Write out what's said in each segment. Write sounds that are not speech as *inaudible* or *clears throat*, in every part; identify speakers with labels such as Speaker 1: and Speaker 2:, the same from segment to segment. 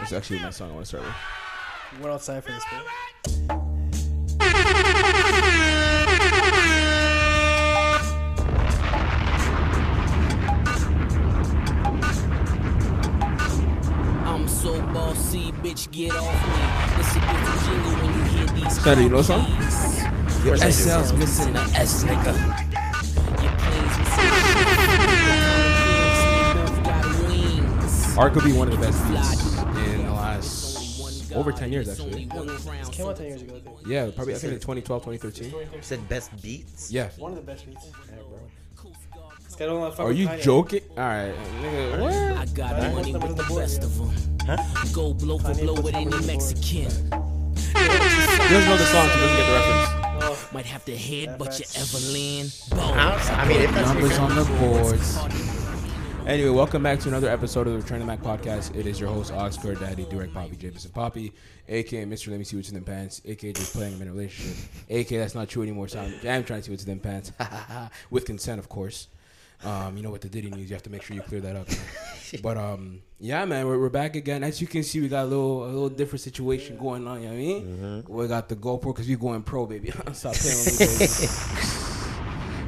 Speaker 1: It's actually my song I want to start with.
Speaker 2: What outside for this bit?
Speaker 3: I'm so bossy, bitch, get off me. This a different jingle when you hear these.
Speaker 1: Snyder, you know the song?
Speaker 3: Your
Speaker 1: I do.
Speaker 3: SL's missing an S, nigga. Your planes missing a G. Your kings, they both got wings.
Speaker 1: Arc would be one of the best beats in the last over 10 years, actually.
Speaker 2: Came out ten years ago. I think.
Speaker 1: Yeah, probably I think in 2012, 2013.
Speaker 4: You said best beats?
Speaker 1: Yeah.
Speaker 2: One of the best beats. ever, bro. This guy don't wanna fuck
Speaker 1: Are
Speaker 2: with
Speaker 1: you
Speaker 2: Kanye.
Speaker 1: joking? All right, nigga. What?
Speaker 3: I got
Speaker 2: Kanye puts
Speaker 3: money
Speaker 2: them
Speaker 3: with
Speaker 2: on the
Speaker 3: the
Speaker 2: board,
Speaker 3: best
Speaker 2: yeah.
Speaker 3: of them. Go blow for
Speaker 2: Kanye
Speaker 3: blow
Speaker 2: puts
Speaker 3: with
Speaker 2: them on
Speaker 3: any
Speaker 2: the board.
Speaker 3: Mexican.
Speaker 1: He doesn't know the song, so he doesn't get the reference.
Speaker 2: Oh,
Speaker 3: Might have the head, but you
Speaker 2: facts.
Speaker 3: Evelyn.
Speaker 4: I mean, if that's your
Speaker 1: Numbers on the boards. Anyway, welcome back to another episode of the Return to Mac podcast. It is your host, Oxford Daddy, Direct Poppy, Jameson Poppy, aka Mr. Let Me See What's in Them Pants, aka Just Playing I'm in a Relationship, aka That's Not True Anymore, so I'm, I'm trying to see what's in them pants, *laughs* with consent, of course. Um, you know what the Diddy news, you have to make sure you clear that
Speaker 4: *laughs*
Speaker 1: up. man. but um, yeah, man, we're, we're back again. As you can see, we got a little a little different situation going on, you know what I mean?
Speaker 4: Mm-hmm.
Speaker 1: We got the GoPro because we going pro, baby. *laughs* Stop playing with me, baby.
Speaker 4: *laughs*
Speaker 1: *laughs*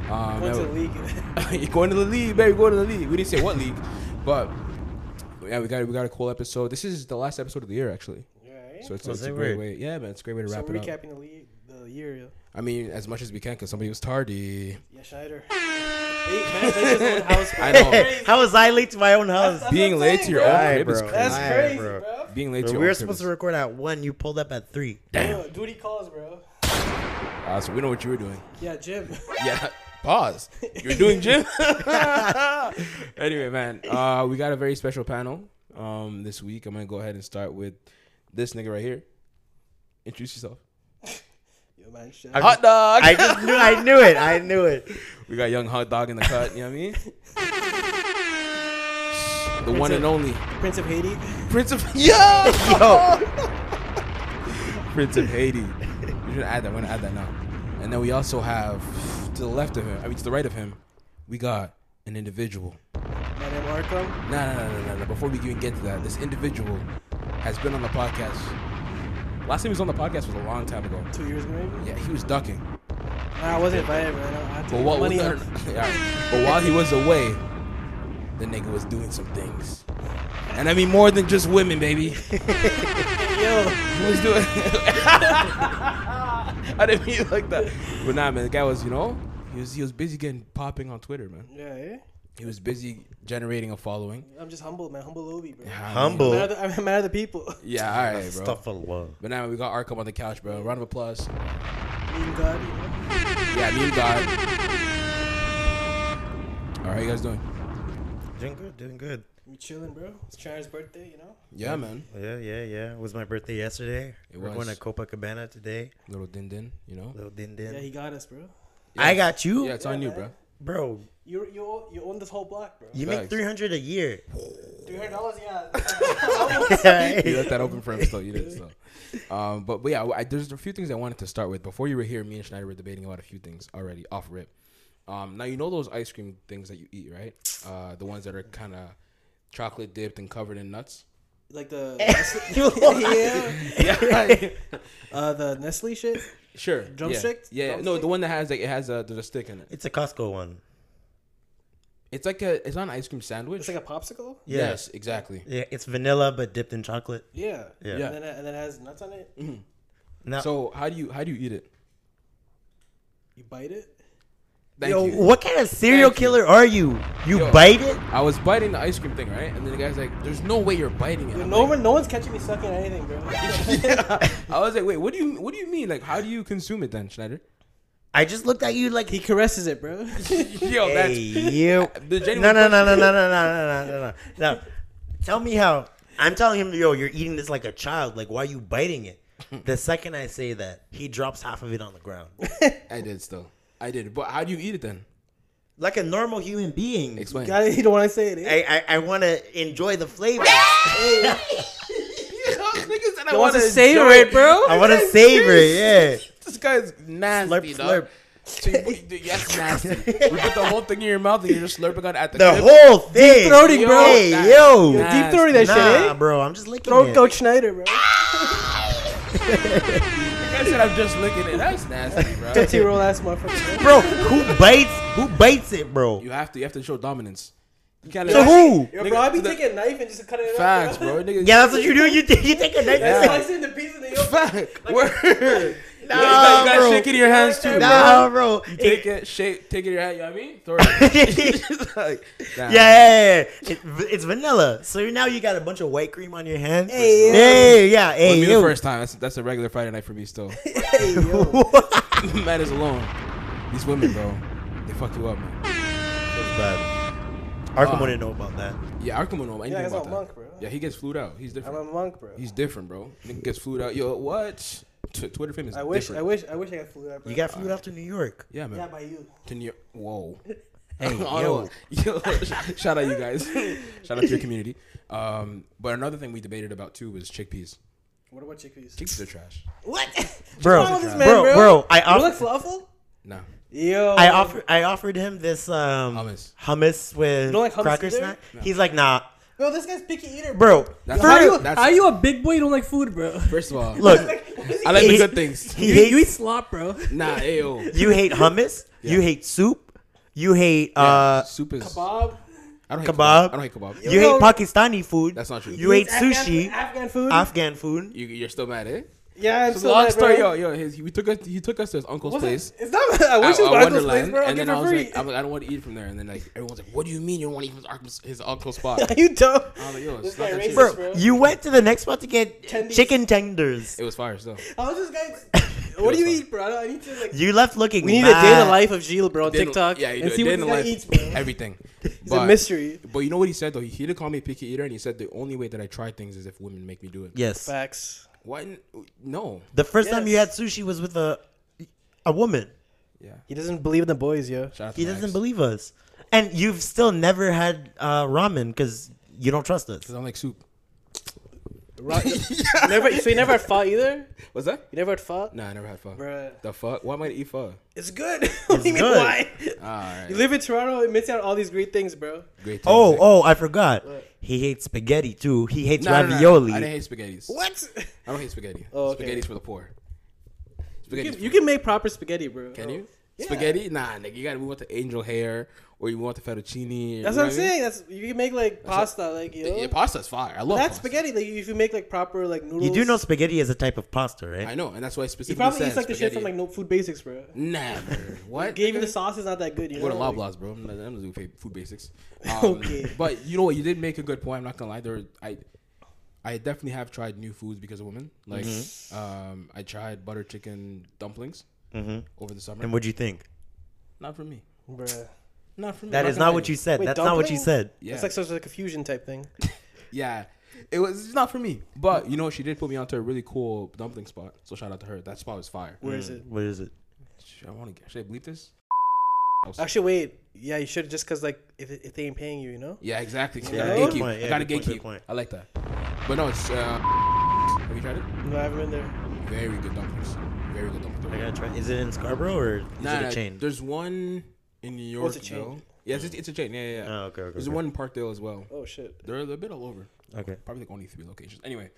Speaker 1: Um,
Speaker 2: Went
Speaker 1: yeah,
Speaker 2: to the league.
Speaker 1: you're *laughs* going to the league, baby. Going to the league. We didn't say what league, but yeah, we got we got a cool episode. This is the last episode of the year, actually.
Speaker 2: Yeah,
Speaker 1: So it's,
Speaker 4: Was
Speaker 1: it's a
Speaker 4: it
Speaker 1: great
Speaker 4: weird?
Speaker 1: way. Yeah, man, it's a great way to
Speaker 2: so
Speaker 1: wrap it up.
Speaker 2: recapping the league, the year. yeah.
Speaker 1: I mean, as much as we can, because somebody was tardy.
Speaker 2: Yeah, Schneider. *laughs* Eight man, they just
Speaker 1: *laughs*
Speaker 2: won house.
Speaker 1: I know.
Speaker 2: Crazy.
Speaker 4: *laughs* How was I late to my own house?
Speaker 2: That's
Speaker 1: Being
Speaker 2: what I'm
Speaker 1: late
Speaker 2: saying,
Speaker 1: to your
Speaker 2: bro.
Speaker 1: own
Speaker 4: Aye,
Speaker 1: crib is
Speaker 4: bro.
Speaker 1: crazy.
Speaker 2: That's
Speaker 4: Aye,
Speaker 2: crazy,
Speaker 4: bro.
Speaker 2: bro.
Speaker 1: Being late to
Speaker 4: We
Speaker 1: your
Speaker 4: were
Speaker 1: own crib
Speaker 4: supposed
Speaker 1: is-
Speaker 4: to record at 1. You pulled up at 3.
Speaker 2: Damn. Duty calls, bro.
Speaker 1: Ah, so we know what you were doing. *laughs*
Speaker 2: Yeah, Jim.
Speaker 1: Yeah. Pause. You're doing gym. *laughs* anyway, man, uh, we got a very special panel um, this week. I'm gonna go ahead and start with this nigga right here. Introduce yourself.
Speaker 2: Yo, man, shit.
Speaker 4: I'm-
Speaker 1: Hot dog.
Speaker 4: *laughs* I just knew. I knew it. I knew it.
Speaker 1: We got young hot dog in the cut. You know what I *laughs* mean? The one and only
Speaker 2: Prince of Haiti.
Speaker 1: Prince of *laughs* Yo, Prince of Haiti. We're gonna add that. We're gonna add that now. And then we also have to the left of him. I mean, to the right of him, we got an individual.
Speaker 2: My name Arkham.
Speaker 1: No, no, no, no, no, no. Before we even get to that, this individual has been on the podcast. Last time he was on the podcast was a long time ago.
Speaker 2: Two years ago, maybe.
Speaker 1: Yeah, he was ducking.
Speaker 2: Nah, I wasn't invited, man. I had to
Speaker 1: But
Speaker 2: take
Speaker 1: while,
Speaker 2: money
Speaker 1: *laughs* yeah,
Speaker 2: up.
Speaker 1: but while he was away, the nigga was doing some things. And I mean more than just women, baby.
Speaker 2: *laughs*
Speaker 1: *laughs*
Speaker 2: Yo,
Speaker 1: He was doing *laughs* I didn't mean it like that. But nah man, the guy was, you know, he was he was busy getting popping on Twitter, man.
Speaker 2: yeah, eh?
Speaker 1: He was busy generating a following.
Speaker 2: I'm just humble, man. Humble Obi, bro.
Speaker 1: I mean,
Speaker 4: Humble.
Speaker 2: I'm, mad at the, *laughs* I'm mad at the people.
Speaker 1: Yeah, all right, bro.
Speaker 4: Stuff alone.
Speaker 1: But now we got Arkham on the couch, bro. Round of applause.
Speaker 2: Mean God, you know?
Speaker 1: Yeah, me and God. All right, how you guys doing?
Speaker 4: Doing good. Doing good.
Speaker 2: We chilling, bro. It's China's birthday, you know.
Speaker 1: Yeah, man.
Speaker 4: Yeah, yeah, yeah. It was my birthday yesterday.
Speaker 1: It
Speaker 4: We're
Speaker 1: was.
Speaker 4: going to Copacabana today.
Speaker 1: Little din din, you know.
Speaker 4: Little din din.
Speaker 2: Yeah, he got us, bro.
Speaker 4: I got you,
Speaker 1: Yeah, it's on you, bro.
Speaker 4: bro.
Speaker 2: You you own- you own this whole block, bro.
Speaker 4: You
Speaker 1: Facts.
Speaker 4: make three hundred a year. *laughs*
Speaker 2: Three hundred dollars, yeah.
Speaker 1: you left that open for him still. You did still. Um, but, but yeah, I, there's a few things I wanted to start with. Before you were here, me and Schneider were debating about a few things already off rip. Um, now you know those ice cream things that you eat, right? Uh, the ones that are kind of chocolate dipped and covered in nuts.
Speaker 2: *laughs* like *laughs* the *laughs* yeah,
Speaker 1: Yeah,
Speaker 2: *laughs* uh, the Nestle shit.
Speaker 1: sure. yeah.
Speaker 2: Drumstick?
Speaker 1: Yeah, no,
Speaker 2: Drumstick?
Speaker 1: the one that has like it has a there's a stick in it.
Speaker 4: It's a Costco one.
Speaker 1: It's like a it's not an ice cream sandwich.
Speaker 2: It's like a popsicle.
Speaker 4: Yeah.
Speaker 1: Yes, exactly.
Speaker 4: Yeah, it's vanilla but dipped in chocolate.
Speaker 2: Yeah.
Speaker 4: Yeah.
Speaker 1: Yeah.
Speaker 2: And then, and then it has nuts on it.
Speaker 4: Now,
Speaker 1: So how do you how do you eat it?
Speaker 2: You bite it.
Speaker 1: Thank
Speaker 4: yo,
Speaker 1: you.
Speaker 4: what kind of serial
Speaker 1: Thank you.
Speaker 4: killer are you? You
Speaker 1: Yo.
Speaker 4: bite it?
Speaker 1: I was biting the ice cream thing, right? And then the guy's like, "There's no way you're biting it." I'm
Speaker 2: No one, no one's catching me sucking anything, *laughs* bro.
Speaker 1: I was like, wait, what do you what do you mean? Like, how do you consume it then, Schneider?
Speaker 4: I just looked at you like
Speaker 2: he caresses it, *laughs* bro.
Speaker 1: Yo,
Speaker 2: *laughs*
Speaker 4: hey, you.
Speaker 1: The genuine
Speaker 4: No, no, no, no, no, no, no, no, no, no, no. No. Tell me how. I'm telling him, yo, you're eating this like a child. Like, why are you biting it?
Speaker 2: *laughs*
Speaker 4: The second I say that, he drops half of it on the ground.
Speaker 1: I did still. I did. But how do you eat it then?
Speaker 4: Like a normal human being.
Speaker 1: Explain. *laughs*
Speaker 2: Got it. You don't want to say it. Eh?
Speaker 4: I, I, I want to enjoy the flavor.
Speaker 1: Niggas said I
Speaker 2: Don't
Speaker 1: wanna
Speaker 2: want to savor
Speaker 1: enjoy
Speaker 2: it, bro.
Speaker 4: I want to savor it, yeah.
Speaker 1: This guy's nasty,
Speaker 4: Slurp,
Speaker 1: dog.
Speaker 4: slurp.
Speaker 1: So you put, dude, that's
Speaker 4: *laughs*
Speaker 1: nasty. You put the whole thing in your mouth and you're just slurping on at the,
Speaker 4: The
Speaker 1: clip.
Speaker 4: whole thing.
Speaker 2: throating, bro.
Speaker 4: Hey,
Speaker 1: Nah,
Speaker 4: yo.
Speaker 1: nah,
Speaker 2: Deep throating that
Speaker 4: Nah,
Speaker 2: shit, eh?
Speaker 4: bro. I'm just licking
Speaker 2: Throat
Speaker 4: it.
Speaker 2: Coach Schneider, bro.
Speaker 1: I said I'm just licking it. That's nasty, bro.
Speaker 4: *laughs*
Speaker 2: Tootsie roll ass motherfucker.
Speaker 4: Bro, who bites? Who bites it, bro?
Speaker 1: You have to. You have to show dominance. You can't
Speaker 4: To who?
Speaker 2: Yo,
Speaker 1: Nigga,
Speaker 2: bro, I be
Speaker 1: to the-
Speaker 2: taking a knife and just cutting it
Speaker 1: Facts,
Speaker 2: up. bro.
Speaker 1: bro. Nigga,
Speaker 4: Yeah, that's what you do. You, take- you take a knife.
Speaker 1: Yeah.
Speaker 4: Yeah.
Speaker 2: Slicing the piece of the
Speaker 4: *laughs*
Speaker 1: Fact. Word.
Speaker 4: Nah,
Speaker 1: you got, you got
Speaker 4: bro.
Speaker 1: shake it in your hands too, bro.
Speaker 4: Nah, bro.
Speaker 1: You take it, shake, take it in your hand. You know what I mean? Throw
Speaker 4: *laughs*
Speaker 1: it. Just like, nah.
Speaker 4: Yeah, yeah, yeah. It, it's vanilla. So now you got a bunch of white cream on your hand.
Speaker 2: Hey, yo.
Speaker 4: hey, yeah,
Speaker 1: Wouldn't
Speaker 4: hey,
Speaker 1: be
Speaker 4: yo.
Speaker 1: the first time. That's, that's a regular Friday night for me still.
Speaker 2: Hey, yo.
Speaker 4: *laughs*
Speaker 1: Man is alone. These women, bro, they fuck you up, man.
Speaker 4: That's bad.
Speaker 1: Uh,
Speaker 4: Arkham wouldn't know about that.
Speaker 1: Yeah, Arkham don't know anything
Speaker 2: Yeah, he's
Speaker 1: about that.
Speaker 2: a monk, bro.
Speaker 1: Yeah, he gets flued out. He's
Speaker 2: I'm a
Speaker 1: different.
Speaker 2: monk, bro.
Speaker 1: He's different, bro. Nigga gets flued out. Yo, what? T- Twitter fame is
Speaker 2: I wish,
Speaker 1: different.
Speaker 2: I wish, I wish I got flew out, bro.
Speaker 4: You got flew out to New York.
Speaker 1: Yeah, man.
Speaker 2: yeah, by you.
Speaker 1: Can you?
Speaker 2: *laughs*
Speaker 1: Whoa. *laughs*
Speaker 4: Hey,
Speaker 1: Ottawa. Yo,
Speaker 4: yo.
Speaker 1: sh- shout out you guys. shout out to your community. Um, but another thing we debated about too was chickpeas.
Speaker 2: What about chickpeas?
Speaker 1: Chickpeas are trash.
Speaker 2: What?
Speaker 4: Bro,
Speaker 2: What's wrong with this man,
Speaker 4: bro,
Speaker 2: bro?
Speaker 4: bro, I
Speaker 2: You look
Speaker 4: off-
Speaker 2: flufful?
Speaker 1: No.
Speaker 2: Yo.
Speaker 4: I offered I offered him this um
Speaker 1: Hummus.
Speaker 4: hummus with
Speaker 2: don't like hummus
Speaker 4: cracker
Speaker 2: either?
Speaker 4: snack. He's like, nah,
Speaker 2: Yo, this guy's picky eater, bro.
Speaker 4: bro.
Speaker 1: That's-
Speaker 2: How you,
Speaker 1: That's-
Speaker 2: how you a big boy? You don't like food, bro.
Speaker 1: First of
Speaker 2: *laughs*
Speaker 1: all, *laughs*
Speaker 4: Look,
Speaker 1: I like the
Speaker 4: he-
Speaker 1: good things.
Speaker 4: he
Speaker 2: You,
Speaker 4: hates,
Speaker 2: you eat slop,
Speaker 3: *laughs*
Speaker 2: bro.
Speaker 1: Nah, ayo.
Speaker 2: *laughs*
Speaker 4: you hate hummus. You hate soup. You hate uh
Speaker 1: soup is.
Speaker 2: Bob.
Speaker 1: I don't hate
Speaker 4: Kebab.
Speaker 1: I don't hate kebab.
Speaker 4: you
Speaker 2: Yo.
Speaker 4: hate Pakistani food.
Speaker 1: That's not true.
Speaker 4: You ate
Speaker 2: Afghan-
Speaker 4: sushi,
Speaker 2: Afghan food.
Speaker 4: Afghan food.
Speaker 1: You, you're still mad, eh?
Speaker 2: yeah, I'm
Speaker 1: It's
Speaker 2: so
Speaker 1: a long
Speaker 2: mad,
Speaker 1: story, yo,
Speaker 2: bro.
Speaker 1: yo. His, we took us, he took us to his uncle's
Speaker 2: What's
Speaker 1: place.
Speaker 2: it? It's not. *laughs* I
Speaker 1: at-
Speaker 2: wish it was
Speaker 1: at
Speaker 2: my uncle's place, bro. I'll
Speaker 1: and
Speaker 2: get
Speaker 1: then
Speaker 2: it
Speaker 1: I
Speaker 2: for
Speaker 1: was
Speaker 2: free.
Speaker 1: like,
Speaker 2: *laughs*
Speaker 1: I'm like, I don't want to eat from there. And then like everyone's like, "What do you mean you don't want to eat from his uncle's, his uncle's
Speaker 2: *laughs*
Speaker 1: spot?" I
Speaker 2: you dumb.
Speaker 1: was like, yo, it's
Speaker 2: This
Speaker 1: not
Speaker 2: guy
Speaker 1: that
Speaker 2: racist,
Speaker 1: serious.
Speaker 4: Bro,
Speaker 2: bro.
Speaker 4: you went to the next spot to get
Speaker 2: Tendies.
Speaker 4: chicken tenders.
Speaker 1: It was fire still.
Speaker 2: How's this guy? What do you eat, bro? I don't- I need to like.
Speaker 4: You left looking.
Speaker 2: We need a
Speaker 4: mad.
Speaker 2: day in the life of Gilles, bro, on
Speaker 1: Day in the-
Speaker 2: TikTok.
Speaker 1: yeah, you
Speaker 2: and
Speaker 1: do.
Speaker 2: see
Speaker 1: Day
Speaker 2: what
Speaker 1: in
Speaker 2: this
Speaker 1: the
Speaker 2: guy
Speaker 1: life.
Speaker 2: eats,
Speaker 1: *laughs*
Speaker 2: bro.
Speaker 1: Everything.
Speaker 2: *laughs* It's a mystery.
Speaker 1: But you know what he said though? He, he didn't call me a picky eater, and he said the only way that I try things is if women make me do it.
Speaker 4: Yes.
Speaker 2: Facts.
Speaker 1: What? No.
Speaker 4: The first time you
Speaker 2: Yes.
Speaker 4: had sushi was with a a woman.
Speaker 1: Yeah.
Speaker 2: He doesn't believe in the boys, yo.
Speaker 1: Shout out to
Speaker 4: He
Speaker 1: Max.
Speaker 4: doesn't believe us, and you've still never had uh, ramen because you don't trust us.
Speaker 1: 'Cause I don't like soup.
Speaker 2: never. So *laughs* you never had pho either.
Speaker 1: What's that?
Speaker 2: You never had pho.
Speaker 1: Nah, I never had pho.
Speaker 2: Bruh.
Speaker 1: The fuck? Why am I gonna eat pho?
Speaker 2: It's good. *laughs* what do you mean?
Speaker 4: good.
Speaker 2: Why? You *laughs*
Speaker 1: Alright.
Speaker 2: live in Toronto, it misses out on all these great things, bro.
Speaker 1: Great.
Speaker 4: Oh,
Speaker 1: things.
Speaker 4: oh, I forgot. He hates spaghetti too. He hates
Speaker 1: No, no, no, no.
Speaker 4: ravioli.
Speaker 1: I didn't hate spaghetti.
Speaker 2: What? *laughs*
Speaker 1: I don't hate spaghetti.
Speaker 2: Oh, okay.
Speaker 1: Spaghetti's for the poor.
Speaker 2: You
Speaker 1: Spaghetti's
Speaker 2: can, you can make proper spaghetti, bro.
Speaker 1: Can you?
Speaker 2: Yeah.
Speaker 1: Spaghetti? Nah, nigga, you gotta move on to angel hair or you want the fettuccine.
Speaker 2: That's
Speaker 1: you know
Speaker 2: what I'm
Speaker 1: I mean?
Speaker 2: saying. That's you can make like pasta, like you know.
Speaker 1: Yeah, pasta's fire. I love
Speaker 2: that's
Speaker 1: pasta.
Speaker 2: spaghetti. Like if you make like proper like noodles.
Speaker 4: you do know spaghetti is a type of pasta, right?
Speaker 1: I know, and that's why I
Speaker 2: He
Speaker 1: specifically
Speaker 2: probably
Speaker 1: said
Speaker 2: eats like the shit
Speaker 1: spaghetti.
Speaker 2: from like no food basics, bro.
Speaker 1: Nah, bro. what?
Speaker 2: Gave *laughs* you the sauce is not that good. You
Speaker 1: Go to
Speaker 2: know? like,
Speaker 1: Loblaws, bro. I'm not, I'm not doing fa- food
Speaker 2: *laughs*
Speaker 1: basics. Um,
Speaker 2: Okay.
Speaker 1: But you know what? You did make a good point. I'm not gonna lie. There, I, I definitely have tried new foods because of women. Like,
Speaker 2: Mm-hmm.
Speaker 1: um, I tried butter chicken dumplings
Speaker 2: Mm-hmm.
Speaker 1: over the summer.
Speaker 4: And what'd you think?
Speaker 1: not for me.
Speaker 2: bruh.
Speaker 1: Not for me.
Speaker 4: That
Speaker 1: I'm
Speaker 4: is not
Speaker 1: gonna
Speaker 4: what
Speaker 1: lie
Speaker 4: you said.
Speaker 2: Wait,
Speaker 4: That's not what you
Speaker 2: dumpling?
Speaker 4: said.
Speaker 1: Yeah.
Speaker 2: It's like such like a fusion type thing.
Speaker 1: Yeah, it was it's not for me. But you know, she did put me onto a really cool dumpling spot. So shout out to her. That spot was fire.
Speaker 2: Where is it?
Speaker 4: What is it?
Speaker 1: Should I want to should I bleep this?
Speaker 2: Actually, wait. Yeah, you should just cause like if, if they ain't paying you, you know.
Speaker 1: Yeah, exactly. I got a
Speaker 2: Yeah, good
Speaker 1: gatekeep.
Speaker 4: point. Yeah,
Speaker 1: I got a
Speaker 4: good point, good
Speaker 1: gatekeep.
Speaker 4: point.
Speaker 1: I like that. But no, it's. Uh, have you tried it?
Speaker 2: No, I haven't been there.
Speaker 1: Very good dumplings. Very good dumplings.
Speaker 4: I gotta try. Is it in Scarborough or is
Speaker 1: Nah,
Speaker 4: it
Speaker 1: nah,
Speaker 4: a chain?
Speaker 1: There's one in New York.
Speaker 2: it's a chain.
Speaker 1: though. Yeah, it's, it's a chain. Yeah, yeah. yeah.
Speaker 4: Oh, okay, okay,
Speaker 1: There's
Speaker 4: okay.
Speaker 1: one in Parkdale as well.
Speaker 2: Oh shit.
Speaker 1: They're, they're a bit all over.
Speaker 4: Okay.
Speaker 1: Probably like only three locations. Anyway,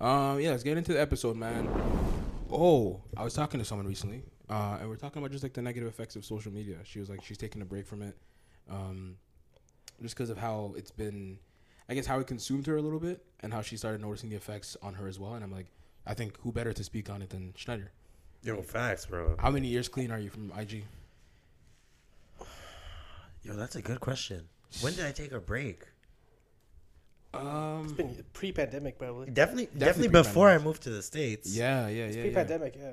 Speaker 1: um, yeah, let's get into the episode, man. Oh, I was talking to someone recently, uh, and we are talking about just like the negative effects of social media. She was like, she's taking a break from it, um, just because of how it's been, I guess, how it consumed her a little bit, and how she started noticing the effects on her as well. And I'm like, I think who better to speak on it than Schneider?
Speaker 4: Yo, facts, bro.
Speaker 1: How many years clean are you from IG?
Speaker 4: Yo, that's a good question. When did I take a break?
Speaker 1: Um,
Speaker 2: It's been pre-pandemic probably.
Speaker 4: Definitely, definitely,
Speaker 1: pre-pandemic.
Speaker 4: before I moved to the states.
Speaker 1: yeah, yeah, yeah. yeah.
Speaker 2: Pre-pandemic, yeah.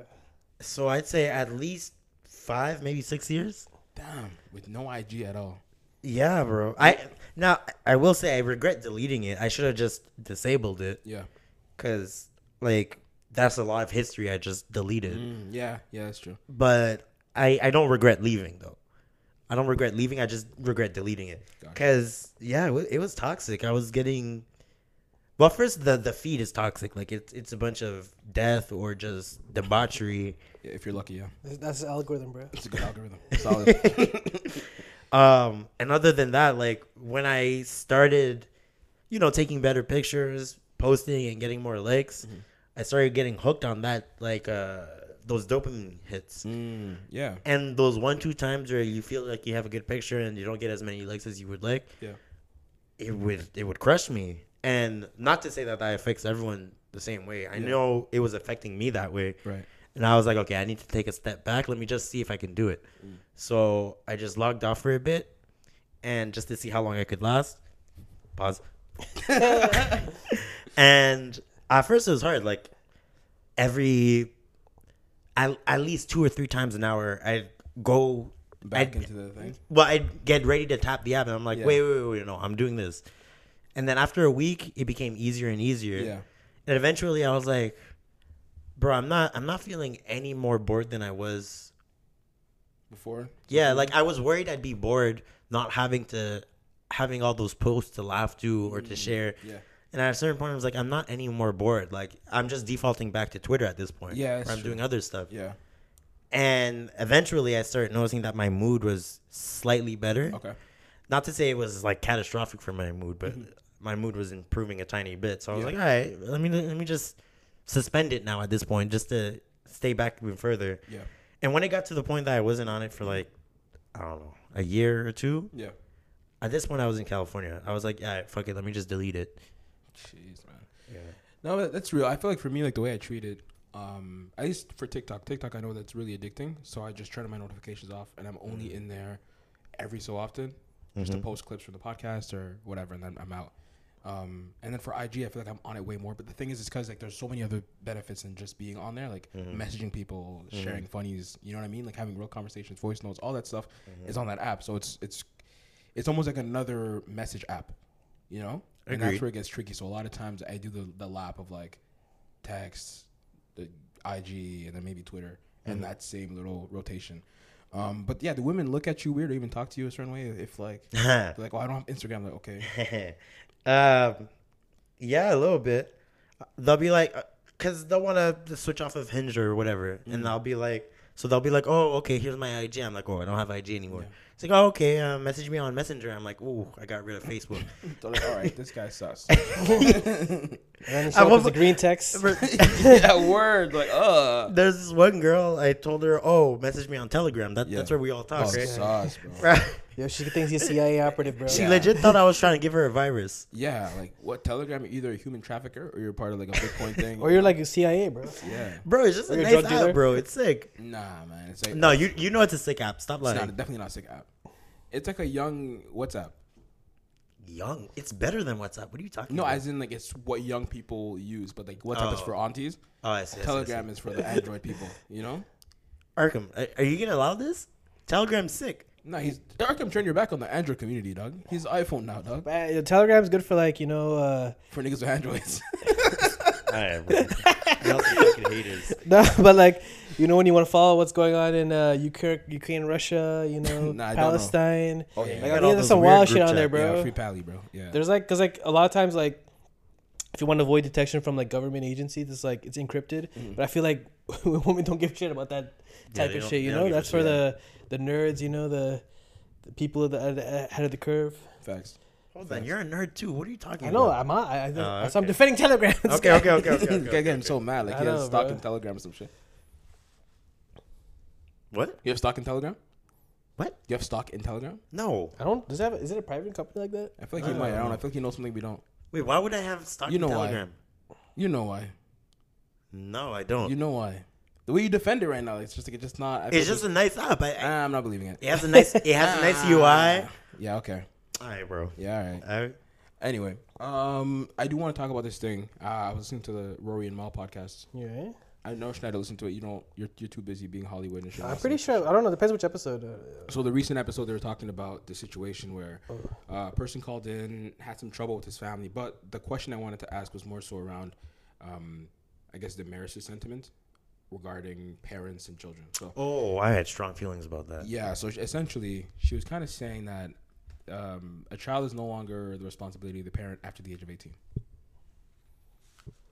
Speaker 4: So I'd say at least five, maybe six years.
Speaker 1: Damn, with no IG at all.
Speaker 4: Yeah, bro. I now I will say I regret deleting it. I should have just disabled it
Speaker 1: Yeah,
Speaker 4: because like that's a lot of history I just deleted.
Speaker 1: Mm, yeah, yeah. That's true.
Speaker 4: But I I don't regret leaving though. I don't regret leaving. I just regret deleting it
Speaker 1: Gotcha.
Speaker 4: because yeah, it was, it was toxic. I was getting Well, first the the feed is toxic. Like it's it's a bunch of death or just debauchery.
Speaker 1: Yeah, if you're lucky, yeah.
Speaker 2: That's the
Speaker 1: *laughs*
Speaker 2: algorithm, bro.
Speaker 1: It's a good
Speaker 4: *laughs*
Speaker 1: algorithm. Solid.
Speaker 4: Um, and other than that, like when I started, you know, taking better pictures, posting, and getting more likes,
Speaker 1: Mm-hmm.
Speaker 4: I started getting hooked on that, like uh, those dopamine hits.
Speaker 1: Mm, yeah.
Speaker 4: And those one two times where you feel like you have a good picture and you don't get as many likes as you would like,
Speaker 1: Yeah.
Speaker 4: it would it would crush me. And not to say that that affects everyone the same way. I know it was affecting me that way.
Speaker 1: Right.
Speaker 4: And I was like, okay, I need to take a step back. Let me just see if I can do it. So I just logged off for a bit, and just to see how long I could last. Pause. and at first it was hard. Like every, at, at least two or three times an hour, I'd go
Speaker 1: Back
Speaker 4: I'd-
Speaker 1: into the thing.
Speaker 4: well, I'd get ready to tap the app, and I'm like,
Speaker 1: Yeah.
Speaker 4: wait, wait, wait, wait, no, I'm doing this. And then after a week, it became easier and easier.
Speaker 1: Yeah.
Speaker 4: And eventually, I was like, bro, I'm not, I'm not feeling any more bored than I was.
Speaker 1: Before.
Speaker 4: Yeah, like I was worried I'd be bored not having to, having all those posts to laugh to or to share.
Speaker 1: Mm, Yeah.
Speaker 4: And at a certain point, I was like, I'm not any more bored. Like I'm just defaulting back to Twitter at this point.
Speaker 1: Yeah,
Speaker 4: where
Speaker 1: that's
Speaker 4: I'm
Speaker 1: true.
Speaker 4: doing other stuff.
Speaker 1: Yeah.
Speaker 4: And eventually, I started noticing that my mood was slightly better
Speaker 1: Okay.
Speaker 4: not to say it was like catastrophic for my mood, but my mood was improving a tiny bit. So I was
Speaker 1: Mm-hmm. Yeah.
Speaker 4: like, all right, let me let me just suspend it now at this point, just to stay back even further.
Speaker 1: Yeah.
Speaker 4: And when it got to the point that I wasn't on it for like, I don't know, a year or two,
Speaker 1: Yeah.
Speaker 4: at this point I was in California. I was like, all right, fuck it, let me just delete it. *laughs*
Speaker 1: Jeez, man. No, that- that's real. I feel like for me, like the way I treat it, um, at least for TikTok, TikTok, I know that's really addicting. So I just turn my notifications off, and I'm only in there every so often just to post clips from the podcast or whatever, and then I'm out. Um, and then for IG, I feel like I'm on it way more. But the thing is, it's because like there's so many other benefits than just being on there, like messaging people, sharing funnies. You know what I mean? Like having real conversations, voice notes, all that stuff is on that app. So it's it's it's almost like another message app. You know, and that's
Speaker 4: Agreed.
Speaker 1: where it gets tricky. So a lot of times I do the the lap of like text, the IG, and then maybe Twitter,
Speaker 4: Mm-hmm.
Speaker 1: and that same little rotation. Um, but yeah, the women look at you weird or even talk to you a certain way if
Speaker 4: *laughs*
Speaker 1: like they're like, "Oh, I don't have Instagram." Like, okay,
Speaker 4: um, yeah, a little bit. They'll be like, because they'll want to switch off of Hinge or whatever,
Speaker 1: Mm-hmm.
Speaker 4: and I'll be like, so they'll be like, oh, okay, here's my IG. I'm like, oh, I don't have IG anymore. It's like, oh, okay, uh, message me on Messenger. I'm like, oh, I got rid of
Speaker 1: *laughs*
Speaker 4: Facebook. *laughs*
Speaker 1: so like, all right, this guy sucks.
Speaker 2: And then you
Speaker 4: I
Speaker 2: show up
Speaker 4: love
Speaker 2: with the
Speaker 4: it.
Speaker 1: *laughs*
Speaker 2: green text.
Speaker 1: yeah, word
Speaker 4: *laughs*
Speaker 1: like, uh,
Speaker 4: There's this one girl. I told her, oh, message me on Telegram. That,
Speaker 1: Yeah.
Speaker 4: That's where we all talk,
Speaker 1: oh,
Speaker 4: right?
Speaker 1: sauce, bro.
Speaker 4: *laughs* Right.
Speaker 2: Yo, she thinks you're CIA operative, bro.
Speaker 4: She
Speaker 1: Yeah.
Speaker 4: legit thought I was trying to give her a
Speaker 1: *laughs*
Speaker 4: virus.
Speaker 1: Yeah, like what Telegram? You're either a human trafficker or you're part of like a
Speaker 4: *laughs*
Speaker 1: Bitcoin thing.
Speaker 2: Or you're like a CIA, bro.
Speaker 1: yeah,
Speaker 4: Bro, it's just
Speaker 2: Or
Speaker 4: a
Speaker 2: your
Speaker 4: nice
Speaker 2: drug
Speaker 4: app,
Speaker 2: dealer?
Speaker 4: bro. It's sick.
Speaker 1: nah, man, it's like
Speaker 4: *laughs* No, you you know it's a sick app. Stop
Speaker 1: it's
Speaker 4: lying.
Speaker 1: not definitely not a sick app. It's like a young WhatsApp.
Speaker 4: Young. It's better than WhatsApp. What are you talking
Speaker 1: No,
Speaker 4: about?
Speaker 1: as in like it's what young people use, but like WhatsApp is
Speaker 4: Oh.
Speaker 1: for aunties,
Speaker 4: Oh, I see. I see, I see.
Speaker 1: Telegram is for the Android people. You
Speaker 4: *laughs*
Speaker 1: know?
Speaker 4: Arkham, are, are you gonna allow this? Telegram's *laughs* sick.
Speaker 1: No, he's Arkham. Turn your back on the Android community, dog. He's iPhone now, dog.
Speaker 2: But, uh, Telegram's good for like you know. Uh, *laughs*
Speaker 1: For niggas with Androids. *laughs*
Speaker 4: Alright, bro. Y'all some fucking haters.
Speaker 2: no, but like you know when you want to follow what's going on in uh, Ukraine, Ukraine, Russia, you know,
Speaker 1: *laughs* Nah, I don't know.
Speaker 2: Palestine.
Speaker 1: oh yeah,
Speaker 4: Like,
Speaker 2: I
Speaker 4: got
Speaker 2: mean,
Speaker 4: all
Speaker 2: there's
Speaker 4: those
Speaker 2: some
Speaker 4: weird
Speaker 2: wild shit
Speaker 4: group
Speaker 2: out there,
Speaker 4: chat.
Speaker 2: bro.
Speaker 1: yeah, free Pally, bro. Yeah,
Speaker 2: There's like, cause like a lot of times, like if you want to avoid detection from like government agencies, it's like it's encrypted. But I feel like *laughs* women don't give a shit about that
Speaker 4: Mm-hmm. Yeah,
Speaker 2: type
Speaker 4: they
Speaker 2: of
Speaker 4: don't-
Speaker 2: shit. You
Speaker 4: they don't
Speaker 2: know,
Speaker 4: give a
Speaker 2: that's for
Speaker 4: shit.
Speaker 2: the the nerds. You know, the the people at the, at the head of the curve.
Speaker 1: facts.
Speaker 4: *laughs* Hold on, you're a nerd too. What are you talking
Speaker 2: I
Speaker 4: about?
Speaker 2: *laughs* know. I'm. I, I,
Speaker 4: Oh,
Speaker 2: So I'm
Speaker 4: okay.
Speaker 2: defending Telegram.
Speaker 4: Okay, okay, okay, okay.
Speaker 1: This
Speaker 4: okay,
Speaker 1: guy
Speaker 4: okay,
Speaker 1: getting
Speaker 4: okay.
Speaker 1: so mad, like
Speaker 2: I
Speaker 1: he has
Speaker 2: know,
Speaker 1: stock
Speaker 2: bro.
Speaker 1: in Telegram or some shit.
Speaker 4: *laughs* What?
Speaker 1: You have stock in Telegram?
Speaker 4: What?
Speaker 1: You have stock in Telegram?
Speaker 4: No.
Speaker 2: *laughs* I don't. Does that? Have, is it a private company like that?
Speaker 1: I feel like he might. I don't. know. I feel like he knows something we don't.
Speaker 4: Wait, why would I have stock
Speaker 1: You know
Speaker 4: in
Speaker 1: why.
Speaker 4: Telegram?
Speaker 1: You know why?
Speaker 4: No, I don't.
Speaker 1: You know why? The way you defend it right now, it's just like it's just not. I feel
Speaker 4: it's just a nice app. I, I,
Speaker 1: Ah, I'm not believing it.
Speaker 4: it has a nice it has a nice UI.
Speaker 1: Yeah. Okay.
Speaker 4: Alright, bro.
Speaker 1: Yeah. All right.
Speaker 4: Alright.
Speaker 1: Anyway, um, I do want to talk about this thing. Uh, I was listening to the Rory and Mal podcast.
Speaker 2: Yeah.
Speaker 1: I know Schneider listened to it. You don't. You're, you're too busy being Hollywood and shit.
Speaker 2: I'm pretty sure. I don't know. Depends which episode. Uh,
Speaker 1: So the recent episode, they were talking about the situation where
Speaker 2: Oh.
Speaker 1: uh, a person called in, had some trouble with his family. But the question I wanted to ask was more so around, um, I guess, the Maris's sentiment regarding parents and children. So
Speaker 4: Oh, I had strong feelings about that.
Speaker 1: Yeah, so she- essentially, she was kind of saying that um, a child is no longer the responsibility of the parent after the age of 18.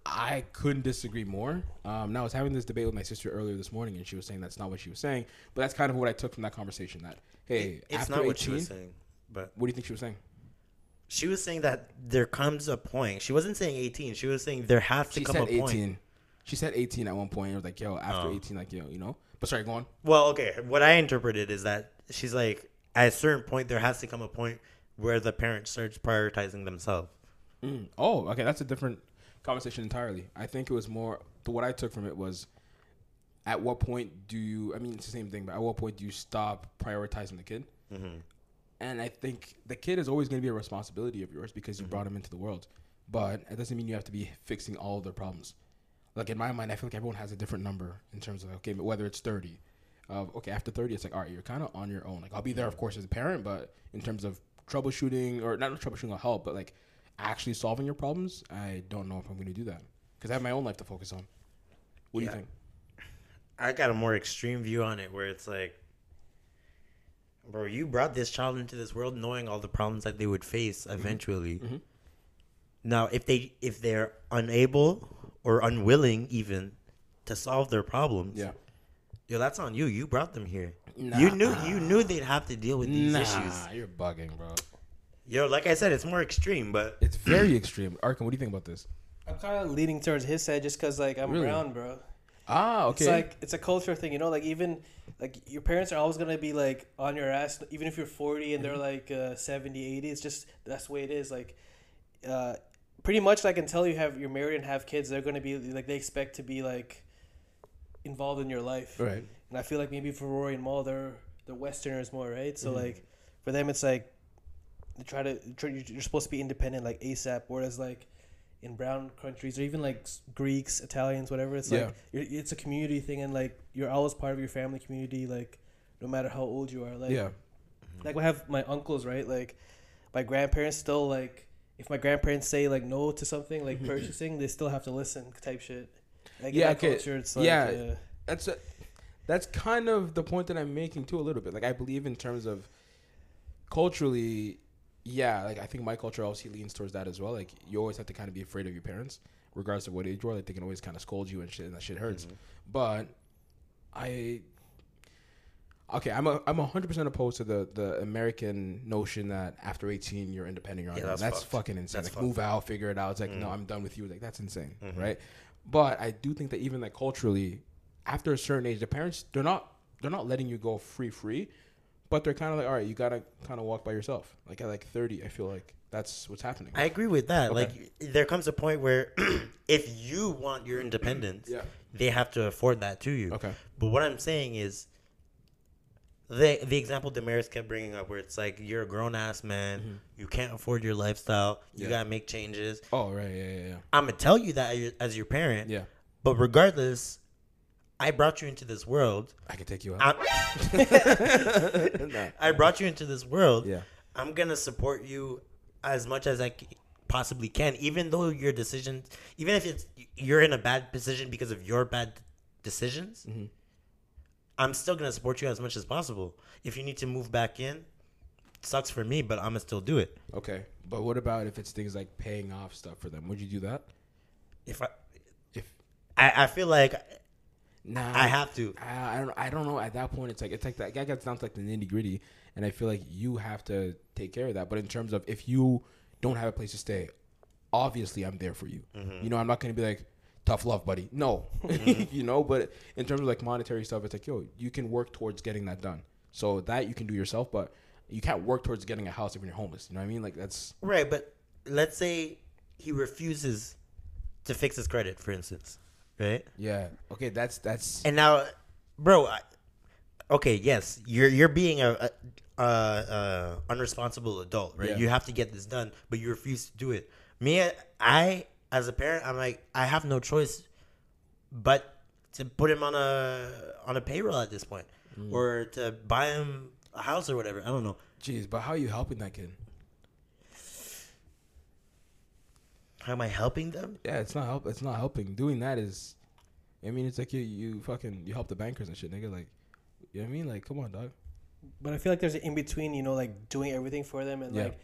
Speaker 1: I couldn't disagree more. Um, now I was having this debate with my sister earlier this morning, and she was saying that's not what she was saying, but that's kind of what I took from that conversation. That hey,
Speaker 4: It's
Speaker 1: after
Speaker 4: not
Speaker 1: 18,
Speaker 4: what she was saying, but
Speaker 1: What do you think she was saying?
Speaker 4: she was saying that there comes a point. She wasn't saying 18. She was saying there has to
Speaker 1: She
Speaker 4: come
Speaker 1: said
Speaker 4: a point.
Speaker 1: 18. She said 18 at one point. It was like, yo, after
Speaker 4: Oh.
Speaker 1: 18, like, yo, you know. But sorry, go on.
Speaker 4: Well, okay. What I interpreted is that she's like, at a certain point, there has to come a point where the parent starts prioritizing themselves.
Speaker 1: Mm. Oh, okay. That's a different conversation entirely. I think it was more the what I took from it was at what point do you? I mean, it's the same thing, but at what point do you stop prioritizing the kid? And I think the kid is always going to be a responsibility of yours because you brought him into the world. But it doesn't mean you have to be fixing all of their problems. Like in my mind, I feel like everyone has a different number in terms of okay, whether it's thirty. Of okay, after thirty, it's like all right, you're kind of on your own. Like I'll be there, of course, as a parent, but in terms of troubleshooting or not troubleshooting or help, but like actually solving your problems, I don't know if I'm going to do that because I have my own life to focus on. What do
Speaker 4: Yeah.
Speaker 1: you think?
Speaker 4: I got a more extreme view on it where it's like, bro, you brought this child into this world knowing all the problems that they would face
Speaker 1: Mm-hmm.
Speaker 4: eventually. Now, if they if they're unable or unwilling even to solve their problems,
Speaker 1: Yeah.
Speaker 4: yo, that's on you. You brought them here. You knew you knew they'd have to deal with these
Speaker 1: nah,
Speaker 4: issues.
Speaker 1: you're bugging, bro.
Speaker 4: Yo, like I said, it's more extreme, but
Speaker 1: It's very extreme. Arkan, what do you think about this?
Speaker 2: I'm kind of leaning towards his side just because like I'm
Speaker 1: Really?
Speaker 2: brown, bro.
Speaker 1: Ah, okay.
Speaker 2: It's like it's a culture thing, you know. Like even like your parents are always gonna be like on your ass, even if you're 40 and they're like uh, 70, 80. It's just that's the way it is. Like, uh, pretty much like until you have you're married and have kids, they're gonna be like they expect to be like involved in your life.
Speaker 1: right.
Speaker 2: And I feel like maybe for Rory and Maul, they're they're Westerners more, right?
Speaker 1: Mm-hmm.
Speaker 2: So like for them, it's like they try to try, you're you're supposed to be independent like ASAP, whereas like in brown countries or even like s- Greeks, Italians, whatever, it's
Speaker 1: Yeah.
Speaker 2: like you're, it's a community thing, and like you're always part of your family community, like no matter how old you are. Like
Speaker 1: Yeah.
Speaker 2: like I have my uncles, right? Like my grandparents still like if my grandparents say like no to something
Speaker 1: *laughs*
Speaker 2: like purchasing, they still have to listen type shit. Like
Speaker 1: Yeah,
Speaker 2: in that
Speaker 1: okay.
Speaker 2: culture, it's like
Speaker 1: Yeah.
Speaker 2: uh,
Speaker 1: that's a, that's kind of the point that I'm making too a little bit. Like I believe in terms of culturally, yeah. Like I think my culture obviously leans towards that as well. Like you always have to kind of be afraid of your parents, regardless of what age you are. Like they can always kind of scold you and shit, and that shit
Speaker 4: Mm-hmm.
Speaker 1: hurts. But I okay, I'm a I'm hundred percent opposed to the the American notion that after 18 you're independent, you're on
Speaker 4: Yeah,
Speaker 1: your own.
Speaker 4: that's
Speaker 1: That's
Speaker 4: fucked.
Speaker 1: fucking insane.
Speaker 4: That's
Speaker 1: like move out, figure it out. It's like no, I'm done with you. Like that's insane, right? But I do think that even like culturally, after a certain age, the parents they're not they're not letting you go free free, but they're kind of like all right, you gotta kind of walk by yourself. Like at like 30, I feel like that's what's happening.
Speaker 4: I agree with that.
Speaker 1: Okay.
Speaker 4: Like, there comes a point where *clears throat* if you want your independence,
Speaker 1: Yeah.
Speaker 4: they have to afford that to you.
Speaker 1: Okay.
Speaker 4: But what I'm saying is, the the example Damaris kept bringing up, where it's like you're a grown ass man, you can't afford your lifestyle, you
Speaker 1: Mm-hmm. Yeah.
Speaker 4: gotta make changes.
Speaker 1: oh right, yeah, yeah, yeah,
Speaker 4: I'm gonna tell you that as your, as your parent.
Speaker 1: yeah.
Speaker 4: But regardless, I brought you into this world.
Speaker 1: I could take you out.
Speaker 4: I,
Speaker 1: *laughs* Nah.
Speaker 4: I brought you into this world.
Speaker 1: Yeah.
Speaker 4: I'm gonna support you as much as I c- possibly can, even though your decisions, even if it's you're in a bad position because of your bad decisions.
Speaker 1: Mm-hmm.
Speaker 4: I'm still gonna support you as much as possible. If you need to move back in, sucks for me, but I'm gonna still do it.
Speaker 1: Okay, but what about if it's things like paying off stuff for them? Would you do that?
Speaker 4: If I,
Speaker 1: If
Speaker 4: I, I feel like
Speaker 1: Nah,
Speaker 4: I have to.
Speaker 1: I, I don't. I don't know. At that point, it's like it's like that guy gets down to like the nitty gritty, and I feel like you have to take care of that. But in terms of if you don't have a place to stay, obviously I'm there for you. You know, I'm not gonna be like tough love, buddy. No, *laughs* you know. But in terms of like monetary stuff, it's like yo, you can work towards getting that done. So that you can do yourself, but you can't work towards getting a house if you're homeless. You know what I mean? Like that's
Speaker 4: Right, but let's say he refuses to fix his credit, for instance, right?
Speaker 1: yeah. Okay, that's that's
Speaker 4: And now, bro, I, okay, yes, you're you're being a, a, a, a unresponsible adult, right?
Speaker 1: Yeah.
Speaker 4: You have to get this done, but you refuse to do it. Me, I as a parent, I'm like, I have no choice but to put him on a on a payroll at this point,
Speaker 1: Mm.
Speaker 4: or to buy him a house or whatever. I don't know.
Speaker 1: jeez. But how are you helping that kid?
Speaker 4: How am I helping them?
Speaker 1: Yeah, it's not help. It's not helping. Doing that is, I mean, it's like you you fucking you help the bankers and shit, nigga. Like, you know what I mean? Like, come on, dog.
Speaker 2: But I feel like there's an in between, you know, like doing everything for them and
Speaker 1: Yeah.
Speaker 2: like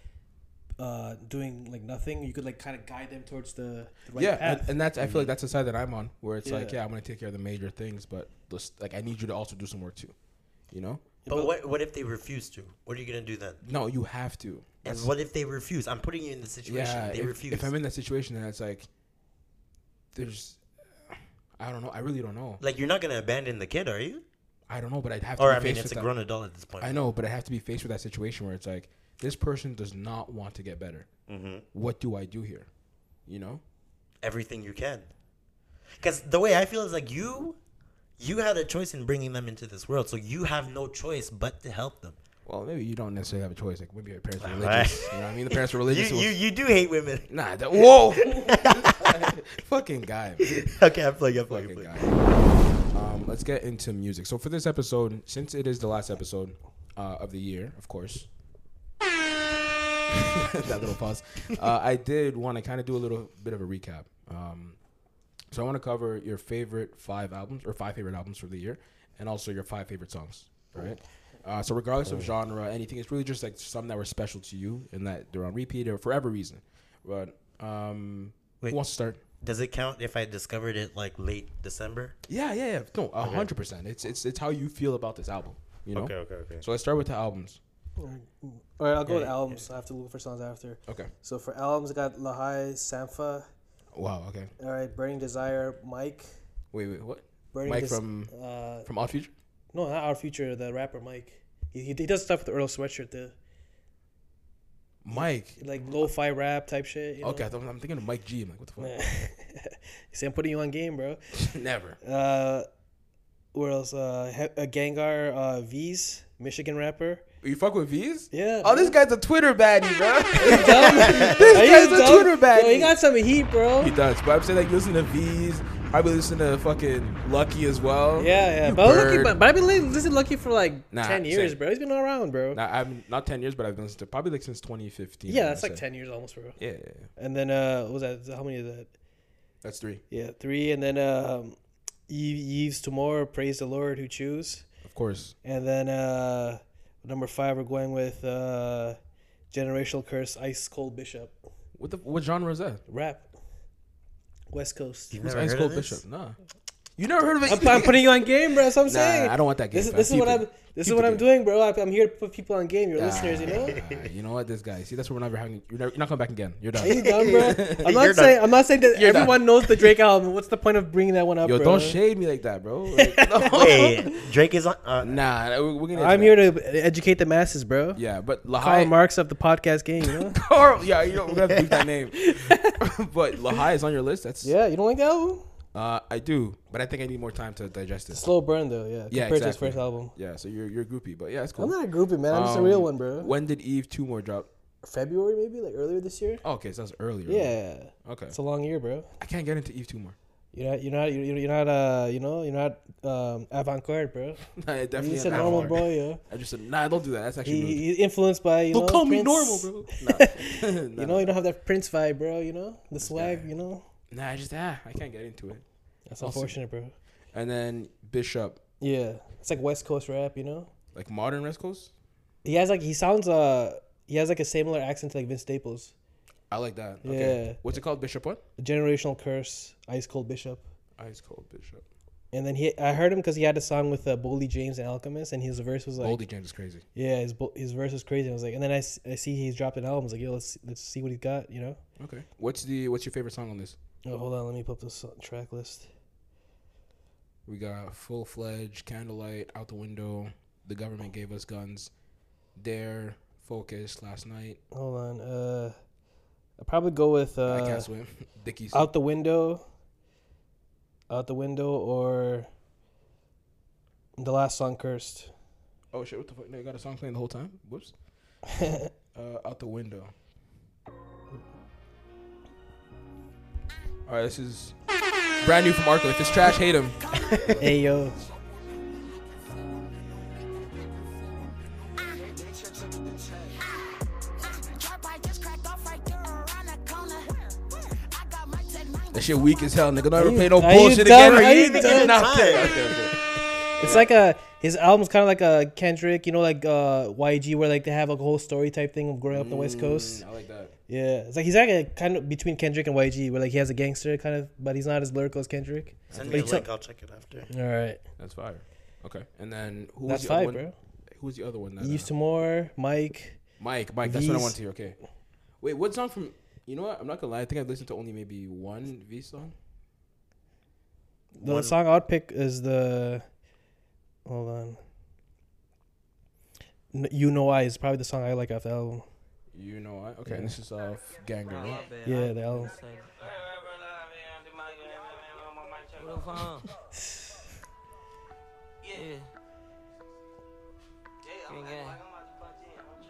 Speaker 2: uh, doing like nothing, you could like kind of guide them towards the, the right
Speaker 1: yeah,
Speaker 2: path.
Speaker 1: and, and that's I feel like that's the side that I'm on, where it's like,
Speaker 2: Yeah.
Speaker 1: yeah, I'm gonna take care of the major things, but just, like I need you to also do some work too, you know?
Speaker 4: But what what if they refuse to? What are you gonna do then?
Speaker 1: No, you have to.
Speaker 4: And what if they refuse? I'm putting you in the situation.
Speaker 1: Yeah,
Speaker 4: they
Speaker 1: if,
Speaker 4: refuse.
Speaker 1: if I'm in that situation, then it's like, there's, I don't know, I really don't know,
Speaker 4: like you're not gonna abandon the kid, are you?
Speaker 1: I don't know, but I'd have to.
Speaker 4: Or
Speaker 1: be
Speaker 4: I mean,
Speaker 1: faced
Speaker 4: it's a
Speaker 1: with that.
Speaker 4: grown adult at this point.
Speaker 1: I know, but I have to be faced with that situation where it's like, this person does not want to get better.
Speaker 4: Mm-hmm.
Speaker 1: What do I do here? You know?
Speaker 4: everything you can. Because the way I feel is like you, you had a choice in bringing them into this world, so you have no choice but to help them.
Speaker 1: Well, maybe you don't necessarily have a choice. Like maybe your parents are
Speaker 4: All
Speaker 1: religious.
Speaker 4: *laughs* right.
Speaker 1: You know what I mean? The parents were
Speaker 4: *laughs* You
Speaker 1: religious. so-
Speaker 4: you, you do hate women.
Speaker 1: *laughs*
Speaker 4: *laughs*
Speaker 1: nah, that, whoa, *laughs* fucking guy, man.
Speaker 4: okay, I'm playing. I'm playing. I'm
Speaker 1: fucking guy.
Speaker 4: playing.
Speaker 1: Um, let's get into music. So for this episode, since it is the last episode uh, of the year, of course. *laughs* that little pause. Uh, I did want to kind of do a little bit of a recap. Um, so I want to cover your favorite five albums or five favorite albums for the year, and also your five favorite songs. Right. Uh, so regardless of genre, anything, it's really just like some that were special to you and that they're on repeat or for every reason. But um,
Speaker 4: Wait.
Speaker 1: who wants to start?
Speaker 4: Does it count if I discovered it like late December?
Speaker 1: Yeah, yeah, yeah. No, a hundred percent. It's it's it's how you feel about this album. You know.
Speaker 4: okay, okay.
Speaker 1: So let's start with the albums.
Speaker 2: All right, I'll go with albums. I have to look for songs after.
Speaker 1: Okay.
Speaker 2: So for albums, I got Lahai, Sampha.
Speaker 1: Wow. Okay.
Speaker 2: All right, Burning Desire, Mike.
Speaker 1: Wait, wait. What?
Speaker 2: Burning
Speaker 1: Mike
Speaker 2: Des-
Speaker 1: from
Speaker 2: uh,
Speaker 1: from Odd Future.
Speaker 2: no, not our future. The rapper Mike. He, he, he does stuff with Earl Sweatshirt, the
Speaker 1: Mike.
Speaker 2: like lo-fi rap type shit. You know? *laughs*
Speaker 1: Okay, I thought- I'm thinking of Mike G. I'm like, what the fuck?
Speaker 2: See, I'm putting you on game, bro.
Speaker 1: *laughs* Never.
Speaker 2: Uh, where else? Uh, he- uh Gangar uh, V's Michigan rapper.
Speaker 1: You fuck with V's?
Speaker 2: Yeah.
Speaker 1: Oh, this guy's a Twitter baddie,
Speaker 2: *laughs*
Speaker 1: bro.
Speaker 2: dumb.
Speaker 1: This
Speaker 2: Are you
Speaker 1: guy's a
Speaker 2: dumb?
Speaker 1: Twitter baddie.
Speaker 2: Yo, he got some heat, bro.
Speaker 1: he does, but I'm saying like listen to V's. Probably listen to fucking Lucky as well.
Speaker 2: Yeah, yeah.
Speaker 1: You
Speaker 2: But, I'm lucky,
Speaker 1: bird.
Speaker 2: but, but I've been li- listening Lucky for like
Speaker 1: Nah,
Speaker 2: 10 years,
Speaker 1: same.
Speaker 2: bro. He's been all around, bro.
Speaker 1: Nah, I'm not 10 years, but I've been listening to probably like since 2015.
Speaker 2: yeah,
Speaker 1: I
Speaker 2: that's
Speaker 1: wanna
Speaker 2: like
Speaker 1: say.
Speaker 2: 10 years almost, bro.
Speaker 1: Yeah, yeah, yeah.
Speaker 2: And then, uh, what was that? How many is that?
Speaker 1: that's three,
Speaker 2: Yeah, three. And then, um, Eve, Eve's Tomorrow, Praise the Lord Who Choose.
Speaker 1: of course.
Speaker 2: And then, uh, number five, we're going with, uh, Generational Curse, Ice Cold Bishop.
Speaker 1: What the what genre is that?
Speaker 2: Rap. West Coast.
Speaker 4: You've
Speaker 1: Who's
Speaker 4: never
Speaker 1: Ice
Speaker 4: heard
Speaker 1: Cold
Speaker 4: of this?
Speaker 1: Bishop? Nah. You never heard of it? *laughs*
Speaker 2: I'm, I'm putting you on game, bro. That's what I'm
Speaker 1: Nah,
Speaker 2: saying.
Speaker 1: I don't want that game.
Speaker 2: This, is-
Speaker 1: fam.
Speaker 2: this is
Speaker 1: Keep
Speaker 2: what
Speaker 1: it.
Speaker 2: I'm. This is
Speaker 1: Keep
Speaker 2: what
Speaker 1: it
Speaker 2: I'm
Speaker 1: in.
Speaker 2: doing, bro. I- I'm here to put people on game. Your listeners,
Speaker 1: *laughs*
Speaker 2: you know.
Speaker 1: Ah, you know what? This guy. See, that's where we're never hanging. You're, never, you're not coming back again. You're
Speaker 2: Are you
Speaker 1: done.
Speaker 2: dumb, bro?
Speaker 1: *laughs*
Speaker 2: I'm
Speaker 4: You're
Speaker 2: not saying. I'm not saying that
Speaker 1: You're
Speaker 2: everyone knows the Drake album. What's the point of bringing that one up,
Speaker 1: Yo,
Speaker 2: bro?
Speaker 1: don't shade me like that,
Speaker 2: *laughs*
Speaker 1: bro. Like, no. *laughs*
Speaker 4: Wait, Drake is on. Uh,
Speaker 1: nah, we're, we're gonna.
Speaker 2: I'm here to educate the masses, bro.
Speaker 1: Yeah, but
Speaker 2: Karl
Speaker 1: Lahai.
Speaker 2: Marx of the podcast game, you know.
Speaker 1: *laughs* Carl. Yeah, you know, we're gonna have to
Speaker 2: *laughs*
Speaker 1: leave that name. *laughs* but Lahai is on your list. That's.
Speaker 2: yeah, you don't like that album?
Speaker 1: Uh, I do, but I think I need more time to digest this.
Speaker 2: Slow burn though, yeah.
Speaker 1: Yeah,
Speaker 2: Compared to his
Speaker 1: exactly.
Speaker 2: first album.
Speaker 1: Yeah, so you're you're groupie, but yeah, it's cool.
Speaker 2: I'm not a groupie, man. I'm just a real
Speaker 1: Um,
Speaker 2: one, bro.
Speaker 1: When did Eve two more drop?
Speaker 2: February maybe, like earlier this year.
Speaker 1: Oh, okay, so that's earlier.
Speaker 2: Yeah,
Speaker 1: Okay.
Speaker 2: it's a long year, bro.
Speaker 1: I can't get into Eve two more. *laughs*
Speaker 2: You're not. You're not. You're, you're not. Uh, you know. You're not um, avant-garde, bro.
Speaker 1: Nah, I *laughs* definitely.
Speaker 2: He's a
Speaker 1: am not
Speaker 2: normal
Speaker 1: hard.
Speaker 2: boy, yeah.
Speaker 1: I just said, nah, don't do that. That's actually.
Speaker 2: He,
Speaker 1: rude.
Speaker 2: he's influenced by you
Speaker 1: Don't
Speaker 2: know.
Speaker 1: call me
Speaker 2: Prince.
Speaker 1: normal, bro. *laughs* Nah.
Speaker 2: You know, you don't have that Prince vibe, bro. You know, the swag.
Speaker 1: guy.
Speaker 2: You know,
Speaker 1: nah, I just ah, I can't get into it.
Speaker 2: that's
Speaker 1: Awesome.
Speaker 2: unfortunate, bro.
Speaker 1: And then Bishop,
Speaker 2: Yeah, it's like West Coast rap. You know,
Speaker 1: like modern West Coast.
Speaker 2: he has like he sounds uh he has like a similar accent to like Vince Staples.
Speaker 1: I like that. Okay.
Speaker 2: Yeah.
Speaker 1: What's it called? Bishop what?
Speaker 2: Generational curse, ice cold bishop.
Speaker 1: Ice cold Bishop.
Speaker 2: And then he, I heard him because he had a song with uh, Boldy James and Alchemist, and his verse was like,
Speaker 1: Boldy James is crazy.
Speaker 2: yeah, his bo- his verse was crazy. I was like, and then I, s- I see he's dropped an album. I was like, yo, let's let's see what he's got. You know.
Speaker 1: Okay. What's the what's your favorite song on this?
Speaker 2: Oh, hold on, let me pull up this track list.
Speaker 1: We got full fledged, candlelight, out the window, the government gave us guns, dare, focus, last night,
Speaker 2: Hold on. Uh, I'll probably go with uh,
Speaker 1: I can't swim, *laughs* Dickies.
Speaker 2: out the window, out the window, or the last song cursed.
Speaker 1: oh shit! What the fuck? No, you got a song playing the whole time. Whoops.
Speaker 2: *laughs*
Speaker 1: uh, out the window. All right, this is brand new from Arco. If it's trash, hate him.
Speaker 2: hey yo,
Speaker 1: That shit weak as hell, nigga. Don't ever
Speaker 2: you-
Speaker 1: play no
Speaker 2: are you
Speaker 1: bullshit
Speaker 2: dumb?
Speaker 1: again.
Speaker 2: Are you
Speaker 1: nigga.
Speaker 2: dumb?
Speaker 1: Nah, okay, okay, okay.
Speaker 2: it's like a his album's kind of like a Kendrick, you know, like uh, YG, where like they have a whole story type thing of growing up in the West Coast.
Speaker 1: I like that.
Speaker 2: Yeah, it's like he's like a kind of between Kendrick and YG, where like he has a gangster kind of, but he's not as lyrical as Kendrick.
Speaker 4: Send
Speaker 2: me a link,
Speaker 4: I'll check it after.
Speaker 2: All right,
Speaker 1: That's fire. Okay, and then who was
Speaker 2: that's
Speaker 1: the
Speaker 2: fine,
Speaker 1: other one?
Speaker 2: bro.
Speaker 1: Who was the other one? That,
Speaker 2: Eve
Speaker 1: uh,
Speaker 2: Tamor, Mike.
Speaker 1: Mike, Mike. That's what I
Speaker 2: V's.
Speaker 1: want to hear. Okay. Wait, what song from? You know what? I'm not gonna lie. I think I've listened to only maybe one V song.
Speaker 2: The
Speaker 4: One-
Speaker 2: song I'd pick is the. Hold on. N- You know I is probably the song I like off the album.
Speaker 1: You know what? Okay, and this is off Ganger. Right?
Speaker 2: Yeah, the album.
Speaker 3: What the fuck? Yeah.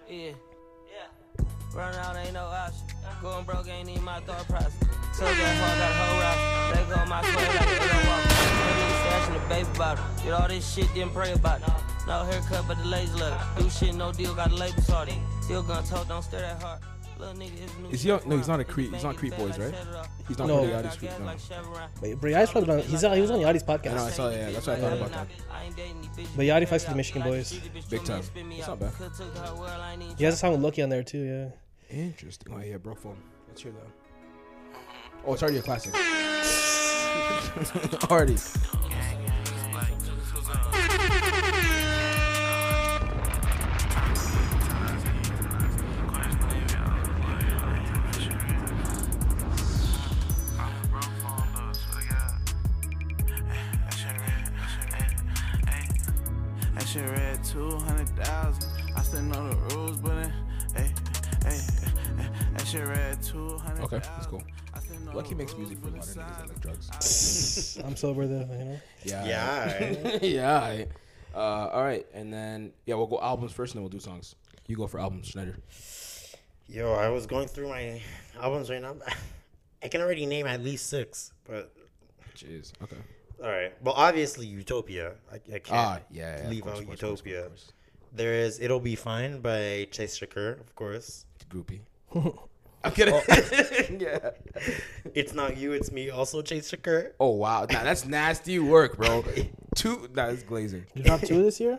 Speaker 3: Yeah. Run out ain't no option. Going broke ain't even my thought process. So that fuck got a whole roster. They go my square like a pillow walk. They need stash in the baby bottle. Get all this shit, then pray about it. No haircut, but the lazy look. Do shit, no deal, got a label sorted. Still gun tote, don't stir that hard. Little nigga is new.
Speaker 1: Is he on- no, he's not a
Speaker 3: If you
Speaker 1: Creed- he's
Speaker 3: bang
Speaker 1: not
Speaker 3: it
Speaker 1: Creed
Speaker 3: back
Speaker 1: Boys,
Speaker 3: like
Speaker 1: right?
Speaker 3: set it up.
Speaker 1: He's not
Speaker 2: No.
Speaker 1: really out of street. No.
Speaker 2: But, but Yadi's probably not, he's, on- he was on Yadi's
Speaker 1: I know. I
Speaker 2: podcast.
Speaker 1: saw. Yeah, that's what I thought about that.
Speaker 3: But Yachty fucks with the Michigan boys.
Speaker 1: Big time. It's not bad.
Speaker 2: He has a song with Lucky on there too. Yeah.
Speaker 1: *laughs* Interesting. Oh yeah, bro. Phone. Let's hear that. Oh, it's already a classic. *laughs* already.
Speaker 5: That shit read 200,000. I still know the rules, but hey, hey, that shit read 200,000.
Speaker 1: Okay, that's cool.
Speaker 5: I still know
Speaker 1: Lucky
Speaker 5: the
Speaker 1: makes
Speaker 5: rules,
Speaker 1: music for
Speaker 5: but
Speaker 1: modern
Speaker 5: it's
Speaker 1: niggas that
Speaker 5: silent.
Speaker 1: like drugs.
Speaker 2: I'm sober though. You know.
Speaker 1: Yeah.
Speaker 4: Yeah. alright.
Speaker 1: yeah. *laughs* I- Uh, all right, and then yeah, we'll go albums first, and then we'll do songs. You go for albums, Schneider.
Speaker 4: *laughs* Yo, I was going through my albums right now. I can already name at least six, but
Speaker 1: Jeez. Okay.
Speaker 4: all right. Well, obviously Utopia. I, I can't
Speaker 1: Ah, yeah. yeah of
Speaker 4: leave
Speaker 1: course,
Speaker 4: out
Speaker 1: of course, of course, of
Speaker 4: Utopia.
Speaker 1: course.
Speaker 4: There is "It'll Be Fine" by Chase Ricker,
Speaker 1: *laughs*
Speaker 4: of course.
Speaker 1: Groupie. I'm kidding. *laughs* yeah.
Speaker 4: It's not you, it's me. Also Chase Ricker.
Speaker 1: Oh wow, nah, that's nasty work, *laughs* bro. Two. Nah, that's glazing.
Speaker 2: You dropped two this year.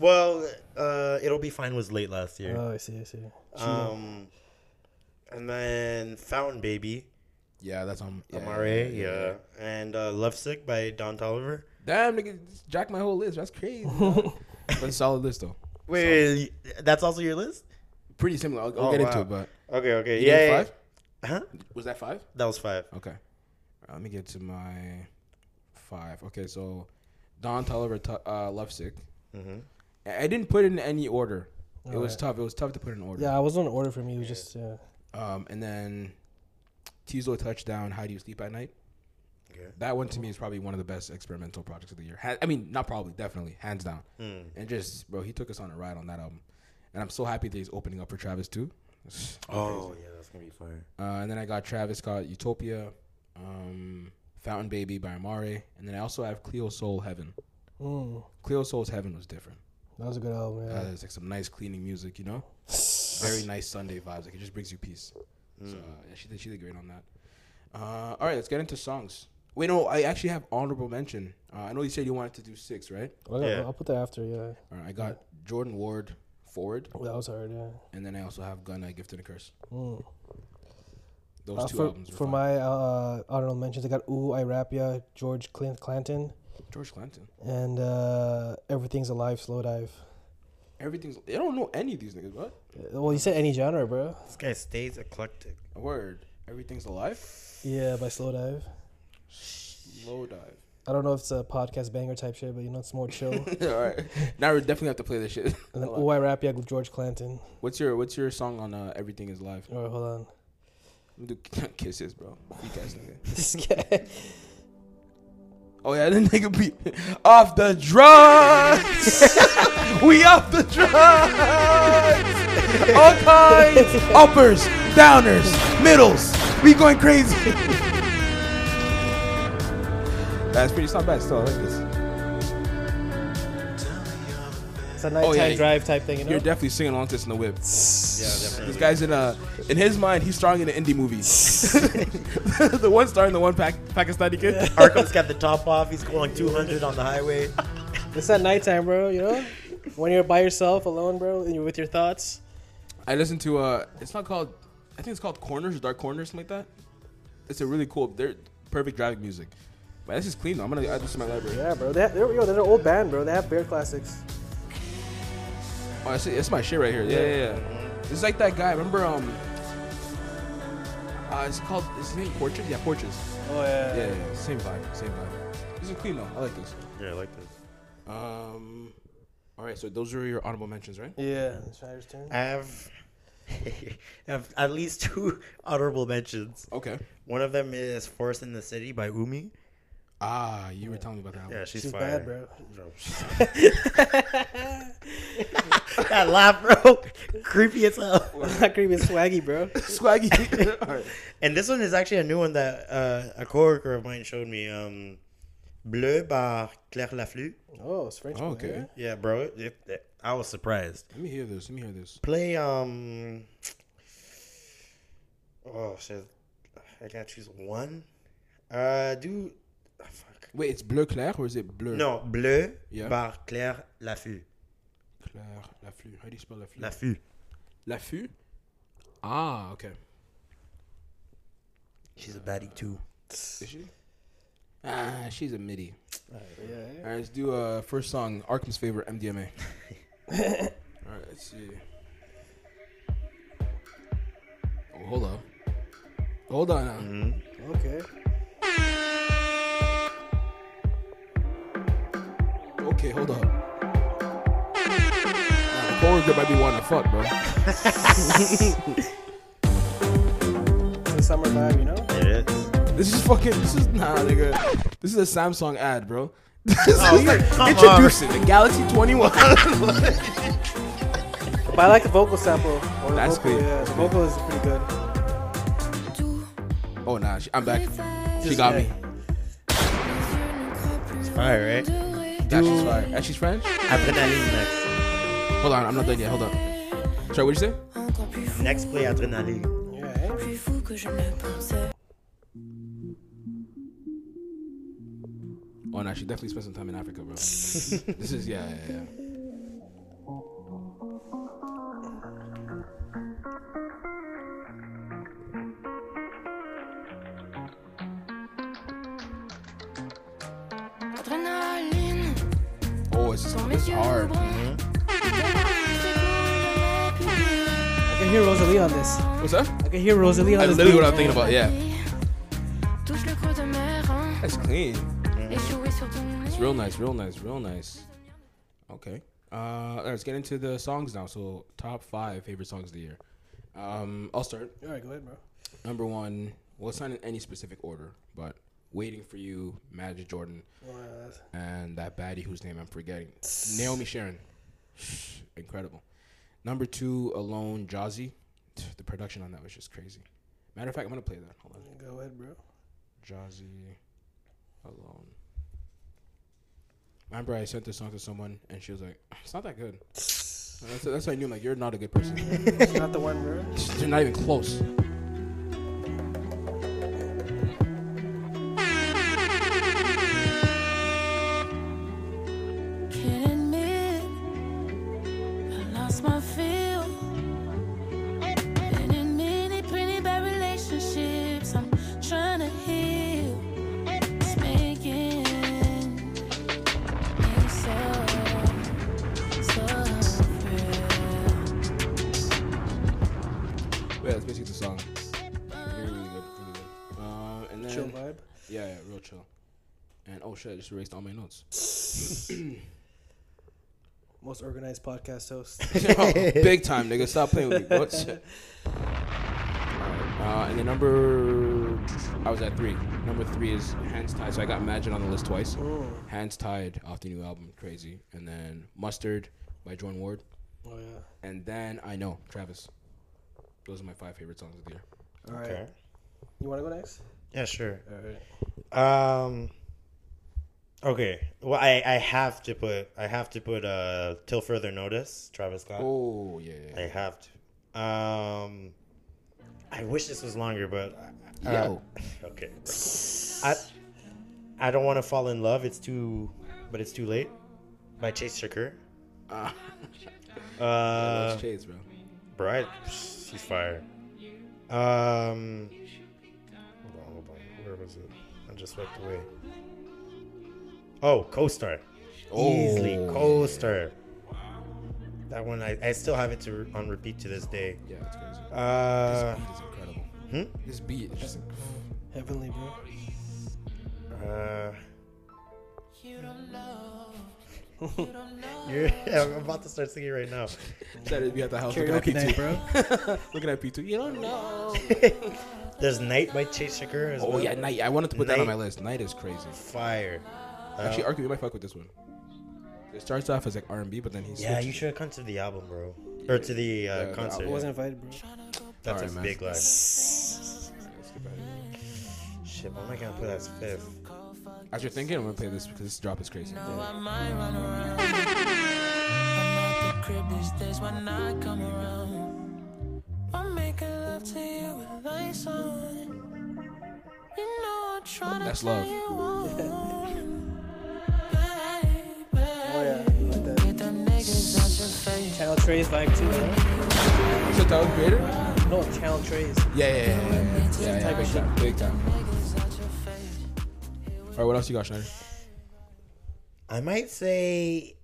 Speaker 4: Well, uh, "It'll Be Fine" was late last year.
Speaker 2: *laughs*
Speaker 1: Uh,
Speaker 2: Oh, I see. I see.
Speaker 4: Um, and then Fountain Baby,
Speaker 1: Yeah, that's on. Yeah,
Speaker 4: Amare, yeah, and uh, Lovesick by Don Tolliver.
Speaker 1: Damn, nigga, jack my whole list. That's
Speaker 4: *laughs*
Speaker 1: crazy. dog. but solid list though.
Speaker 4: Wait, that's also your list?
Speaker 1: Pretty similar. I'll, I'll
Speaker 4: Oh,
Speaker 1: get into
Speaker 4: wow.
Speaker 1: it, but
Speaker 4: Okay, okay,
Speaker 1: You named
Speaker 4: yeah, yeah.
Speaker 1: Five?
Speaker 4: Huh?
Speaker 1: Was that five?
Speaker 4: That was five.
Speaker 1: Okay. Uh, let me get to my five. Okay, so Don Tolliver, t- uh, Lovesick.
Speaker 4: Mhm.
Speaker 1: I-, I didn't put it in any order. it was
Speaker 2: Alright.
Speaker 1: tough. It was tough to put in order.
Speaker 2: Yeah, I was on order for me. It was just yeah.
Speaker 1: Um, and then Teasel touchdown. How do you sleep at night?
Speaker 4: Okay.
Speaker 1: That one to me is probably one of the best experimental projects of the year. Ha- I mean, not probably, definitely, hands down. And just bro, he took us on a ride on that album, and I'm so happy that he's opening up for Travis too.
Speaker 4: Oh, yeah, that's gonna be fire.
Speaker 1: Uh, and then I got Travis Scott, Utopia, um, Fountain Baby by Amare, and then I also have Cleo Soul Heaven.
Speaker 2: Mm,
Speaker 1: Cleo Soul's Heaven was different.
Speaker 2: that was a good album.
Speaker 1: Uh,
Speaker 2: Yeah.
Speaker 1: it's like some nice cleaning music, you know.
Speaker 2: *sighs*
Speaker 1: Very nice Sunday vibes. Like it just brings you peace. So uh, yeah, she did. She did great on that. Uh, all right, let's get into songs. Wait, no, I actually have honorable mention. Uh, I know you said you wanted to do six, right?
Speaker 2: Well, yeah.
Speaker 4: yeah.
Speaker 2: I'll put that after. Yeah.
Speaker 1: All right, I got Jordan Ward forward,
Speaker 2: That was hard. Yeah.
Speaker 1: and then I also have Gunna, Gift and a Curse.
Speaker 2: Mm.
Speaker 1: Those
Speaker 2: Uh,
Speaker 1: two
Speaker 2: for
Speaker 1: albums. were
Speaker 2: for
Speaker 1: fire.
Speaker 2: my uh, honorable mentions, I got Ooh, Irapia, George Clint Clanton,
Speaker 1: George Clinton.
Speaker 2: and uh, Everything's Alive, Slow Dive.
Speaker 1: Everything's. I don't know any of these niggas. What?
Speaker 2: Uh, Well, you said any genre, bro.
Speaker 4: This guy stays eclectic.
Speaker 1: A word. Everything's alive.
Speaker 2: Yeah, by Slow Dive.
Speaker 1: Low dive. *laughs*
Speaker 2: I don't know if it's a podcast banger type shit, but you know, it's more *laughs* chill. and
Speaker 1: all right. Now we definitely have to play this shit. *laughs*
Speaker 2: then Ooh, Irapia with George Clanton.
Speaker 1: What's your What's your song on uh, Everything Is Live?
Speaker 2: All right, hold on.
Speaker 1: Let me do *laughs* kisses, bro. Weak ass nigga.
Speaker 2: *laughs* This guy.
Speaker 1: Oh yeah, *laughs* that nigga be off the drugs. *laughs* we off the drugs. All kinds, uppers, downers, middles. We going crazy. That's pretty. It's not bad. Still, I like this.
Speaker 2: It's a nighttime
Speaker 1: Oh, yeah, you-
Speaker 2: drive type thing, you know?
Speaker 1: You're definitely singing along to this in the whip.
Speaker 4: Yeah, definitely.
Speaker 1: This guy's in a. In his mind, he's starring in an indie movie. the *laughs* one starring the one Pak- Pakistani kid.
Speaker 4: Arkham's got the top off. He's going 200 on the highway.
Speaker 2: It's at nighttime, bro. You know, when you're by yourself, alone, bro, and you're with your thoughts.
Speaker 1: I listened to uh, it's not called, I think it's called Corners, Dark Corners, something like that. It's a really cool, they're perfect driving music. Man, this is clean though. I'm gonna add this to my library.
Speaker 2: Yeah, bro. They have, they're, yo, they're an old band, bro. They have beer classics.
Speaker 1: Oh, I see. That's my shit right here. Yeah, yeah, yeah. It's like that guy. Remember, um, uh, it's called. Is his name Porches? Yeah, Porches.
Speaker 2: Oh yeah.
Speaker 1: Yeah, yeah, yeah. Same vibe. Same vibe. This is clean though. I like this.
Speaker 4: Yeah, I like this.
Speaker 1: Um, all right. So those are your honorable mentions, right?
Speaker 2: Yeah. It's Ryder's turn.
Speaker 4: I *laughs* have, I have at least two *laughs* honorable mentions.
Speaker 1: Okay.
Speaker 4: One of them is "Forest in the City" by Umi.
Speaker 1: Ah, you were telling me about that. One.
Speaker 4: Yeah, she's,
Speaker 2: She's
Speaker 4: fire.
Speaker 2: bad,
Speaker 4: *laughs*
Speaker 2: bro. *laughs*
Speaker 4: No, she's- that laugh, bro, *laughs* creepy as hell.
Speaker 2: Not creepy, it's swaggy, bro.
Speaker 1: *laughs* Swaggy. all right.
Speaker 4: And this one is actually a new one that uh, a coworker of mine showed me. Um, Bleu by Claire Lafleur.
Speaker 2: Oh, it's French.
Speaker 1: Oh,
Speaker 2: okay.
Speaker 1: okay.
Speaker 4: Yeah, bro. It, it- I was surprised.
Speaker 1: Let me hear this. Let me hear this.
Speaker 4: Play um. Oh shit! I gotta choose one. Uh, do. ah, fuck.
Speaker 1: Wait, it's Bleu Clair or is it Bleu?
Speaker 4: No, Bleu
Speaker 1: Yeah.
Speaker 4: by Claire Lafleur.
Speaker 1: Clair Lafleur. How do you spell Lafleur?
Speaker 4: Lafleur.
Speaker 1: Lafleur. Ah, okay.
Speaker 4: She's a baddie too.
Speaker 1: Is she? Ah, she's a midi.
Speaker 2: Yeah.
Speaker 1: All right, let's do uh first song. Arkham's favorite, MDMA. *laughs* All right, let's see. Oh, hold on. Hold on. uh. Now.
Speaker 2: Okay.
Speaker 1: Okay, hold up. Nah, Coworker might be wanting to fuck, bro.
Speaker 2: It's a summer vibe, you know.
Speaker 4: It is.
Speaker 1: This is fucking. This is nah, nigga. This is a Samsung ad, bro. *laughs* This is
Speaker 4: you're-
Speaker 1: like,
Speaker 4: come
Speaker 1: introducing the Galaxy 21.
Speaker 2: But I like the vocal sample. Or the
Speaker 1: That's
Speaker 2: vocal,
Speaker 1: clean.
Speaker 2: Yeah, the vocal is pretty good.
Speaker 1: oh nah, she, I'm back. She got me.
Speaker 4: Fire, right?
Speaker 1: That she's fire. And she's French.
Speaker 4: Adrenaline next.
Speaker 1: Hold on, I'm not done yet. Hold up. Sorry, what'd you say?
Speaker 4: Next play, Adrenaline.
Speaker 2: Yeah. eh?
Speaker 1: Oh no, she definitely spent some time in Africa, *laughs* bro. this is yeah, yeah, yeah.
Speaker 6: Adrénaline,
Speaker 1: Oh, it's just,
Speaker 6: dans
Speaker 1: this
Speaker 6: mes
Speaker 1: is
Speaker 6: yeux
Speaker 1: hard.
Speaker 6: bruns.
Speaker 2: I can hear Rosalie on this.
Speaker 1: What's that?
Speaker 2: I can hear Rosalie on
Speaker 1: That's
Speaker 2: this.
Speaker 1: literally
Speaker 2: beat.
Speaker 1: what I'm thinking about. Yeah,
Speaker 6: Touche le creux de mes reins,
Speaker 1: that's clean.
Speaker 6: échoué sur ton nez.
Speaker 1: It's real nice, real nice, real nice. Okay. Uh, let's get into the songs now. So, top five favorite songs of the year. Um, I'll start.
Speaker 2: All right, go ahead, bro.
Speaker 1: Number one. Well, it's not in any specific order, but "Waiting for You," Magic Jordan,
Speaker 2: Wow, that's-
Speaker 1: and that baddie whose name I'm forgetting, Naomi Sharon. *sighs* Incredible. Number two, "Alone," Jazzy. *sighs* The production on that was just crazy. Matter of fact, I'm gonna play that. Hold on.
Speaker 2: Go ahead, bro.
Speaker 1: Jazzy alone. I remember I sent this song to someone and she was like, *sighs* "It's not that good." And that's, that's how I knew like you're not a good person. *laughs*
Speaker 2: She's not the one, bro.
Speaker 1: You're not even close.
Speaker 6: Can't admit I lost my feel. Been in many pretty bad relationships. I'm trying to heal. It's making me so, so real.
Speaker 1: But yeah, that's basically the song. Really, really good, really good. Uh, and then
Speaker 2: Chill vibe.
Speaker 1: yeah, yeah, real chill. And oh shit, I just erased all my notes.
Speaker 2: Most organized podcast *laughs* host.
Speaker 1: *laughs* Big time, nigga. Stop playing with me. What? *laughs* Shit. Uh, and the number I was at three. Number three is Hands Tied. So I got Magic on the list twice. Hands Tied off the new album, crazy. And then Mustard by Jordan Ward.
Speaker 2: Oh yeah.
Speaker 1: And then I know Travis. Those are my five favorite songs of the year.
Speaker 2: All right. You want to go next?
Speaker 4: Yeah, sure.
Speaker 2: All right.
Speaker 4: Um. Okay. Well, I I have to put I have to put uh till further notice Travis Scott.
Speaker 1: Oh yeah, yeah,
Speaker 4: I have to. Um. I wish this was longer, but
Speaker 1: yeah.
Speaker 4: uh,
Speaker 1: yo,
Speaker 4: okay. I I don't want to fall in love. It's too, but it's too late. by Chase Tucker.
Speaker 1: Ah.
Speaker 4: Uh,
Speaker 1: Chase, bro.
Speaker 4: Bride, psh, he's fire. Um, hold on, hold on. Where was it? I just wiped away. Oh, co-star, easily
Speaker 1: Oh,
Speaker 4: co-star. That one I, I still have it to on repeat to this day.
Speaker 1: Yeah, it's crazy.
Speaker 4: Uh,
Speaker 1: This beat is incredible.
Speaker 4: hmm?
Speaker 1: This beat is just
Speaker 2: Heavenly, bro.
Speaker 4: Uh, *laughs* you're, I'm about to start singing right now.
Speaker 1: Saturday be at the house looking at
Speaker 2: Karaoke
Speaker 1: P2,
Speaker 2: night, bro.
Speaker 1: *laughs* looking at P2. You don't know.
Speaker 4: There's Night by Chase Shakur as
Speaker 1: Oh
Speaker 4: well.
Speaker 1: yeah, night. I wanted to put that on my
Speaker 4: Night.
Speaker 1: list. Night is crazy.
Speaker 4: Fire.
Speaker 7: Uh-huh.
Speaker 4: Uh,
Speaker 1: Actually, Arky, we might fuck with this one. It starts off as like R and B, but then he's
Speaker 4: Yeah, you should have come to the album, bro. Or to the uh,
Speaker 1: the
Speaker 4: concert.
Speaker 1: album.
Speaker 2: I wasn't invited, bro.
Speaker 4: That's
Speaker 1: Alright,
Speaker 4: a
Speaker 1: man.
Speaker 4: big line. Shit, what am I gonna put as fifth?
Speaker 1: As you're thinking, I'm gonna play this because this drop is crazy.
Speaker 6: I might run around. I'm at the crib these days when I come around. I'm making love to you with lights on. You know I'm trying
Speaker 1: That's
Speaker 6: to
Speaker 1: love.
Speaker 6: turn you on. Baby,
Speaker 2: Oh yeah, you like that.
Speaker 6: get them niggas out your face.
Speaker 2: Channel Trey's vibe too, bro.
Speaker 1: Is it Tyler the Creator?
Speaker 2: No, Channel Trey's.
Speaker 1: Yeah, yeah, yeah, yeah, yeah, yeah, yeah, big time, big time. All right, what else you got, Schneider?
Speaker 4: I might say.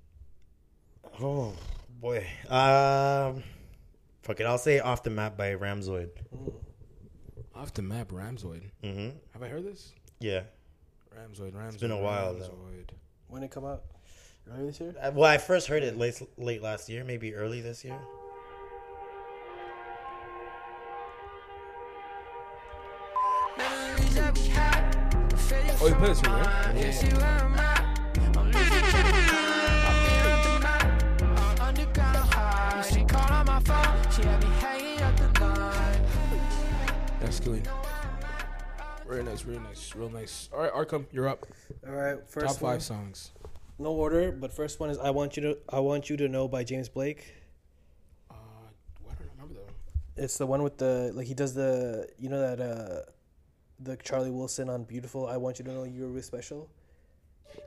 Speaker 4: Oh boy. Um. Fuck it. I'll say off the map by Ramzoid.
Speaker 1: Off the map, Ramzoid.
Speaker 4: Mm-hmm.
Speaker 1: Have I heard this?
Speaker 4: Yeah.
Speaker 1: Ramzoid, Ramzoid. It's
Speaker 4: been a while, though.
Speaker 1: Ramzoid.
Speaker 2: When it come out earlier this year?
Speaker 4: Uh, Well, I first heard it late late last year, maybe early this year.
Speaker 1: Oh, you put this one, right? Yeah. That's killing. Very nice, very nice, real nice. All right, Arkham, you're up.
Speaker 2: All right, first
Speaker 1: Top
Speaker 2: one.
Speaker 1: five songs.
Speaker 2: No order, but first one is "I Want You to I Want You to Know" by James Blake.
Speaker 1: Uh, I don't remember that one.
Speaker 2: It's the one with the like he does the you know that uh the Charlie Wilson on "Beautiful." I want you to know you're really special.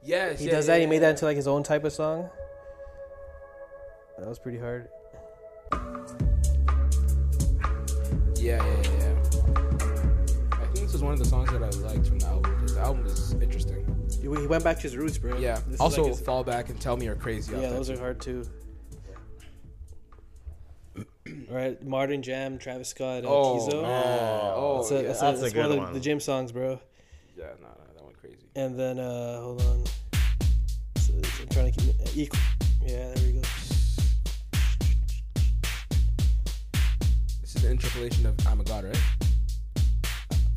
Speaker 1: Yes,
Speaker 2: He
Speaker 1: yeah,
Speaker 2: does
Speaker 1: yeah,
Speaker 2: that. He
Speaker 1: yeah,
Speaker 2: made that into like his own type of song. That was pretty hard.
Speaker 1: Yeah, yeah, yeah. I think this is one of the songs that I liked from the album. 'cause The album is interesting.
Speaker 2: He he went back to his roots, bro.
Speaker 1: Yeah.
Speaker 2: This is,
Speaker 1: also,
Speaker 2: like, his-
Speaker 1: fall back and tell me you're crazy. off
Speaker 2: yeah,
Speaker 1: that
Speaker 2: those
Speaker 1: too.
Speaker 2: are hard too. *clears throat* All right, Martin Jam, Travis Scott, and
Speaker 1: Oh,
Speaker 2: Tizo.
Speaker 1: man. oh,
Speaker 2: That's, a,
Speaker 1: yeah.
Speaker 2: that's, a,
Speaker 4: that's a
Speaker 2: that's one
Speaker 4: good
Speaker 2: of the,
Speaker 4: one.
Speaker 2: the gym songs, bro.
Speaker 1: yeah, no, no, that went crazy.
Speaker 2: And then uh hold on. So, so I'm trying to keep it uh, equal. Yeah, there we go.
Speaker 1: This is the interpolation of I'm a God, right?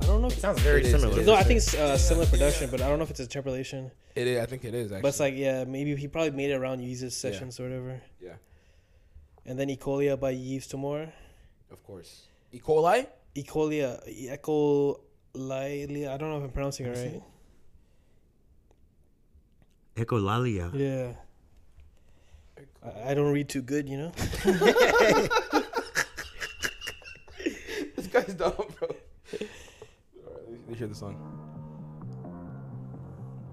Speaker 2: I don't know if
Speaker 4: It
Speaker 2: it's,
Speaker 4: sounds very
Speaker 1: It is,
Speaker 4: similar.
Speaker 1: it
Speaker 2: no, I think it's uh, similar production, but I don't know if it's interpolation.
Speaker 1: It is. I think it is actually.
Speaker 2: But it's like yeah, maybe he probably made it around Yeezus sessions or whatever.
Speaker 1: yeah,
Speaker 2: And then Ecolia by Yves Tamor.
Speaker 1: of course. E. coli.
Speaker 2: Ecolia, Echo I don't know if I'm pronouncing it right.
Speaker 4: Echolalia.
Speaker 2: Yeah. I, I don't read too good, you know.
Speaker 1: This guy's dumb, bro. Alright, let's hear the song.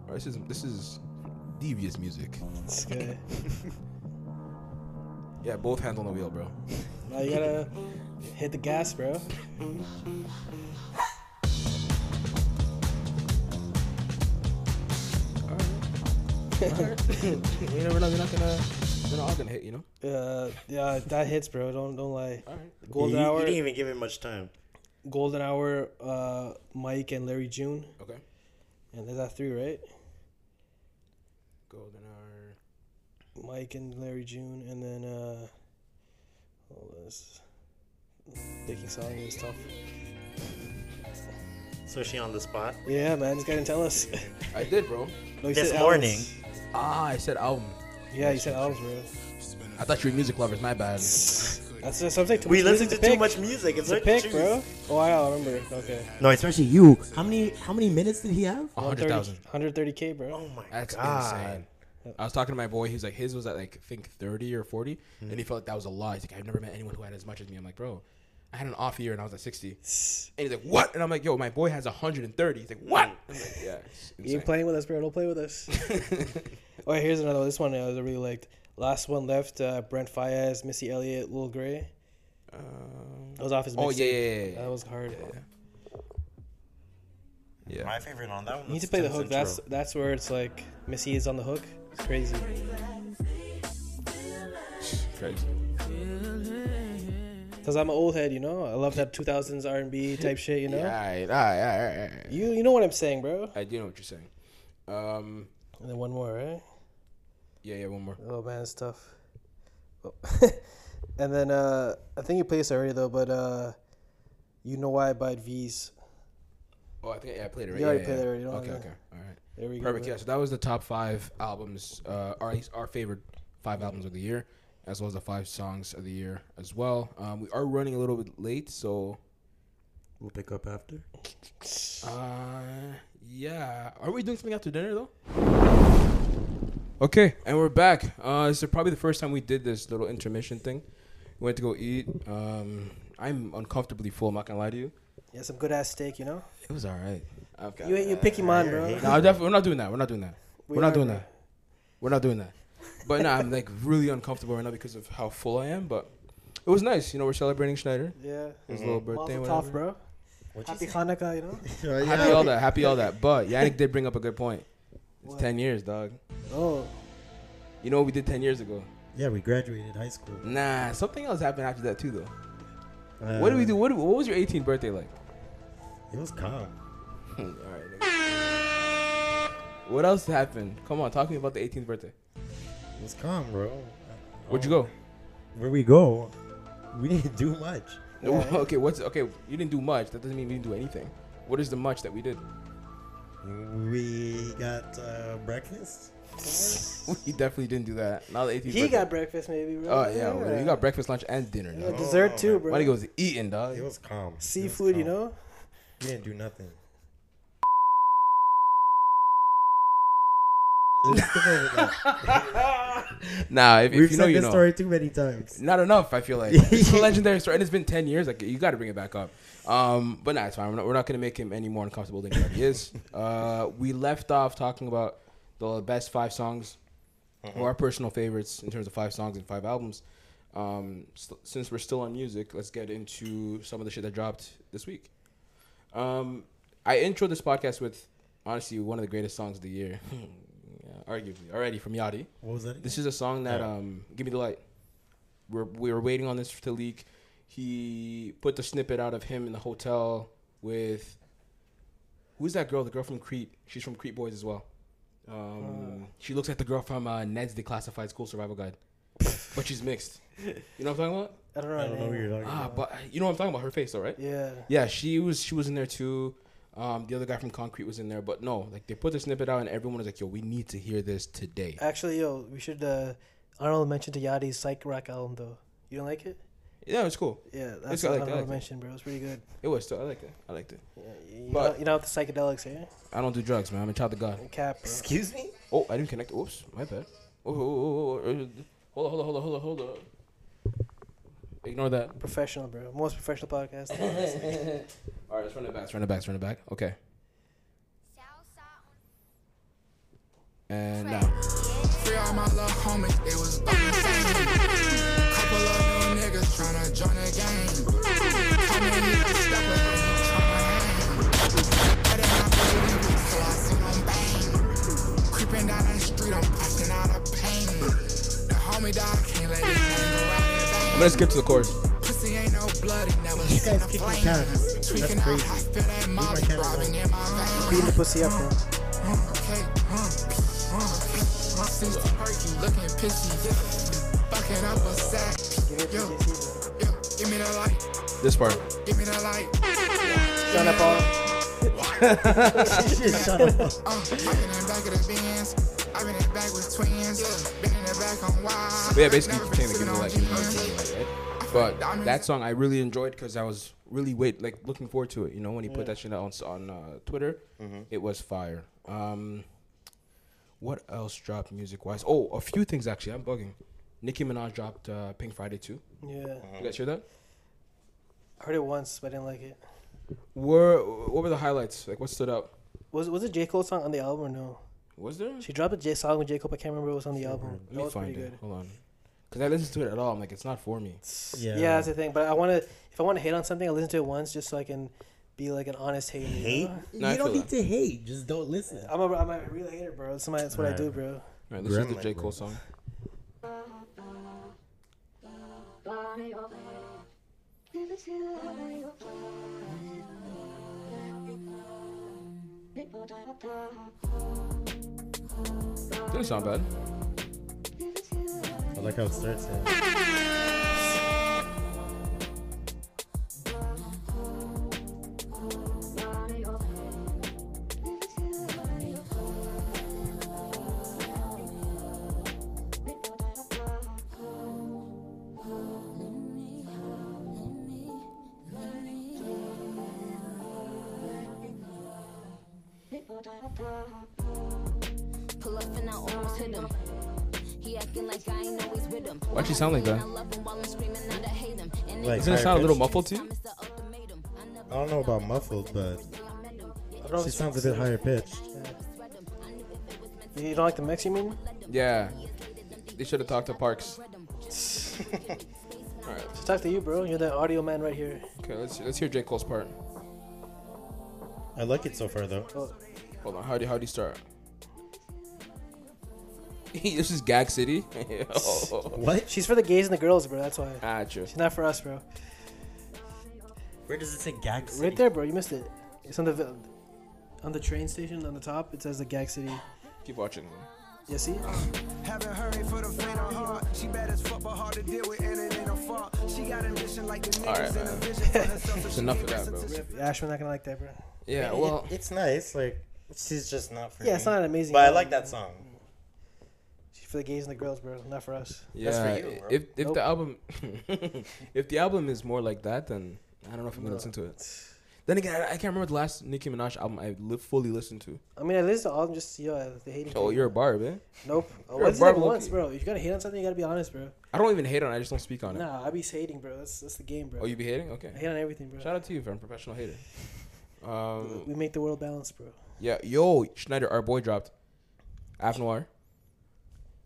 Speaker 1: Alright, this is this is devious music.
Speaker 2: This guy.
Speaker 1: Yeah, both hands on the wheel, *laughs* bro.
Speaker 2: Now you gotta hit the gas, bro.
Speaker 1: you never know. You're not gonna. You're not all gonna hit, you know.
Speaker 2: Uh, yeah, that hits, bro. Don't don't lie.
Speaker 1: All right.
Speaker 2: Golden
Speaker 4: you, you
Speaker 2: hour,
Speaker 4: didn't even give it much time.
Speaker 2: Golden Hour, uh, Mike and Larry June,
Speaker 1: Okay.
Speaker 2: and there's that three, right?
Speaker 1: Golden hour.
Speaker 2: Mike and Larry June, and then uh, all this thinking song is tough.
Speaker 4: So she on the spot.
Speaker 2: Yeah, man, this guy didn't tell us. *laughs*
Speaker 1: I did, bro.
Speaker 2: No, he
Speaker 4: This
Speaker 2: said
Speaker 4: morning.
Speaker 2: albums.
Speaker 1: Ah, I said album.
Speaker 2: Yeah, you said albums, bro.
Speaker 1: I thought you were music lovers. My bad.
Speaker 2: That's just something. Too
Speaker 4: We
Speaker 2: much
Speaker 4: listen to
Speaker 2: music
Speaker 4: too
Speaker 2: pick.
Speaker 4: much music. It's
Speaker 2: To
Speaker 4: hard to
Speaker 2: pick,
Speaker 4: choose.
Speaker 2: bro. Oh, yeah, I remember. Okay,
Speaker 4: No, especially you. How many how many minutes did he have?
Speaker 1: A hundred thousand.
Speaker 2: 130 k, bro.
Speaker 4: Oh my
Speaker 1: That's
Speaker 4: god.
Speaker 1: insane. I was talking to my boy. He was like, his was at like I think thirty or 40 and he
Speaker 2: Mm.
Speaker 1: felt like that was a lot. He's like, I've never met anyone who had as much as me. I'm like, bro, I had an off year and I was at
Speaker 2: *sighs*
Speaker 1: sixty. And he's like, what? And I'm like, yo, my boy has hundred and thirty. He's like, what? I'm like, yeah. it's
Speaker 2: *laughs* You ain't
Speaker 1: insane. *laughs*
Speaker 2: playing with us, bro. Don't play with us. Oh, here's another one. This one I really liked. Last one left, uh, Brent Fayez, Missy Elliott, Lil Gray. *laughs* That was off his
Speaker 1: Oh,
Speaker 2: mixtape.
Speaker 1: yeah, yeah, yeah, yeah.
Speaker 2: That was hard.
Speaker 1: yeah.
Speaker 4: My favorite on that one.
Speaker 2: You need
Speaker 4: was
Speaker 2: to play the
Speaker 4: Tim's
Speaker 2: hook.
Speaker 4: intro.
Speaker 2: That's that's where it's like Missy is on the hook. It's crazy.
Speaker 1: Crazy.
Speaker 2: Cause I'm an old head, you know. I love that 2000s R&B type shit, you know.
Speaker 1: All right, all right, all right, all right.
Speaker 2: You you know what I'm saying, bro.
Speaker 1: I do know what you're saying. Um,
Speaker 2: And then one more, right?
Speaker 1: yeah, yeah, one more.
Speaker 2: Oh man, it's tough. Oh. *laughs* and then uh, I think you played this already though, but uh, you know why I buy V's.
Speaker 1: Oh, I think yeah, I played it. Right?
Speaker 2: You already
Speaker 1: yeah,
Speaker 2: played
Speaker 1: yeah.
Speaker 2: it already, don't
Speaker 1: Okay,
Speaker 2: worry.
Speaker 1: okay, all right.
Speaker 2: There we go.
Speaker 1: Perfect.
Speaker 2: man.
Speaker 1: Yeah. So that was the top five albums, uh, or at least our favorite five albums of the year, as well as the five songs of the year as well. Um, we are running a little bit late, so
Speaker 4: We'll pick up after.
Speaker 1: *laughs* uh, yeah. Are we doing something after dinner though? Okay, and we're back. Uh, this is probably the first time we did this little intermission thing. We went to go eat. Um, I'm uncomfortably full. I'm not gonna lie to you.
Speaker 2: Yeah, some good ass steak, you know.
Speaker 1: It was all right. I've got
Speaker 2: You you picky man, bro.
Speaker 1: No, I def- we're not doing that. We're not doing that.
Speaker 2: We
Speaker 1: We are not
Speaker 2: are,
Speaker 1: doing
Speaker 2: bro.
Speaker 1: that. We're not doing that. But nah, I'm like really uncomfortable right now because of how full I am. But it was nice. You know, we're celebrating Schneider.
Speaker 2: Yeah.
Speaker 1: His little birthday.
Speaker 2: Mazel
Speaker 1: whatever.
Speaker 2: tov, bro. Happy Hanukkah, you
Speaker 1: *laughs*
Speaker 2: know.
Speaker 1: Happy all that. Happy all that. *laughs* But Yannick did bring up a good point. It's
Speaker 2: What?
Speaker 1: 10 years, dog.
Speaker 2: Oh,
Speaker 1: You know what we did 10 years ago?
Speaker 4: Yeah, we graduated high school.
Speaker 1: Nah, something else happened after that too, though.
Speaker 4: Uh,
Speaker 1: What did we do? What, what was your 18th birthday like?
Speaker 4: It was calm.
Speaker 1: all right. nigga. What else happened? Come on, talk to me about the 18th birthday.
Speaker 4: It was calm, bro.
Speaker 1: Where'd you go?
Speaker 4: Where we go? We didn't do much.
Speaker 2: Yeah.
Speaker 1: *laughs* okay, what's okay? You didn't do much. That doesn't mean we didn't do anything. What is the much that we did?
Speaker 4: We got uh, breakfast.
Speaker 1: *laughs* We definitely didn't do that. Now the 18th.
Speaker 2: he got breakfast maybe, bro.
Speaker 1: Oh yeah, well, you got Oh, breakfast, lunch, and dinner.
Speaker 2: Yeah,
Speaker 1: Now
Speaker 2: dessert too, bro.
Speaker 1: Money goes eating, dog.
Speaker 4: It was calm. It was
Speaker 2: Seafood, you
Speaker 4: calm.
Speaker 2: know.
Speaker 4: We didn't do nothing.
Speaker 1: Nah, if,
Speaker 4: We've
Speaker 1: if you know,
Speaker 4: said
Speaker 1: you
Speaker 4: this
Speaker 1: know.
Speaker 4: story too many times.
Speaker 1: Not enough. I feel like it's
Speaker 4: *laughs*
Speaker 1: a legendary story, and it's been 10 years. Like you got to bring it back up. Um, but nah, it's fine. We're not, we're not gonna make him any more uncomfortable than he already
Speaker 4: *laughs*
Speaker 1: is. Uh, we left off talking about the best five songs,
Speaker 4: Mm-hmm.
Speaker 1: or our personal favorites in terms of five songs and five albums. Um, s since we're still on music, let's get into some of the shit that dropped this week. Um, I intro this podcast with honestly one of the greatest songs of the year, *laughs* yeah, arguably already from Yachty.
Speaker 4: What was that?
Speaker 1: This is a song that
Speaker 4: Yeah.
Speaker 1: um, "Give Me the Light." We're we were waiting on this to leak. He put the snippet out of him in the hotel with who's that girl? The girl from Crete. She's from Crete Boys as well. Um, She looks like the girl from uh, Ned's Declassified School Survival Guide, but she's mixed. You know what I'm talking about?
Speaker 2: I don't know.
Speaker 4: I don't know what you're talking
Speaker 1: Ah,
Speaker 4: about.
Speaker 1: but you know what I'm talking about. Her face, though, right?
Speaker 2: Yeah.
Speaker 1: Yeah, she was she was in there too. Um, the other guy from Concrete was in there, but no, like they put the snippet out and everyone was like, "Yo, we need to hear this today."
Speaker 2: Actually, yo, we should uh, honorable mention to Yachty's Psych Rock album though. You don't like it?
Speaker 1: Yeah, it's cool.
Speaker 2: Yeah, that's
Speaker 1: I like it, I
Speaker 2: an honorable
Speaker 1: like it.
Speaker 2: mention, bro. It's pretty good.
Speaker 1: It was still I liked it. I liked it.
Speaker 2: Yeah, you,
Speaker 1: But-
Speaker 2: know, you know with the psychedelics here,
Speaker 1: I don't do drugs, man. I'm a child of God.
Speaker 2: cap. Bro.
Speaker 4: Excuse me.
Speaker 1: Oh, I didn't connect. Oops, my bad. Oh, oh, oh, oh, oh. hold on, hold on, hold on, hold on, hold on. Ignore that.
Speaker 2: Professional, bro. Most professional *laughs* podcast.
Speaker 1: All right, let's run it back. Let's run it back. Let's run it back. Okay. And now,
Speaker 8: Free all my little homies, it was up and down. Couple of new niggas tryna join the game. How many of them steppers ain't tryna hang? But they not believe me, so I seen them bang. Creeping down the street, I'm acting out of pain. The homie died, can't let it hang around in vain.
Speaker 1: I'm gonna skip to the chorus.
Speaker 8: Pussy ain't no blood, it never you
Speaker 4: guys kick my cameras. That's
Speaker 8: Tweaking out, I
Speaker 4: crazy.
Speaker 8: feel that mob
Speaker 4: camera
Speaker 8: throbbing in my veins.
Speaker 2: Beating the pussy up, bro.
Speaker 8: Okay, huh, huh. Since the perk, you looking pissy. Fucking up a sack. Yo, yo, give me the light,
Speaker 1: This part.
Speaker 8: give me the light.
Speaker 2: Shut up, all.
Speaker 8: Uh, I've been in the back of the bins. I've been in the back with twins. Been in the back on wild.
Speaker 1: But yeah, basically, you came to give me like, you know, like, right? But that song I really enjoyed because I was really wait like looking forward to it. You know, when he put that shit out on s- on uh, Twitter, it was fire. Um, what else dropped music wise? Oh, a few things actually. I'm bugging. Nicki Minaj dropped uh, Pink Friday too.
Speaker 2: Yeah,
Speaker 1: You guys hear that?
Speaker 2: I heard it once, but I didn't like it.
Speaker 1: Were what were the highlights? Like what stood out?
Speaker 2: Was was it J Cole song on the album or no?
Speaker 1: Was there?
Speaker 2: She dropped a J song with Jacob. I can't remember what was on the album.
Speaker 1: Let
Speaker 2: That
Speaker 1: me
Speaker 2: was pretty
Speaker 1: find
Speaker 2: good.
Speaker 1: it. Hold on. Because I listened to it at all. I'm like, it's not for me.
Speaker 2: Yeah.
Speaker 4: Yeah.
Speaker 2: that's the thing. But I want to, if I want to hate on something, I listen to it once just so I can be like an honest hater. you
Speaker 4: Hate?
Speaker 2: know?
Speaker 1: Uh, No, I
Speaker 4: you don't
Speaker 1: feel
Speaker 4: need to hate. Just don't listen.
Speaker 2: I'm a, I'm a real hater, bro. That's, my, that's what I
Speaker 4: Alright.
Speaker 2: do, bro.
Speaker 1: All right, this is the
Speaker 4: Gremlin,
Speaker 1: J. Cole
Speaker 4: bro.
Speaker 1: song. Doesn't sound bad.
Speaker 4: I like how it starts.
Speaker 7: Pull up and I almost hit him. He acting like I ain't always with him.
Speaker 1: Why'd she sound like that?
Speaker 7: I love him while I'm screaming out I hate him. And
Speaker 4: Like,
Speaker 1: Doesn't it
Speaker 4: higher
Speaker 1: sound a little
Speaker 4: pitched?
Speaker 1: muffled to you?
Speaker 7: it's the ultimatum. I never
Speaker 4: I don't know about muffled, but
Speaker 2: I don't
Speaker 4: she sounds a bit higher pitched.
Speaker 2: You don't like the mix, you mean?
Speaker 1: Yeah. They should have talked to
Speaker 4: *laughs*
Speaker 1: Parks. All right.
Speaker 2: Just talk to you, bro. You're the audio man right here.
Speaker 1: Okay, let's let's hear J. Cole's part.
Speaker 4: I like it so far though.
Speaker 2: Oh,
Speaker 1: Hold on. How do how do you start? *laughs* this is Gag City. *laughs* Yo.
Speaker 4: What?
Speaker 2: she's for the gays and the girls, bro. That's why.
Speaker 1: Gotcha.
Speaker 2: She's not for us, bro.
Speaker 4: Where does it say gag?
Speaker 2: Right there, bro. You missed it. It's on the vi- on the train station on the top. It says the Gag City.
Speaker 1: Keep watching.
Speaker 2: You see?
Speaker 9: Haven't hurried for the faint of heart. She bad as fuck, but hard to deal with, and it ain't her fault. She got ambition like the
Speaker 1: All right,
Speaker 9: niggas in a
Speaker 1: man.
Speaker 9: vision for herself. so
Speaker 1: *laughs* It's
Speaker 9: she
Speaker 1: enough
Speaker 9: can
Speaker 1: of that,
Speaker 9: listen
Speaker 1: bro.
Speaker 9: to
Speaker 2: Rip. Ashman not gonna like that, bro.
Speaker 1: Yeah.
Speaker 4: It-
Speaker 1: Well.
Speaker 4: it's nice. Like she's just not for
Speaker 2: Yeah, it's
Speaker 4: me.
Speaker 2: not an amazing
Speaker 4: But I
Speaker 2: album.
Speaker 4: like that song.
Speaker 2: She's for the gays and the girls, bro. Not for us.
Speaker 1: Yeah,
Speaker 4: That's for you, bro.
Speaker 1: if if
Speaker 2: Nope.
Speaker 1: the album *laughs* if the album is more like that, then I don't know if I'm gonna listen to it. Then again, I, I can't remember the last Nicki Minaj album I li- fully listened to.
Speaker 2: I mean, I listened to all of them just, yo, the hating.
Speaker 1: Oh,
Speaker 2: thing.
Speaker 1: you're a barb, eh?
Speaker 2: Nope. Oh,
Speaker 1: You're a
Speaker 2: what's like
Speaker 1: barb low
Speaker 2: once,
Speaker 1: key.
Speaker 2: bro? If you gotta hate on something, you gotta be honest, bro.
Speaker 1: I don't even hate on. it. I just don't speak on it.
Speaker 2: Nah, I be hating, bro. That's that's the game, bro.
Speaker 1: Oh, you be hating? Okay.
Speaker 2: I hate on everything, bro.
Speaker 1: Shout out to you for a professional
Speaker 2: *laughs*
Speaker 1: hater.
Speaker 2: we
Speaker 1: Um,
Speaker 2: make the world balance, bro.
Speaker 1: yeah, yo, Schneider, our boy dropped. Af Noir.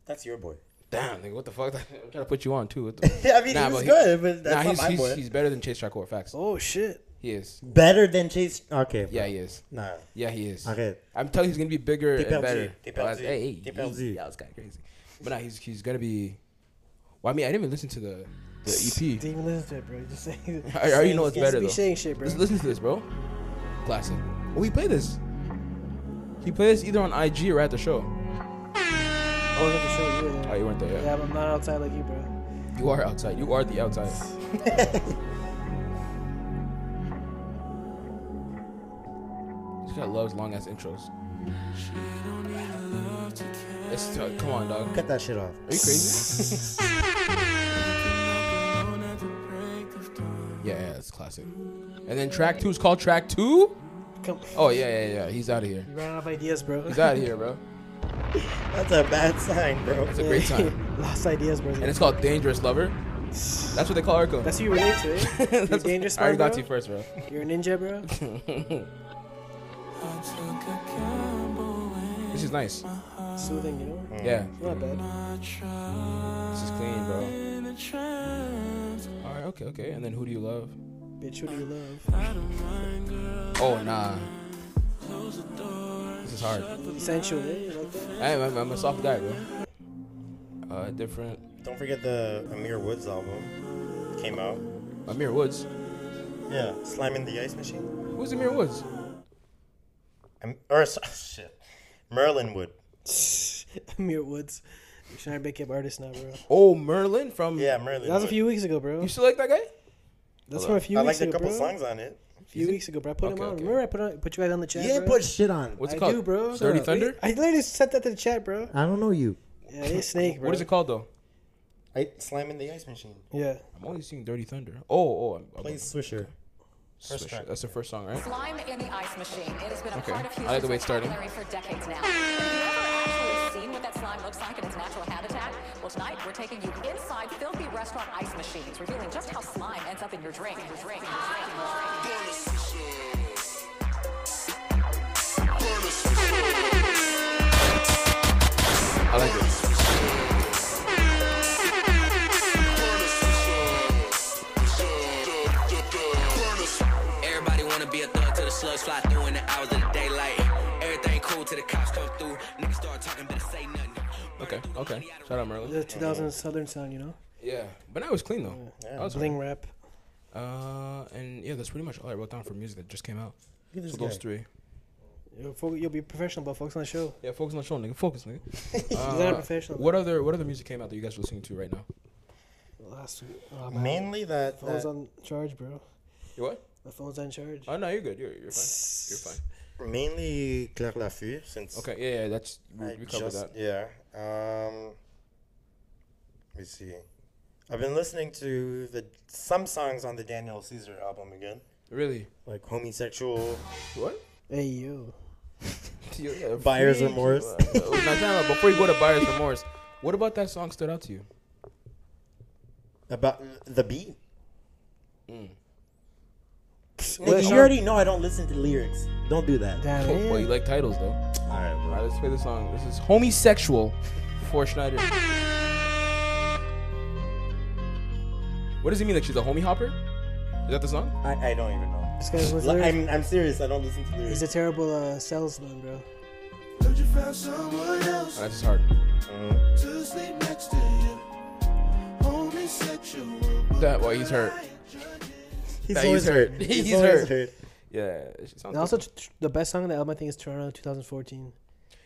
Speaker 4: That's your boy.
Speaker 1: Damn, nigga, what the fuck? *laughs* I'm trying to put you on too. What
Speaker 2: *laughs*
Speaker 1: the?
Speaker 4: Yeah, I mean
Speaker 1: Nah,
Speaker 4: he's
Speaker 1: but he-
Speaker 4: good, but that's
Speaker 1: nah,
Speaker 4: not
Speaker 1: he's,
Speaker 4: my boy.
Speaker 1: he's, he's better than Chase Chakor. Facts.
Speaker 2: Oh shit.
Speaker 1: He is.
Speaker 4: Better than Chase. Okay.
Speaker 1: Yeah, he is.
Speaker 4: Nah.
Speaker 1: Yeah, he is.
Speaker 4: Okay.
Speaker 1: I'm telling you, he's gonna be bigger and
Speaker 4: TPLG,
Speaker 1: better.
Speaker 4: TPLG,
Speaker 1: Well, that's- hey, hey,
Speaker 4: TPLG.
Speaker 1: Yeah, it's kind of crazy. But now he's he's gonna be. Well, I mean, I didn't even listen to the the EP.
Speaker 2: Didn't even listen to it, bro. You're Just saying.
Speaker 1: I
Speaker 2: *laughs*
Speaker 1: I already know it's
Speaker 2: You just
Speaker 1: better
Speaker 2: be
Speaker 1: though.
Speaker 2: saying shit, bro.
Speaker 1: Just listen to this, bro. Classic. Well, he played this. He played this either on IG or at the show.
Speaker 2: I wasn't the show you were
Speaker 1: Oh,
Speaker 2: there.
Speaker 1: you weren't there.
Speaker 2: Yeah,
Speaker 1: Yeah.
Speaker 2: but I'm not outside like you, bro.
Speaker 1: You are outside. You are the
Speaker 4: *laughs*
Speaker 1: outside. this guy loves long ass intros. It's t- come on, dog.
Speaker 4: Cut that shit off.
Speaker 1: Are you crazy?
Speaker 4: *laughs*
Speaker 1: yeah, yeah, that's classic. And then track two is called track two.
Speaker 2: Come,
Speaker 1: Oh yeah, yeah, yeah. He's out of here.
Speaker 2: you ran out of ideas, bro. *laughs*
Speaker 1: He's out of here, bro.
Speaker 4: That's a bad sign, bro.
Speaker 1: It's a great time.
Speaker 2: *laughs* Lost ideas, bro.
Speaker 1: And it's called Dangerous Lover. That's what they call Arco.
Speaker 2: That's who you relate to, eh?
Speaker 1: *laughs* That's what-
Speaker 2: Dangerous
Speaker 1: I already
Speaker 2: Lover?
Speaker 1: got to you first, bro.
Speaker 2: You're a ninja, bro.
Speaker 1: This is nice.
Speaker 2: Soothing, you know.
Speaker 1: Yeah,
Speaker 2: Not bad.
Speaker 1: this is clean, bro. All right, okay, okay. And then who do you love?
Speaker 2: Bitch, who do you love?
Speaker 1: Oh nah. This is hard.
Speaker 2: Sensual, eh? You like that?
Speaker 1: Hey, I'm, I'm a soft guy, bro. Uh, different.
Speaker 4: Don't forget the Amir Woods album came out.
Speaker 1: Amir Woods.
Speaker 4: Yeah, slamming the ice machine.
Speaker 1: Who's Amir Woods?
Speaker 4: Um, or *laughs* so- shit, Merlin Wood.
Speaker 2: *laughs* Amir Woods. You're trying to make up artist now, bro.
Speaker 1: Oh, Merlin from.
Speaker 4: Yeah, Merlin.
Speaker 2: That was a
Speaker 4: Wood.
Speaker 2: few weeks ago, bro.
Speaker 1: You still like that guy?
Speaker 2: That's from a few
Speaker 4: I
Speaker 2: weeks
Speaker 4: liked a
Speaker 2: ago,
Speaker 4: couple
Speaker 2: bro.
Speaker 4: songs on it.
Speaker 2: A few weeks ago, bro. I put
Speaker 1: Okay,
Speaker 2: him on.
Speaker 1: okay.
Speaker 2: Remember, I put on, put you guys on the chat. bro?
Speaker 4: shit on.
Speaker 1: What's it
Speaker 2: I
Speaker 1: called?
Speaker 2: do, bro.
Speaker 1: Dirty
Speaker 2: Shut up.
Speaker 1: Thunder.
Speaker 2: I literally sent that to the chat, bro.
Speaker 4: I don't know you.
Speaker 2: Yeah, he's snake, bro.
Speaker 1: What is it called though?
Speaker 4: I slamming the ice machine.
Speaker 2: Yeah.
Speaker 1: I'm only seeing Dirty Thunder. Oh, oh, I'm, I'm
Speaker 4: Play Swisher.
Speaker 1: Swisher.
Speaker 4: track.
Speaker 1: That's the first song, right?
Speaker 10: Slime in the ice machine. It has been a
Speaker 1: Okay.
Speaker 10: part of
Speaker 1: I
Speaker 10: Houston's
Speaker 1: like the way it's starting.
Speaker 10: vocabulary for decades now. Have you ever actually seen what that slime looks like in its natural habitat? Well, tonight we're taking you inside filthy restaurant ice machines, revealing just how slime ends up in your drink. Your drink. Your drink. Your drink.
Speaker 11: till the cops come through. Niggas start talking, better say nothing.
Speaker 1: Okay, okay. Shout out Merlin.
Speaker 2: The 2000 Southern sound, you know?
Speaker 1: Yeah, but now it's clean though.
Speaker 2: Yeah.
Speaker 1: That was
Speaker 2: Bling
Speaker 1: fine.
Speaker 2: rap.
Speaker 1: Uh, and yeah, that's pretty much all I wrote down for music that just came out.
Speaker 2: Look at
Speaker 1: So
Speaker 2: this
Speaker 1: those
Speaker 2: guy.
Speaker 1: three.
Speaker 2: You'll, fo- you'll be professional, but focus on the show.
Speaker 1: Yeah, focus on the show, nigga. Focus, *laughs* nigga. Uh,
Speaker 2: You're not a professional.
Speaker 1: What other what other music came out that you guys are listening to right now?
Speaker 2: Last week. Oh, man.
Speaker 7: Mainly that.
Speaker 2: Phone's
Speaker 7: that
Speaker 2: on charge, bro.
Speaker 1: You what?
Speaker 2: My phone's on charge.
Speaker 1: Oh no, you're good. You're you're fine. You're fine.
Speaker 7: mainly Claire Lafleur since.
Speaker 1: Okay, yeah, yeah, that's we,
Speaker 7: I
Speaker 1: we covered that.
Speaker 7: just- Yeah. Um, let me see. I've been listening to the some songs on the Daniel Caesar album again,
Speaker 1: Really?
Speaker 7: like homosexual.
Speaker 1: *laughs* What?
Speaker 2: Hey, yo.
Speaker 1: Yeah, yeah,
Speaker 7: Buyer's
Speaker 1: freak.
Speaker 7: remorse.
Speaker 1: Uh, uh, now, time out. before you go to buyer's remorse, what about that song stood out to you?
Speaker 7: About the beat.
Speaker 2: Well,
Speaker 7: Nigga, you
Speaker 2: sure.
Speaker 7: already know I don't listen to lyrics. Don't do that.
Speaker 2: Damn
Speaker 1: Oh,
Speaker 2: it.
Speaker 1: well, you like titles though. All
Speaker 7: right, bro.
Speaker 1: right, let's play this song. This is homosexual for Schneider. What does it mean? Like she's a homie hopper? Is that the song? Oh,
Speaker 7: I, I don't even know.
Speaker 2: This guy's with
Speaker 7: Like,
Speaker 2: lyrics.
Speaker 7: I'm, I'm serious. I don't listen to lyrics.
Speaker 2: He's a terrible uh, salesman, bro.
Speaker 5: Heard you found someone else
Speaker 1: Oh, that's just hard.
Speaker 5: to sleep next to you. Homosexual.
Speaker 1: That well, he's hurt.
Speaker 7: He's
Speaker 1: Nah,
Speaker 7: always hurt.
Speaker 1: He's,
Speaker 7: He's
Speaker 1: hurt.
Speaker 7: always hurt.
Speaker 1: Yeah. She sounds
Speaker 2: And also, t- t- the best song on the album, I think, is Toronto 2014.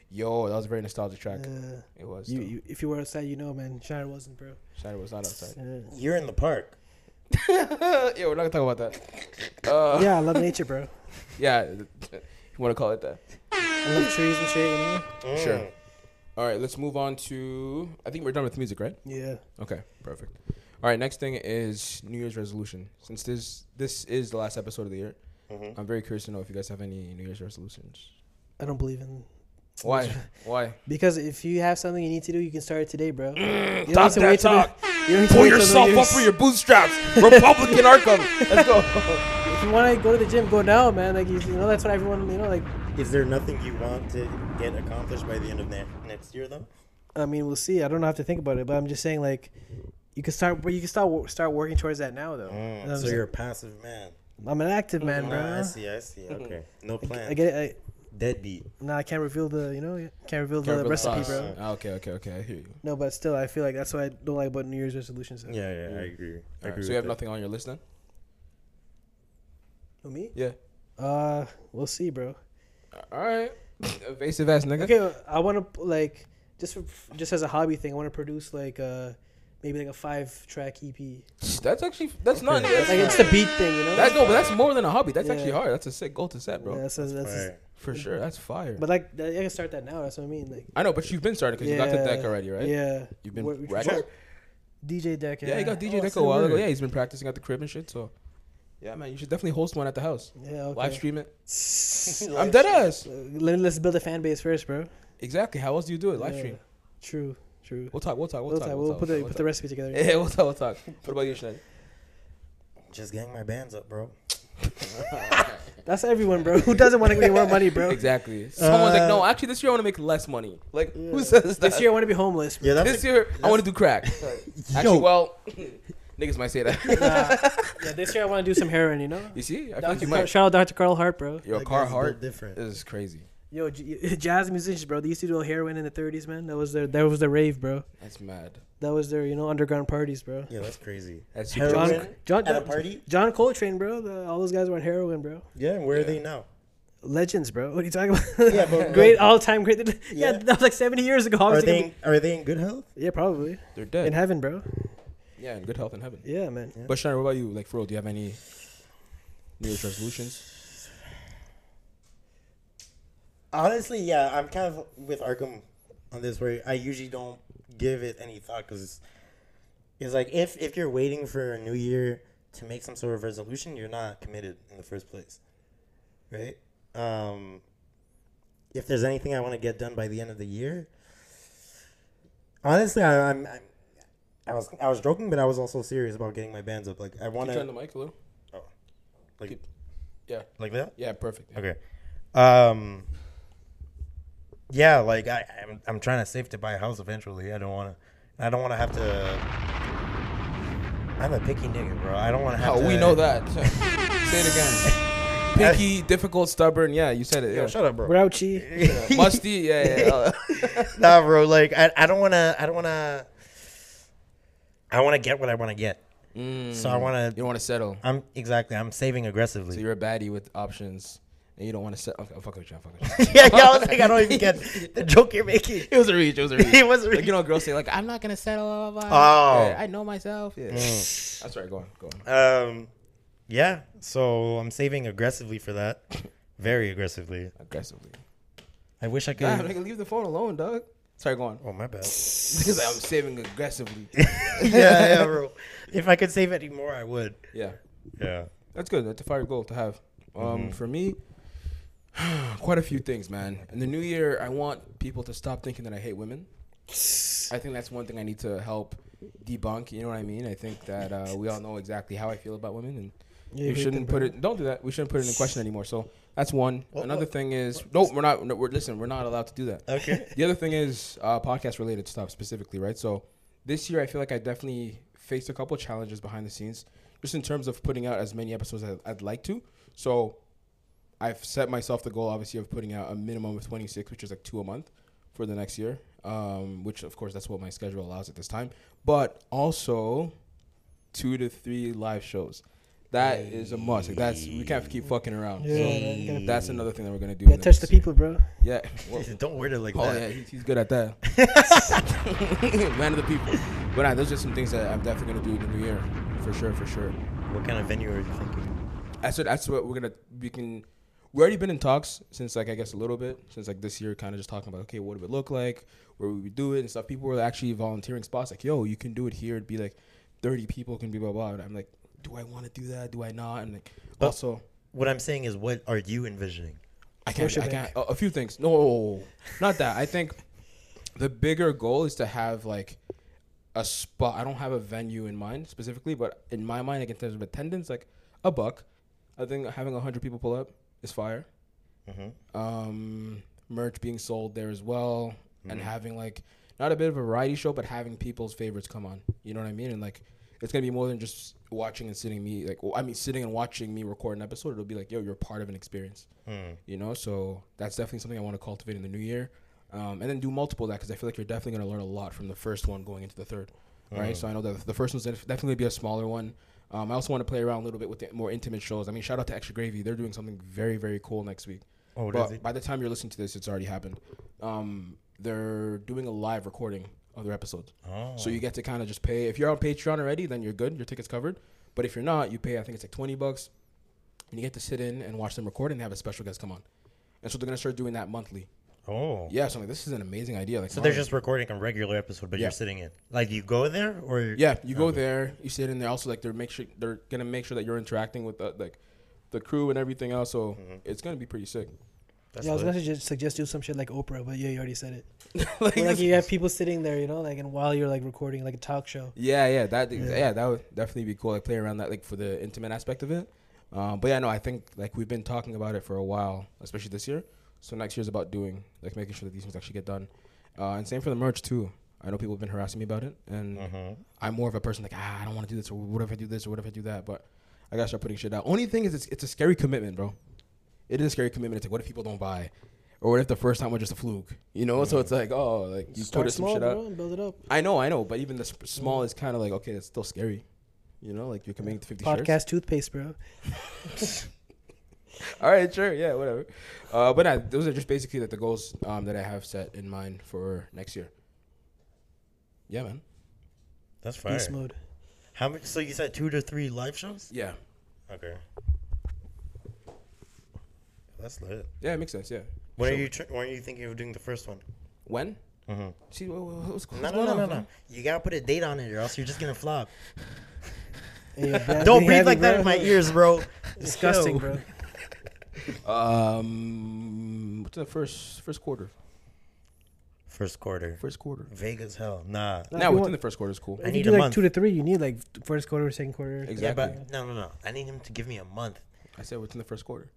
Speaker 1: Yo, that was a very nostalgic track.
Speaker 2: Uh,
Speaker 1: it was.
Speaker 2: You,
Speaker 1: though.
Speaker 2: you, if you were outside, you know, man. Shire wasn't, bro.
Speaker 1: Shadow was not outside.
Speaker 2: Uh,
Speaker 7: You're in
Speaker 1: *laughs*
Speaker 7: the park.
Speaker 1: yeah, we're not gonna talk about that. Uh,
Speaker 2: yeah, I love nature, bro.
Speaker 1: yeah, *laughs* th- you want to call it that?
Speaker 2: I love trees and shit, you know?
Speaker 1: Sure. Mm. All right, let's move on to. I think we're done with music, right?
Speaker 2: Yeah.
Speaker 1: Okay, perfect. All right, next thing is New Year's resolution. Since this this is the last episode of the year, I'm very curious to know if you guys have any New Year's resolutions.
Speaker 2: I don't believe in.
Speaker 1: *laughs* Why? Why?
Speaker 2: Because if you have something you need to do, you can start it today, bro. You don't
Speaker 1: Mm, Stop
Speaker 2: need to
Speaker 1: that
Speaker 2: wait till the-
Speaker 1: talk.
Speaker 2: you don't need to
Speaker 1: Pull
Speaker 2: wait till
Speaker 1: yourself
Speaker 2: New
Speaker 1: up
Speaker 2: Year's.
Speaker 1: from your *laughs* bootstraps, Republican Arkham. Let's *laughs* go.
Speaker 2: If you want to go to the gym, go now, man. Like you you know, that's what everyone you know. Like
Speaker 7: Is there nothing you want to get accomplished by the end of ne- next year, though?
Speaker 2: I mean, we'll see. I don't have to think about it, but I'm just saying like you can start. You can start wo- start working towards that now, though.
Speaker 1: Mm.
Speaker 2: You know what I'm
Speaker 7: so
Speaker 2: saying?
Speaker 7: you're a passive man.
Speaker 2: I'm an active man, bro.
Speaker 7: Ah, I see. I see. Okay. No plan.
Speaker 2: I get it.
Speaker 7: Deadbeat.
Speaker 2: I, nah, I can't reveal the you know can't reveal the
Speaker 1: Can't reveal the
Speaker 2: recipe,
Speaker 1: sauce.
Speaker 2: bro.
Speaker 1: Ah, okay, okay, okay. I hear you.
Speaker 2: No, but still, I feel like that's what I don't like about New Year's resolutions.
Speaker 7: Yeah, yeah, I agree.
Speaker 1: All
Speaker 7: I
Speaker 1: right,
Speaker 7: agree
Speaker 1: so
Speaker 7: with
Speaker 1: you have
Speaker 7: that.
Speaker 1: nothing on your list then?
Speaker 2: Oh, me?
Speaker 1: Yeah.
Speaker 2: Uh, we'll see, bro.
Speaker 1: All right. *laughs* Evasive ass nigga.
Speaker 2: Okay, I want to like just for, just as a hobby thing. I want to produce like uh maybe like a five track EP.
Speaker 1: That's actually that's not
Speaker 2: Like
Speaker 1: that's,
Speaker 2: it's the beat thing, you know.
Speaker 1: that's no, but that's more than a hobby. That's
Speaker 2: Yeah.
Speaker 1: actually hard. That's a sick goal to set, bro.
Speaker 2: Yeah, that's, that's,
Speaker 7: Fire.
Speaker 1: For sure, that's fire.
Speaker 2: but like I can start that now. That's what I mean. Like
Speaker 1: I know, but you've been starting because you got the deck
Speaker 2: Yeah,
Speaker 1: already, right?
Speaker 2: Yeah.
Speaker 1: You've been
Speaker 2: What- which
Speaker 1: racking-
Speaker 2: one? DJ deck.
Speaker 1: Yeah, you got DJ
Speaker 2: Oh,
Speaker 1: deck
Speaker 2: that's
Speaker 1: a while
Speaker 2: the
Speaker 1: ago.
Speaker 2: word.
Speaker 1: Yeah, he's been practicing at the crib and shit. So, yeah, man, you should definitely host one at the house.
Speaker 2: Yeah, okay.
Speaker 1: Live stream it. I'm dead ass.
Speaker 2: *laughs* Let, let's build a fan base first, bro.
Speaker 1: Exactly. How else do you do it? Live
Speaker 2: Yeah.
Speaker 1: stream.
Speaker 2: True. True.
Speaker 1: We'll talk. We'll talk. We'll,
Speaker 2: We'll,
Speaker 1: talk.
Speaker 2: talk-
Speaker 1: We'll,
Speaker 2: we'll
Speaker 1: talk,
Speaker 2: put
Speaker 1: we'll
Speaker 2: the
Speaker 1: talk,
Speaker 2: put the recipe together.
Speaker 1: we'll talk. *laughs* Yeah, we'll talk. We'll talk. What about you,
Speaker 2: *laughs*
Speaker 1: Schneider?
Speaker 7: Just gang my bands up, bro.
Speaker 2: That's everyone, bro. Who doesn't want to make more money, bro?
Speaker 1: *laughs* Exactly. Someone's like,
Speaker 7: Uh,
Speaker 1: no, actually, this year I want to make less money. Like, who says that?
Speaker 2: This year I want to be homeless. Bro.
Speaker 7: Yeah, that's
Speaker 1: this year I want to do
Speaker 2: *laughs*
Speaker 1: crack. Actually, well, *laughs* niggas might say that.
Speaker 2: Yeah, this year I want to do some heroin. You know.
Speaker 1: you see, I feel like you might.
Speaker 2: Shout out Dr. Carl Hart, bro.
Speaker 1: Your
Speaker 7: That
Speaker 1: car
Speaker 7: guy's built
Speaker 1: heart
Speaker 7: different.
Speaker 1: is crazy.
Speaker 2: Yo, j- *laughs* jazz musicians, bro. They used to do heroin in the '30s, man. That was their that was their rave, bro.
Speaker 1: That's mad.
Speaker 2: That was their you know underground parties, bro.
Speaker 7: yeah, that's crazy.
Speaker 1: That's
Speaker 7: Heroin
Speaker 2: John, John,
Speaker 7: at a
Speaker 2: John-
Speaker 7: party?
Speaker 2: John Coltrane, bro. The, all those guys were on heroin, bro.
Speaker 7: Yeah, where are they now?
Speaker 2: Legends, bro. *laughs* What are you talking about? *laughs*
Speaker 7: Yeah, but-
Speaker 2: great all time great. Yeah.
Speaker 7: Yeah.
Speaker 2: that was like seventy years ago.
Speaker 7: Are
Speaker 2: Obviously,
Speaker 7: they in, are they in good health?
Speaker 2: yeah, probably
Speaker 1: They're
Speaker 2: in
Speaker 1: dead.
Speaker 2: heaven, bro.
Speaker 1: yeah, in good health in heaven.
Speaker 2: Yeah, man.
Speaker 1: But Schneider, what about you? Like, for real, do you have any New Year's resolutions?
Speaker 7: Honestly, yeah, I'm kind of with Arkham on this where I usually don't give it any thought because it's, it's like if if you're waiting for a new year to make some sort of resolution, you're not committed in the first place, right? Um, if there's anything I want to get done by the end of the year, honestly, I, I'm. i I was I was joking, but I was also serious about getting my bands up. Like I want
Speaker 1: Turn the
Speaker 7: to,
Speaker 1: mic a little.
Speaker 7: like,
Speaker 1: Yeah.
Speaker 7: like that.
Speaker 1: Yeah, perfect.
Speaker 7: Okay. Um. Yeah, like I, I'm, I'm trying to save to buy a house eventually. I don't want to. I don't want to have to. I'm a picky nigga, bro. I don't want to have
Speaker 1: How
Speaker 7: to.
Speaker 4: *laughs*
Speaker 1: we know that. say it again. Picky, difficult, stubborn. Yeah, you said it.
Speaker 4: Yo,
Speaker 1: yeah.
Speaker 4: shut up, bro.
Speaker 7: *laughs*
Speaker 1: Grouchy. *laughs* Musty. Yeah, yeah. yeah.
Speaker 4: nah, bro. Like I, I don't wanna I don't wanna I wanna get what I wanna get. So I wanna
Speaker 1: You don't wanna settle.
Speaker 4: Mm. I'm exactly. I'm saving aggressively.
Speaker 1: So you're a baddie with options, and you don't want to settle. Okay, oh, fuck with you. Fuck with you.
Speaker 4: *laughs* yeah, yeah. I was like, I don't even get the joke you're making.
Speaker 1: *laughs*
Speaker 4: *laughs*
Speaker 1: It was a reach. It was *laughs* a reach.
Speaker 4: it was a reach.
Speaker 1: Like, you know, girls say like, "I'm not gonna settle." Blah, blah,
Speaker 4: Oh.
Speaker 1: blah. Yeah, I know myself. Yeah.
Speaker 4: Mm.
Speaker 1: That's right. Go on. Go on.
Speaker 4: Um, yeah. So I'm saving aggressively for that. Very aggressively.
Speaker 1: Aggressively.
Speaker 4: I wish I could.
Speaker 1: Nah, nigga, leave the phone alone, dog. Sorry, go on.
Speaker 4: Oh my
Speaker 1: *laughs*
Speaker 4: bad.
Speaker 1: Because I'm saving
Speaker 4: *laughs*
Speaker 1: aggressively.
Speaker 4: yeah, yeah, bro. If I could save any more, I would.
Speaker 1: Yeah,
Speaker 4: Yeah.
Speaker 1: that's good. That's a fire goal to have. Um,
Speaker 4: Mhm.
Speaker 1: for me, *sighs* quite a few things, man. In the new year, I want people to stop thinking that I hate women. I think that's one thing I need to help debunk. You know what I mean? I think that uh, we all know exactly how I feel about women, and
Speaker 2: Yeah, you
Speaker 1: we
Speaker 2: hate
Speaker 1: shouldn't
Speaker 2: them,
Speaker 1: put
Speaker 2: bro.
Speaker 1: it. Don't do that. We shouldn't put it in question anymore. So that's one.
Speaker 4: What-
Speaker 1: Another
Speaker 4: what-
Speaker 1: thing is, no, we're not. No, we're listen. We're not allowed to do that.
Speaker 4: Okay.
Speaker 1: the other thing is uh, podcast related stuff specifically, right? So this year, I feel like I definitely faced a couple challenges behind the scenes, just in terms of putting out as many episodes as I'd like to. So I've set myself the goal, obviously, of putting out a minimum of 26, which is like two a month for the next year. Um, which, of course, that's what my schedule allows at this time. But also, two to three live shows. That is a must. Like that's we can't keep fucking around.
Speaker 2: Yeah, man, you
Speaker 1: so
Speaker 2: gotta-
Speaker 1: that's another thing that we're gonna do.
Speaker 2: Yeah,
Speaker 1: in
Speaker 2: touch the
Speaker 1: next-
Speaker 2: people, bro.
Speaker 1: Yeah. Well,
Speaker 4: *laughs* Don't word it like
Speaker 1: oh
Speaker 4: that.
Speaker 1: yeah, he's, he's good at
Speaker 4: *laughs*
Speaker 1: that. Man of the people. But nah, those are some things that I'm definitely gonna do in the new year, for sure, for sure.
Speaker 4: What kind of venue are you thinking?
Speaker 1: That's what that's what we're gonna we can we already been in talks since like I guess a little bit since like this year kind of just talking about okay what would it look like where would we do it and stuff people were actually volunteering spots like yo you can do it here it'd be like 30 people can be blah blah and I'm like do I want to do that do I not and like
Speaker 4: But-
Speaker 1: also
Speaker 4: What I'm saying is, what are you envisioning?
Speaker 1: I can't.
Speaker 2: Worship
Speaker 1: I
Speaker 2: bank.
Speaker 1: can't. A, a few things. No, not that. I think the bigger goal is to have like a spot. I don't have a venue in mind specifically, but in my mind, like in terms of attendance, like a buck. I think having hundred people pull up is fire. Um, merch being sold there as well, and having like not a bit of a variety show, but having people's favorites come on. You know what I mean? And like. It's gonna be more than just watching and sitting me like well, I mean sitting and watching me record an episode. It'll be like yo, you're part of an experience
Speaker 4: Mm.
Speaker 1: you know so that's definitely something i want to cultivate in the new year um, and then do multiple of that because i feel like you're definitely going to learn a lot from the first one going into the third
Speaker 4: Uh-huh.
Speaker 1: right so i know that the first one's def- definitely gonna be a smaller one um, i also want to play around a little bit with the more intimate shows i mean shout out to extra gravy they're doing something very very cool next week
Speaker 4: Oh, what is
Speaker 1: but
Speaker 4: it?
Speaker 1: by the time you're listening to this it's already happened um, they're doing a live recording of their episodes
Speaker 4: Oh.
Speaker 1: so you get to kind of just pay if you're on patreon already then you're good your ticket's covered but if you're not you pay i think it's like 20 bucks and you get to sit in and watch them record and have a special guest come on. And so they're gonna start doing that monthly.
Speaker 4: Oh.
Speaker 1: Yeah, so I'm like, this is an amazing idea. Like,
Speaker 4: So they're
Speaker 1: Marlon-
Speaker 4: just recording a regular episode, but
Speaker 1: Yeah.
Speaker 4: you're sitting in. Like you go there, or
Speaker 1: yeah, you go there, you sit in there. Also, like they're make sure they're gonna make sure that you're interacting with the, like the crew and everything else. So it's gonna be pretty sick.
Speaker 4: That's
Speaker 2: yeah, I was
Speaker 4: lit.
Speaker 2: gonna suggest, suggest do some shit like Oprah, but yeah, you already said
Speaker 7: *laughs*
Speaker 2: it.
Speaker 1: Like
Speaker 2: like,
Speaker 1: this-
Speaker 2: you have people sitting there, you know, like and while you're like recording like a talk show.
Speaker 1: Yeah, yeah, that yeah. that would definitely be cool. Like play around that like for the intimate aspect of it. Um, but yeah, no, I think like we've been talking about it for a while, especially this year. So next year's about doing like making sure that these things actually get done. Uh, and same for the merch too. I know people have been harassing me about it, and
Speaker 2: Mm-hmm.
Speaker 1: I'm more of a person like ah, I don't want to do this or what if I do this or what if I do that. But I gotta start putting shit out. Only thing is, it's, it's a scary commitment, bro. It is a scary commitment. It's like what if people don't buy, or what if the first time was just a fluke, you know? So it's like oh, like you
Speaker 2: Mm-hmm. Start
Speaker 1: put some
Speaker 2: small,
Speaker 1: shit out.
Speaker 2: bro, and build it up.
Speaker 1: I know, I know, but even the
Speaker 2: Mm.
Speaker 1: sp- small is kind of like okay, it's still scary. You know, like you're committing to 50
Speaker 2: Podcast
Speaker 1: shares.
Speaker 2: toothpaste, bro.
Speaker 1: All right, sure, yeah, whatever. Uh, but nah, those are just basically like the goals um, that I have set in mind for next year. Yeah, man.
Speaker 4: That's fire.
Speaker 2: Beast
Speaker 1: *laughs*
Speaker 2: mode.
Speaker 4: How much? So you said two to three live shows?
Speaker 1: Yeah,
Speaker 4: Okay. That's lit.
Speaker 1: yeah, it makes sense. Yeah.
Speaker 4: When are
Speaker 1: Sure.
Speaker 4: you? Tr- when are you thinking of doing the first one?
Speaker 1: When?
Speaker 4: Mm-hmm.
Speaker 1: See, wha- wha- what's, what's
Speaker 4: No, no,
Speaker 1: going
Speaker 4: no,
Speaker 1: on?
Speaker 4: no,
Speaker 1: fam?
Speaker 4: no. You gotta put a date on it, or else you're just gonna flop.
Speaker 2: Hey, yo, Brad,
Speaker 4: Don't
Speaker 2: we
Speaker 4: breathe
Speaker 2: heavy,
Speaker 4: like that
Speaker 2: bro.
Speaker 1: *laughs*
Speaker 4: in my ears, bro.
Speaker 2: Disgusting,
Speaker 4: Yo.
Speaker 2: bro.
Speaker 1: Um, what's the first first quarter?
Speaker 4: First quarter.
Speaker 1: First quarter.
Speaker 4: Vegas hell.
Speaker 1: Now
Speaker 4: Nah.
Speaker 2: if you
Speaker 1: within
Speaker 2: want-
Speaker 1: the first quarter is cool.
Speaker 4: I
Speaker 2: If
Speaker 4: need
Speaker 2: you do
Speaker 4: a
Speaker 2: like
Speaker 4: month.
Speaker 2: two to three, you need like first quarter, second quarter.
Speaker 1: Exactly.
Speaker 4: Yeah, but no, no, no. I need him to give me a month.
Speaker 1: I said within the first quarter.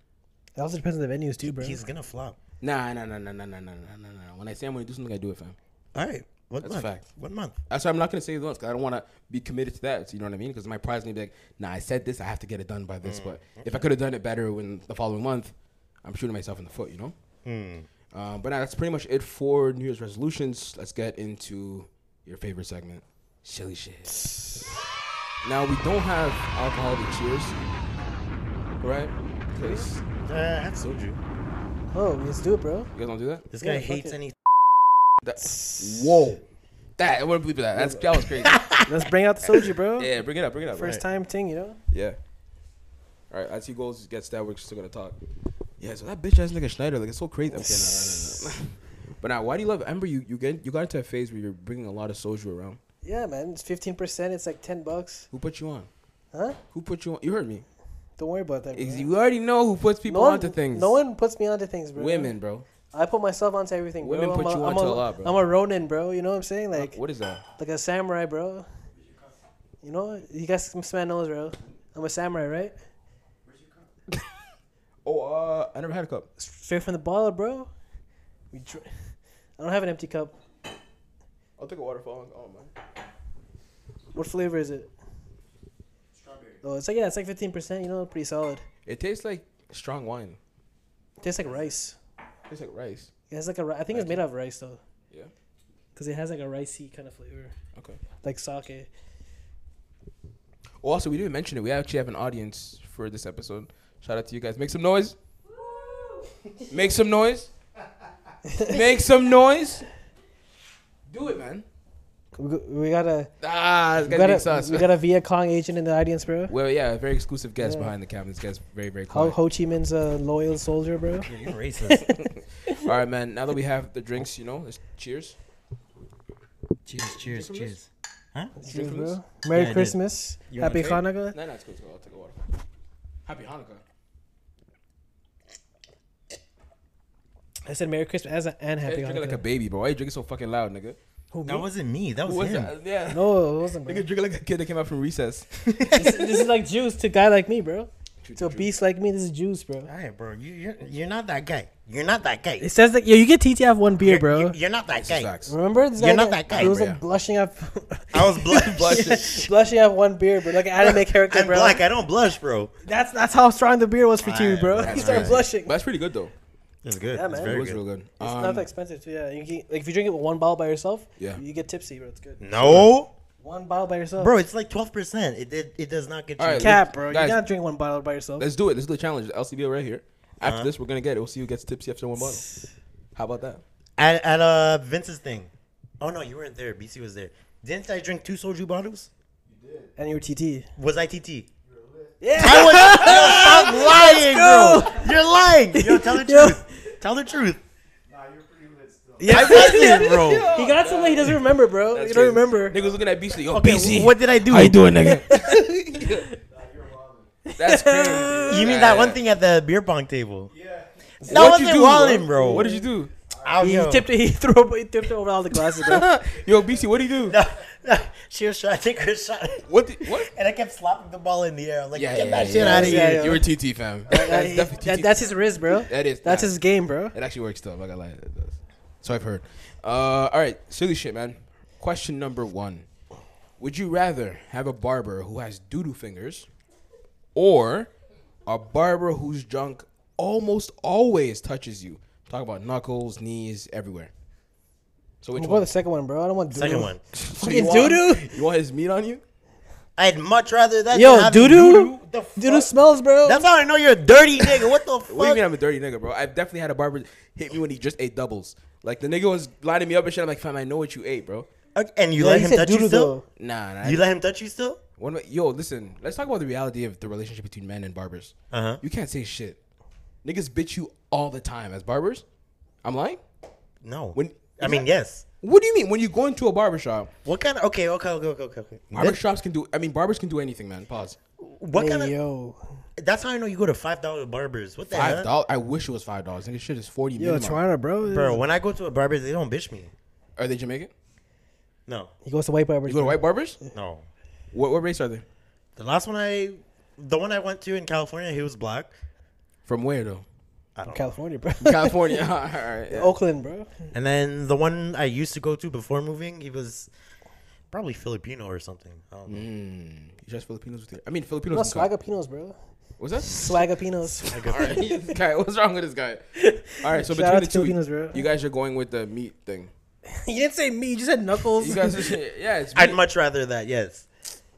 Speaker 2: It also depends on the venues too, bro.
Speaker 4: He's gonna flop.
Speaker 1: Nah, nah, nah, nah, nah, nah, nah, nah, nah, nah. When I say I'm gonna do something, I do it, fam.
Speaker 4: All right. What
Speaker 1: That's
Speaker 4: month?
Speaker 1: a fact.
Speaker 4: What month?
Speaker 1: That's why I'm not gonna say the month 'cause I don't want to be committed to that. You know what I mean? Because my pride's gonna be like, nah, I said this, I have to get it done by this.
Speaker 4: Mm,
Speaker 1: but if I
Speaker 4: okay.
Speaker 1: could have done it better when the following month, I'm shooting myself in the foot. You know.
Speaker 4: Hmm.
Speaker 1: Uh, but nah, that's pretty much it for New Year's resolutions. Let's get into your favorite segment, silly
Speaker 4: *laughs*
Speaker 1: shit. now we don't have alcoholic cheers, right? 'Cause
Speaker 4: Uh, I have soju.
Speaker 2: Oh, let's do it, bro.
Speaker 1: you guys don't do that.
Speaker 4: This guy
Speaker 2: Yeah, fuck
Speaker 4: hates
Speaker 2: it.
Speaker 4: any.
Speaker 1: That, whoa, that I wouldn't believe that. That's that was
Speaker 4: *laughs*
Speaker 1: crazy.
Speaker 2: *laughs* Let's bring out the soju, bro.
Speaker 1: yeah, bring it up, bring it up.
Speaker 2: First time thing, you know.
Speaker 1: Yeah. All right, as he goes, gets that. We're still gonna talk. Yeah, so that bitch ass nigga Schneider, like it's so crazy. Okay, no, no, no, no. *laughs* but now, why do you love Ember? You you get you got into a phase where you're bringing a lot of soju around.
Speaker 2: Yeah, man. It's fifteen percent. It's like ten bucks.
Speaker 1: Who put you on?
Speaker 2: Huh?
Speaker 1: Who put you on? You heard me.
Speaker 2: Don't worry about that. Bro.
Speaker 1: Ex- You already know who puts people
Speaker 2: no
Speaker 1: onto
Speaker 2: one,
Speaker 1: things.
Speaker 2: No one puts me onto things, bro.
Speaker 1: Women, bro.
Speaker 2: I put myself onto everything.
Speaker 1: Women
Speaker 2: bro.
Speaker 1: put
Speaker 2: I'm
Speaker 1: you
Speaker 2: a, I'm
Speaker 1: onto a lot, bro.
Speaker 2: I'm a Ronin, bro. You know what I'm saying? Like
Speaker 1: What is that?
Speaker 2: like a samurai, bro. You know, you guys can smell nose, bro. I'm a samurai, right?
Speaker 1: Oh, uh, I never had a cup.
Speaker 2: Straight from the bottle, bro. We dr- I don't have an empty cup.
Speaker 1: I'll take a waterfall. Oh man.
Speaker 2: What flavor is it? Strawberry. Oh, it's like yeah, it's like fifteen percent. You know, pretty solid.
Speaker 1: It tastes like strong wine.
Speaker 2: tastes like rice.
Speaker 1: It tastes like rice.
Speaker 2: It has like a ri- I think it's made out of rice though,
Speaker 1: Yeah.
Speaker 2: because it has like a ricey kind of flavor,
Speaker 1: Okay.
Speaker 2: like sake.
Speaker 1: Oh, also, we didn't mention it. We actually have an audience for this episode. Shout out to you guys. Make some noise. Make some noise. Make some noise. Do it, man.
Speaker 2: We go- we got a
Speaker 1: Ah, it's
Speaker 2: we
Speaker 1: gonna
Speaker 2: got
Speaker 1: be
Speaker 2: a,
Speaker 1: sus.
Speaker 2: we got a Viet Cong agent in the audience, bro.
Speaker 1: Well, yeah, a very exclusive guest
Speaker 2: Yeah.
Speaker 1: behind the camera. This guy's very, very
Speaker 2: Ho,
Speaker 1: cool.
Speaker 2: Ho Chi Minh's a loyal soldier, bro.
Speaker 4: You're racist.
Speaker 1: All right, man. Now that we have the drinks, you know, let's cheers.
Speaker 4: cheers, cheers, cheers. Huh?
Speaker 2: Cheers,
Speaker 1: from this?
Speaker 2: bro. Merry
Speaker 4: Yeah, I did.
Speaker 2: Christmas.
Speaker 4: You
Speaker 2: Happy
Speaker 1: wanna
Speaker 2: Hanukkah.
Speaker 1: No, no, it's cool. It's cool. I'll take a water. Happy Hanukkah.
Speaker 2: I said Merry Christmas as a, and
Speaker 1: Hey,
Speaker 2: Happy
Speaker 1: you drinking
Speaker 2: Hanukkah.
Speaker 1: like a baby, bro. Why you drinking so fucking loud, nigga?
Speaker 2: Who, me?
Speaker 4: That wasn't me. That
Speaker 1: Who
Speaker 4: was him.
Speaker 1: that? Yeah.
Speaker 2: no, it wasn't, bro.
Speaker 1: Nigga drinking like a kid that came out from recess.
Speaker 2: this, this is like juice to a guy like me, bro.
Speaker 1: True,
Speaker 2: To a
Speaker 1: true.
Speaker 2: beast like me, this is juice, bro.
Speaker 4: All right, bro. You, you're you're not that guy. You're not that guy.
Speaker 2: It says that yo, you get TTF one beer, bro.
Speaker 4: You're, you're not that guy.
Speaker 1: Facts.
Speaker 2: Remember this guy?
Speaker 4: You're not
Speaker 2: got-
Speaker 4: that guy,
Speaker 2: He was
Speaker 1: bro.
Speaker 2: like blushing up, *laughs*
Speaker 4: I was *laughs* blush. blush.
Speaker 2: blushing up one beer, bro. Like an
Speaker 1: *laughs*
Speaker 2: anime character,
Speaker 4: I'm
Speaker 2: bro.
Speaker 4: black. I don't blush, bro.
Speaker 2: That's that's how strong the beer was for two,
Speaker 4: Alright,
Speaker 2: bro.
Speaker 4: that's
Speaker 2: *laughs* He started
Speaker 4: crazy.
Speaker 2: blushing.
Speaker 1: But that's pretty good though.
Speaker 4: That's good.
Speaker 2: Yeah,
Speaker 4: That's
Speaker 2: man.
Speaker 1: it
Speaker 4: very
Speaker 1: was
Speaker 4: good.
Speaker 1: real good.
Speaker 2: It's
Speaker 1: Um,
Speaker 2: not that expensive too. Yeah, you can, like if you drink it with one bottle by yourself,
Speaker 1: Yeah.
Speaker 2: you get tipsy, bro. It's good.
Speaker 4: No,
Speaker 2: One bottle by yourself,
Speaker 4: bro. It's like twelve percent. It, it it does not get you.
Speaker 1: All right,
Speaker 2: Cap, bro.
Speaker 1: Guys.
Speaker 2: you gotta drink one bottle by yourself.
Speaker 1: Let's do it. Let's do the challenge. The LCBO right here. After
Speaker 4: Uh-huh.
Speaker 1: this, we're gonna get it. We'll see who gets tipsy after one bottle. How about that?
Speaker 4: At at uh Vince's thing. Oh no, you weren't there. BC was there. Didn't I drink two soju bottles?
Speaker 2: And your TT.
Speaker 4: Was I TT?
Speaker 2: Yeah.
Speaker 4: I was.
Speaker 2: *laughs*
Speaker 4: yo, stop lying, bro. You're lying. Yo, tell the
Speaker 2: Yo.
Speaker 4: truth. Tell the truth.
Speaker 2: Yeah,
Speaker 4: wasn't,
Speaker 2: *laughs*
Speaker 4: bro.
Speaker 2: he got something he doesn't remember, bro. you don't remember.
Speaker 1: Niggas looking at BC. Yo,
Speaker 4: Okay,
Speaker 1: BC.
Speaker 4: what did I do?
Speaker 1: How you doing, nigga? *laughs* That's crazy. *laughs*
Speaker 4: You mean that one thing at the beer pong table? Yeah.
Speaker 1: What'd
Speaker 4: That
Speaker 1: you
Speaker 4: wasn't
Speaker 1: do,
Speaker 4: walling, bro.
Speaker 1: What did you do? *laughs*
Speaker 4: Ow,
Speaker 2: He
Speaker 4: yo. *laughs*
Speaker 2: tipped it. He threw. up- He tipped it over all the glasses, bro.
Speaker 1: Yo, BC, what do you do?
Speaker 4: she was trying to take her shot,
Speaker 1: What? The, what?
Speaker 4: and I kept slapping the ball in the air. I'm like,
Speaker 1: Yeah,
Speaker 4: get
Speaker 1: yeah,
Speaker 4: that
Speaker 1: yeah,
Speaker 4: shit
Speaker 1: yeah.
Speaker 4: out of
Speaker 2: Yeah,
Speaker 4: here.
Speaker 2: yeah.
Speaker 1: You were TT fam. That's definitely
Speaker 2: That-
Speaker 1: TT.
Speaker 2: that's his wrist, bro.
Speaker 1: That is.
Speaker 2: That's
Speaker 1: nah.
Speaker 2: his game, bro.
Speaker 1: It actually works though. I'm not gonna lie. It does. So I've heard. Uh, all right, silly shit, man. Question number one: Would you rather have a barber who has doodoo fingers, or a barber whose junk almost always touches you? Talk about knuckles, knees, everywhere. So which
Speaker 2: I'm
Speaker 1: one?
Speaker 2: going the second one, bro. I don't want doo-doo.
Speaker 4: Second one.
Speaker 2: Fucking doo-doo.
Speaker 1: *laughs* You want his meat on you?
Speaker 4: I'd much rather that. than
Speaker 2: Yo,
Speaker 4: having
Speaker 2: doo-doo.
Speaker 4: The fuck?
Speaker 2: Doo-doo smells, bro.
Speaker 4: That's how I know you're
Speaker 1: *laughs*
Speaker 4: a dirty nigga. What the fuck?
Speaker 1: What do you mean I'm a dirty nigga, bro? I've definitely had a barber hit me when he just ate doubles. Like the nigga was lining me up and shit. I'm like, fam, I know what you ate, bro.
Speaker 4: Okay, and you
Speaker 2: Yeah,
Speaker 4: let
Speaker 2: he
Speaker 4: him
Speaker 2: said
Speaker 4: touch you
Speaker 2: doo-doo,
Speaker 4: still?
Speaker 2: though.
Speaker 1: Nah, nah. I
Speaker 4: You let him touch you still?
Speaker 1: What about, yo, listen, let's talk about the reality of the relationship between men and barbers.
Speaker 4: Uh-huh.
Speaker 1: You can't say shit. Niggas bitch you all the time as barbers. I'm lying?
Speaker 4: No.
Speaker 1: When-
Speaker 4: I mean, yes.
Speaker 1: What do you mean? When you go into a barbershop,
Speaker 4: What kind of? Okay, okay, okay, okay, okay, okay. That-
Speaker 1: barbershops can do, I mean, barbers can do anything, man. Pause.
Speaker 4: what
Speaker 2: Hey,
Speaker 4: kind of?
Speaker 2: yo,
Speaker 4: That's how I know you go to five dollar barbers. What the
Speaker 1: Five
Speaker 4: hell,
Speaker 1: dollars. I wish it was five dollars. Nigga, shit is 40
Speaker 2: yo,
Speaker 1: minimum.
Speaker 2: Toronto, bro.
Speaker 4: bro? When I go to a barber, they don't bitch me.
Speaker 1: Are they Jamaican?
Speaker 4: No,
Speaker 2: He goes to white barbers.
Speaker 1: You go to white barbers?
Speaker 4: no.
Speaker 1: What, what race are they?
Speaker 4: The last one I, the one I went to in California, he was black.
Speaker 1: From where, though?
Speaker 4: I don't know.
Speaker 2: California, bro.
Speaker 1: *laughs* California, all right, yeah.
Speaker 2: Oakland, bro.
Speaker 4: And then the one I used to go to before moving, he was probably Filipino or something. I don't know.
Speaker 1: Mm. just Filipinos with Hmm. you. I mean,
Speaker 2: No,
Speaker 1: Filipinos. can come.
Speaker 2: Swagapinos, bro.
Speaker 1: What's that?
Speaker 2: Swagapinos.
Speaker 1: All right, *laughs* guy, what's wrong with this
Speaker 2: *laughs*
Speaker 1: guy? All right, so
Speaker 2: Shout
Speaker 1: between
Speaker 2: out
Speaker 1: the
Speaker 2: to
Speaker 1: two,
Speaker 2: Filipinos, bro.
Speaker 1: you guys are going with the meat thing.
Speaker 2: you didn't say me. You just said knuckles.
Speaker 1: You guys, are, yeah, it's
Speaker 4: *laughs* I'd
Speaker 1: meat.
Speaker 4: much rather that. Yes.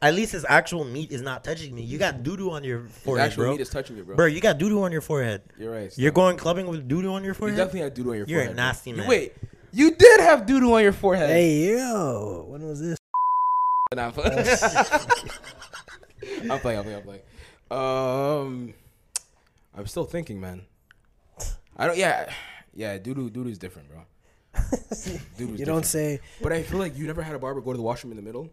Speaker 4: At least his actual meat is not touching me. You got doo doo on your forehead,
Speaker 1: actual
Speaker 4: bro.
Speaker 1: meat is touching you, bro.
Speaker 4: you got doo doo on your forehead.
Speaker 1: You're right,
Speaker 4: You're going clubbing with doo doo on your
Speaker 1: You
Speaker 4: forehead.
Speaker 1: definitely had doodle on your
Speaker 4: You're a
Speaker 1: forehead.
Speaker 4: nasty
Speaker 1: You-
Speaker 4: man.
Speaker 1: Wait, you did have doodle on your forehead.
Speaker 2: hey yo, when was this?
Speaker 1: *laughs* Nah, *laughs* I'm playing. I'm playing. I'm playing. I'm playing. Um, I'm still thinking, man. I don't. Yeah, yeah. Doodoo, doodoo is different,
Speaker 4: *laughs*
Speaker 1: bro. Doodoo's
Speaker 2: You don't
Speaker 1: different.
Speaker 2: say.
Speaker 1: But I feel like you never had a barber go to the washroom in the
Speaker 4: *laughs*
Speaker 1: middle.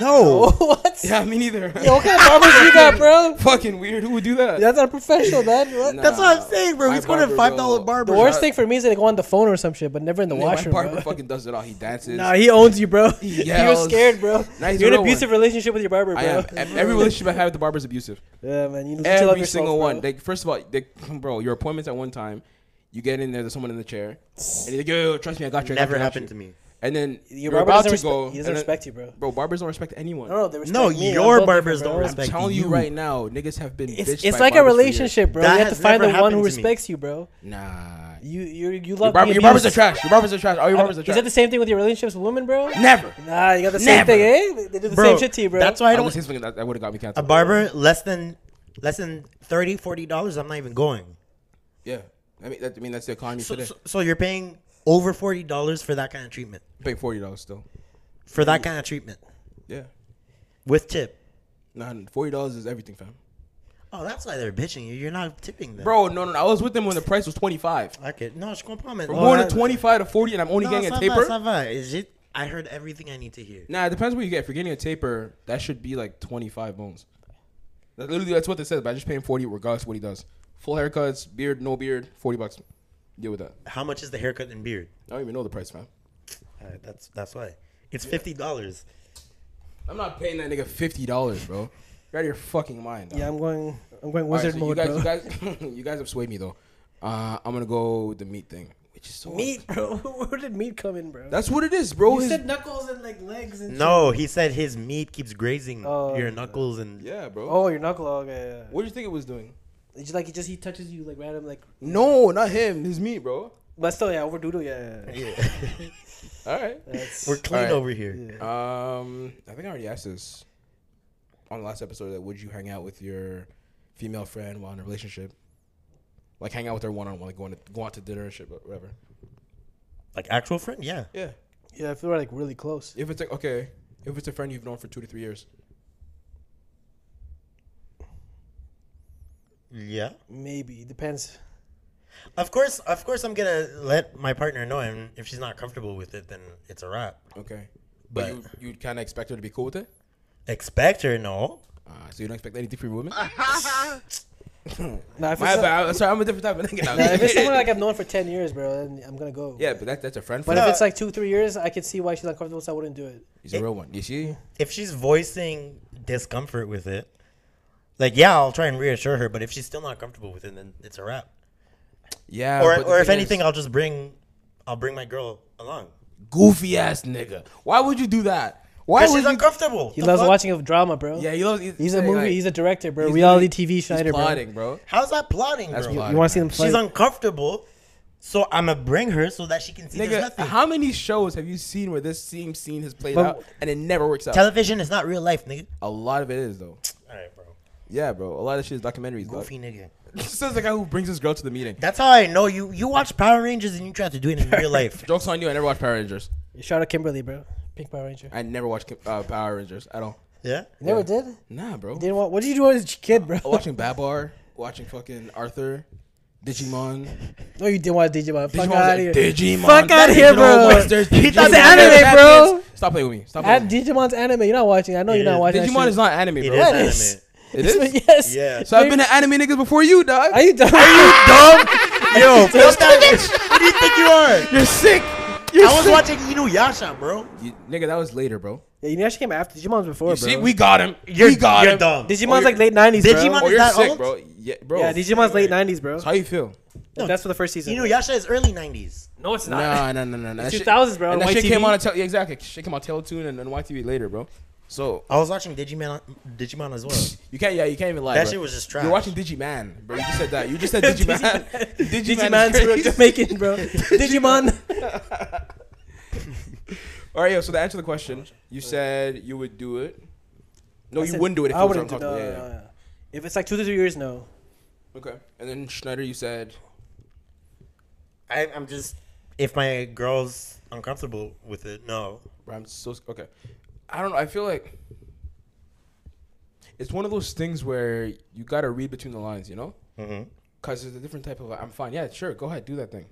Speaker 4: No.
Speaker 2: what?
Speaker 1: Yeah, me neither.
Speaker 2: Yo, what kind of barbers you got, bro?
Speaker 1: *laughs* Fucking weird. Who would do that?
Speaker 2: That's not professional, man. What?
Speaker 1: Nah,
Speaker 4: That's what I'm saying, bro.
Speaker 1: my
Speaker 4: He's going to
Speaker 1: barber
Speaker 4: five dollar
Speaker 1: will-
Speaker 4: barber.
Speaker 2: The worst thing for me is that they go on the phone or some shit, but never in the
Speaker 1: Yeah,
Speaker 2: washroom.
Speaker 1: My barber
Speaker 2: bro.
Speaker 1: fucking does it all. He dances.
Speaker 2: Nah, he owns you, bro. You're
Speaker 1: yells.
Speaker 2: scared, bro.
Speaker 1: Nah, he's
Speaker 2: You're in
Speaker 1: the
Speaker 2: an
Speaker 1: real
Speaker 2: abusive relationship with your barber, bro.
Speaker 1: I am. Ev- Every relationship I have with the barber is abusive.
Speaker 2: yeah, man. You need to chill out
Speaker 1: Every
Speaker 2: yourself,
Speaker 1: single
Speaker 2: bro.
Speaker 1: one. They, first of all, they, *clears throat* bro, your appointments at one time. You get in there, there's someone in the chair, and you're like, yo, yo, yo, trust me, I got you. I got
Speaker 4: Never
Speaker 1: you, I got
Speaker 4: happened
Speaker 1: you.
Speaker 4: to me.
Speaker 1: And then
Speaker 2: Your
Speaker 1: you're
Speaker 2: barber
Speaker 1: about
Speaker 2: doesn't,
Speaker 1: to
Speaker 2: respect,
Speaker 1: go.
Speaker 2: He
Speaker 1: and
Speaker 2: doesn't
Speaker 1: then-
Speaker 2: respect you, bro.
Speaker 1: Bro, barbers don't respect anyone.
Speaker 2: No, no, they respect
Speaker 4: No,
Speaker 2: me. I'm
Speaker 4: your
Speaker 2: built
Speaker 4: barbers
Speaker 2: different,
Speaker 4: don't
Speaker 2: bro.
Speaker 1: I'm
Speaker 4: respect
Speaker 1: telling you
Speaker 4: you.
Speaker 1: right now, niggas have been.
Speaker 2: It's,
Speaker 1: bitched
Speaker 2: it's
Speaker 1: by
Speaker 2: like a
Speaker 1: barbers for years.
Speaker 2: relationship, bro.
Speaker 4: That
Speaker 2: you have to
Speaker 4: has
Speaker 2: find the
Speaker 4: never
Speaker 2: one
Speaker 4: happened
Speaker 2: who
Speaker 4: to me.
Speaker 2: respects you, bro.
Speaker 1: Nah.
Speaker 2: You you you
Speaker 1: Your,
Speaker 2: love.
Speaker 1: barber,
Speaker 2: being
Speaker 1: your barbers are
Speaker 2: abused.
Speaker 1: trash. Your barbers are trash. All your
Speaker 2: I-
Speaker 1: barbers are
Speaker 2: Is that the
Speaker 1: trash.
Speaker 2: same thing with your relationships with women, bro?
Speaker 1: Never.
Speaker 2: Nah, you got the same
Speaker 1: Never.
Speaker 2: thing, eh? They do the same shit to you, bro.
Speaker 4: That's why I
Speaker 1: I
Speaker 4: don't.
Speaker 1: don't. That would have got me
Speaker 4: A
Speaker 1: canceled.
Speaker 4: barber less than less than 30 dollars. I'm not even going.
Speaker 1: Yeah. I mean, that, I mean that's the economy
Speaker 4: So,
Speaker 1: today.
Speaker 4: so, so you're paying over forty dollars for that kind of treatment.
Speaker 1: Pay forty dollars still.
Speaker 4: For that kind of treatment
Speaker 1: Yeah.
Speaker 4: with tip.
Speaker 1: Nah, forty dollars is everything, fam.
Speaker 4: Oh, that's why they're bitching you. You're not tipping them.
Speaker 1: Bro, no, no, no. I was with them when the price was twenty five.
Speaker 4: I could no. Je comprends, man.
Speaker 1: From
Speaker 4: Oh,
Speaker 1: going
Speaker 4: that-
Speaker 1: to twenty five to forty, and I'm only
Speaker 4: No,
Speaker 1: getting
Speaker 4: ça
Speaker 1: a
Speaker 4: va,
Speaker 1: taper.
Speaker 4: ça va. Is it? I heard everything I need to hear.
Speaker 1: Nah, it depends what you get. If you're getting a taper, that should be like 25 bones. That, literally, that's what they said. But I just pay him 40 regardless of what he does. Full haircuts, beard, no beard, 40 bucks. Deal with that.
Speaker 4: How much is the haircut and beard?
Speaker 1: I don't even know the price, man.
Speaker 4: Uh, that's that's why. It's fifty dollars.
Speaker 1: I'm not paying that nigga fifty dollars, bro. You're out of your fucking mind. dog.
Speaker 2: Yeah, I'm going. I'm going
Speaker 1: All right,
Speaker 2: wizard
Speaker 1: so
Speaker 2: mode,
Speaker 1: you
Speaker 2: bro.
Speaker 1: guys, You guys, *laughs* you guys have swayed me though. Uh, I'm gonna go with the meat thing, which is so
Speaker 2: Meat, bro. Where did meat come in, bro?
Speaker 1: That's what it is, bro.
Speaker 2: you
Speaker 1: Oh, His-
Speaker 2: said knuckles and like legs and
Speaker 4: No, he said his meat keeps grazing
Speaker 2: Oh.
Speaker 4: your knuckles and.
Speaker 1: yeah, bro.
Speaker 2: Shit. Oh, your knuckle. Okay. Yeah.
Speaker 1: What do you think it was doing?
Speaker 2: It's just like he just he touches you like random like.
Speaker 1: No, not him. His meat, bro.
Speaker 2: But still, yeah, over doodle, yeah. yeah, yeah.
Speaker 1: *laughs* All right.
Speaker 2: That's,
Speaker 4: We're clean
Speaker 1: Alright.
Speaker 4: over here.
Speaker 1: Um, I think I already asked this on the last episode. That would you hang out with your female friend while in a relationship? Like hang out with her one on one, like going to go out to dinner and shit, but whatever.
Speaker 4: Like actual friend, yeah.
Speaker 1: Yeah.
Speaker 2: *laughs* yeah, if they were like really close.
Speaker 1: If it's like okay, if it's a friend you've known for two to three years,
Speaker 4: Yeah.
Speaker 2: Maybe depends.
Speaker 4: Of course, of course, I'm gonna let my partner know, and if she's not comfortable with it, then it's a wrap.
Speaker 1: okay. But,
Speaker 4: But
Speaker 1: you you'd kind of expect her to be cool with it.
Speaker 4: expect her no.
Speaker 1: Uh, so you don't expect anything from your woman.
Speaker 2: Nah, if,
Speaker 1: My
Speaker 2: it's,
Speaker 1: bad. I'm sorry, I'm Ah, a different type of nigga *laughs*
Speaker 2: nah, if it's
Speaker 1: now.
Speaker 2: someone like I've known for ten years, bro, then I'm gonna go.
Speaker 1: yeah, but that, that's a friend.
Speaker 2: But
Speaker 1: for
Speaker 2: if
Speaker 1: you.
Speaker 2: it's like two, three years, I could see why she's uncomfortable, so I wouldn't do it.
Speaker 1: he's a real one. You see?
Speaker 4: If she's voicing discomfort with it, like yeah, I'll try and reassure her. But if she's still not comfortable with it, then it's a wrap.
Speaker 1: Yeah.
Speaker 4: or
Speaker 1: but the
Speaker 4: or if
Speaker 1: thing
Speaker 4: anything,
Speaker 1: is,
Speaker 4: I'll just bring, I'll bring my girl along.
Speaker 1: goofy ass nigga. Why would you do that? Why
Speaker 4: Because
Speaker 1: would
Speaker 4: she's
Speaker 1: you?
Speaker 4: uncomfortable.
Speaker 2: He
Speaker 4: The
Speaker 2: loves
Speaker 4: fuck?
Speaker 2: watching a drama, bro.
Speaker 1: yeah, you know,
Speaker 2: He's a movie. he's a director, bro.
Speaker 1: He's
Speaker 2: Reality
Speaker 1: literally-
Speaker 2: TV Schneider,
Speaker 1: he's
Speaker 2: bro.
Speaker 1: plotting, bro.
Speaker 4: How's that plotting,
Speaker 1: That's
Speaker 4: bro?
Speaker 1: plotting.
Speaker 2: You want to see them play?
Speaker 4: She's uncomfortable, so I'm gonna bring her so that she can see there's
Speaker 1: Nigga,
Speaker 4: nothing.
Speaker 1: how many shows have you seen where this same scene has played
Speaker 2: But-
Speaker 1: out and it never works out?
Speaker 4: Television is not real life, nigga.
Speaker 1: a lot of it is though.
Speaker 4: All right, bro.
Speaker 1: Yeah, bro. A lot of shit is documentaries. dog. *laughs*
Speaker 4: Goofy nigga.
Speaker 1: This is the guy who brings his girl to the meeting.
Speaker 4: That's how I know you. You watch Power Rangers and you try to do it in
Speaker 1: *laughs*
Speaker 4: real life.
Speaker 1: Jokes on you. I never watched Power Rangers.
Speaker 2: Shout out Kimberly, bro. Pink Power Ranger.
Speaker 1: I never watched uh, Power Rangers at all.
Speaker 4: Yeah.
Speaker 2: You never did.
Speaker 1: Nah, bro.
Speaker 2: Didn't wa- what did you do as a
Speaker 1: *laughs*
Speaker 2: kid, bro?
Speaker 1: watching Babar, watching fucking Arthur, Digimon.
Speaker 2: No, you didn't watch
Speaker 1: Digimon,
Speaker 2: Digimon. Fuck
Speaker 1: was
Speaker 2: out
Speaker 1: like,
Speaker 2: of here.
Speaker 1: Digimon.
Speaker 2: Fuck outta here,
Speaker 1: Digital
Speaker 2: bro.
Speaker 1: Monsters,
Speaker 2: He
Speaker 1: Digimon
Speaker 2: thought the anime,
Speaker 1: champions."
Speaker 2: bro.
Speaker 1: Stop playing with me. Stop playing
Speaker 2: At
Speaker 1: with me.
Speaker 2: Digimon's anime. You're not watching. I know
Speaker 4: It
Speaker 2: you're not
Speaker 4: is.
Speaker 2: watching. that
Speaker 1: Digimon
Speaker 2: shit. *laughs*
Speaker 1: is not anime, bro.
Speaker 4: It is.
Speaker 2: What
Speaker 4: anime.
Speaker 2: is-
Speaker 1: It is?
Speaker 2: yes.
Speaker 4: Yeah.
Speaker 1: So I've been an anime niggas before you, dog.
Speaker 2: *laughs* Are you dumb? Are *laughs* you dumb?
Speaker 4: Yo, what do you think
Speaker 1: *laughs*
Speaker 4: you are?
Speaker 1: You're sick. You're
Speaker 4: I was
Speaker 1: sick.
Speaker 4: watching Inuyasha, bro.
Speaker 1: You, nigga, that was later, bro.
Speaker 2: yeah, you know she came after Digimon's before,
Speaker 1: You
Speaker 2: bro.
Speaker 1: see, we got him.
Speaker 4: You're,
Speaker 1: we got
Speaker 4: you're
Speaker 1: him.
Speaker 4: dumb.
Speaker 2: Digimon's
Speaker 1: Oh,
Speaker 2: like late '90s,
Speaker 4: Digimon-
Speaker 2: bro.
Speaker 1: Oh,
Speaker 4: Is
Speaker 1: you're
Speaker 4: that
Speaker 1: sick,
Speaker 4: old?
Speaker 1: bro. Yeah, bro.
Speaker 2: Yeah, Digimon's late '90s, bro.
Speaker 1: So how you feel?
Speaker 2: No, that's for the first season.
Speaker 4: Inuyasha is early '90s.
Speaker 2: No, it's
Speaker 1: *laughs*
Speaker 2: *laughs*
Speaker 1: Nah,
Speaker 2: not.
Speaker 1: nah, nah, nah. nah. That
Speaker 2: It's
Speaker 1: shit-
Speaker 2: 2000s, bro.
Speaker 1: And that shit
Speaker 2: YTV.
Speaker 1: came on. A tel- yeah, exactly. Shit came on Teletoon and, and YTV later, bro. So
Speaker 4: I was watching Digimon, Digimon as well.
Speaker 1: You can't. Yeah, you can't even lie.
Speaker 4: That
Speaker 1: bro.
Speaker 4: shit was just
Speaker 1: You're
Speaker 4: trash.
Speaker 1: watching Digimon, bro. You just said that. You just
Speaker 2: *laughs*
Speaker 1: said Digimon. *laughs* Digimon
Speaker 2: Digimon's
Speaker 1: is
Speaker 2: real
Speaker 1: crazy. *laughs*
Speaker 2: Jamaican, bro. Digimon.
Speaker 1: All right, yo. So to answer the question, you said you would do it. No,
Speaker 2: I
Speaker 1: you
Speaker 2: said
Speaker 1: wouldn't do it. If
Speaker 2: I
Speaker 1: it was
Speaker 2: wouldn't do no,
Speaker 1: uncomfortable.
Speaker 2: no,
Speaker 1: Yeah,
Speaker 2: no, no. If it's like two to three years, no. *laughs*
Speaker 1: yeah. Okay. And then Schneider, you said
Speaker 4: I, I'm just if my girl's uncomfortable with it, no.
Speaker 1: Bro, I'm so sc- okay. I don't know. I feel like it's one of those things where you gotta read between the lines, you know?
Speaker 4: Mhm.
Speaker 1: Because it's a different type of. I'm fine. Yeah, sure. Go ahead, do that thing.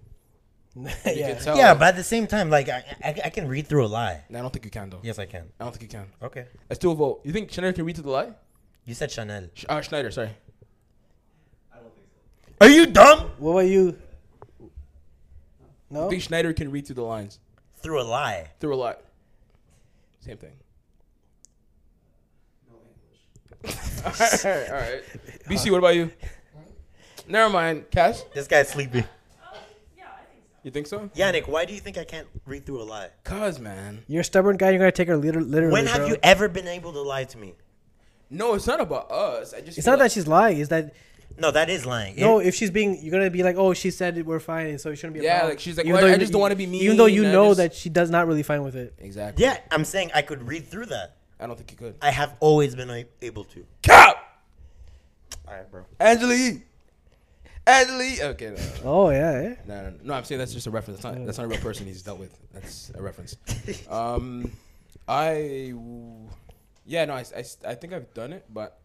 Speaker 1: You
Speaker 2: Yeah.
Speaker 1: can tell.
Speaker 4: yeah, but at the same time, like I, I, I can read through a lie.
Speaker 1: No, I don't think you can though.
Speaker 4: Yes, I can.
Speaker 1: I don't think you can.
Speaker 4: Okay.
Speaker 1: Let's do a vote. You think Schneider can read to the lie?
Speaker 4: You said Chanel.
Speaker 1: Sh- uh, Schneider, sorry.
Speaker 4: Are you dumb?
Speaker 2: What about you? No.
Speaker 1: You think Schneider can read through the lines
Speaker 4: Through a lie.
Speaker 1: through a lot? Same thing. No English. *laughs* all right, all right. BC, what about you? Never mind. Cash,
Speaker 4: This guy's sleepy.
Speaker 1: you think so?
Speaker 4: Yannick, why do you think I can't read through a lie?
Speaker 1: Cause man,
Speaker 2: You're a stubborn guy. You're gonna take her liter- literally.
Speaker 4: When have
Speaker 2: bro.
Speaker 4: you ever been able to lie to me?
Speaker 1: no, it's not about us. I just
Speaker 2: It's
Speaker 1: feel
Speaker 2: not
Speaker 1: like-
Speaker 2: that she's lying. It's that
Speaker 4: No, that is lying.
Speaker 2: no.
Speaker 4: It-
Speaker 2: If she's being, you're gonna be like, oh, she said it, we're fine, and so it shouldn't be. A
Speaker 1: Yeah,
Speaker 2: problem.
Speaker 1: like, she's like,
Speaker 2: Even
Speaker 1: "Well,
Speaker 2: though
Speaker 1: I
Speaker 2: you-
Speaker 1: just don't wanna be
Speaker 2: Even though you
Speaker 1: mean, I
Speaker 2: know
Speaker 1: just-
Speaker 2: that she does not really fine with it.
Speaker 1: exactly.
Speaker 4: yeah, I'm saying I could read through that.
Speaker 1: I don't think you could.
Speaker 4: I have always been a- able to.
Speaker 1: Cap,
Speaker 4: All right, bro.
Speaker 1: Angela Yee. Angela Yee. Okay, no, no,
Speaker 2: Oh yeah. eh?
Speaker 1: no, no, no, no, I'm saying that's just a reference. That's not, that's not a real person he's dealt with. That's a reference. Um, I, w- yeah, no, I, s- I s- I think I've done it, but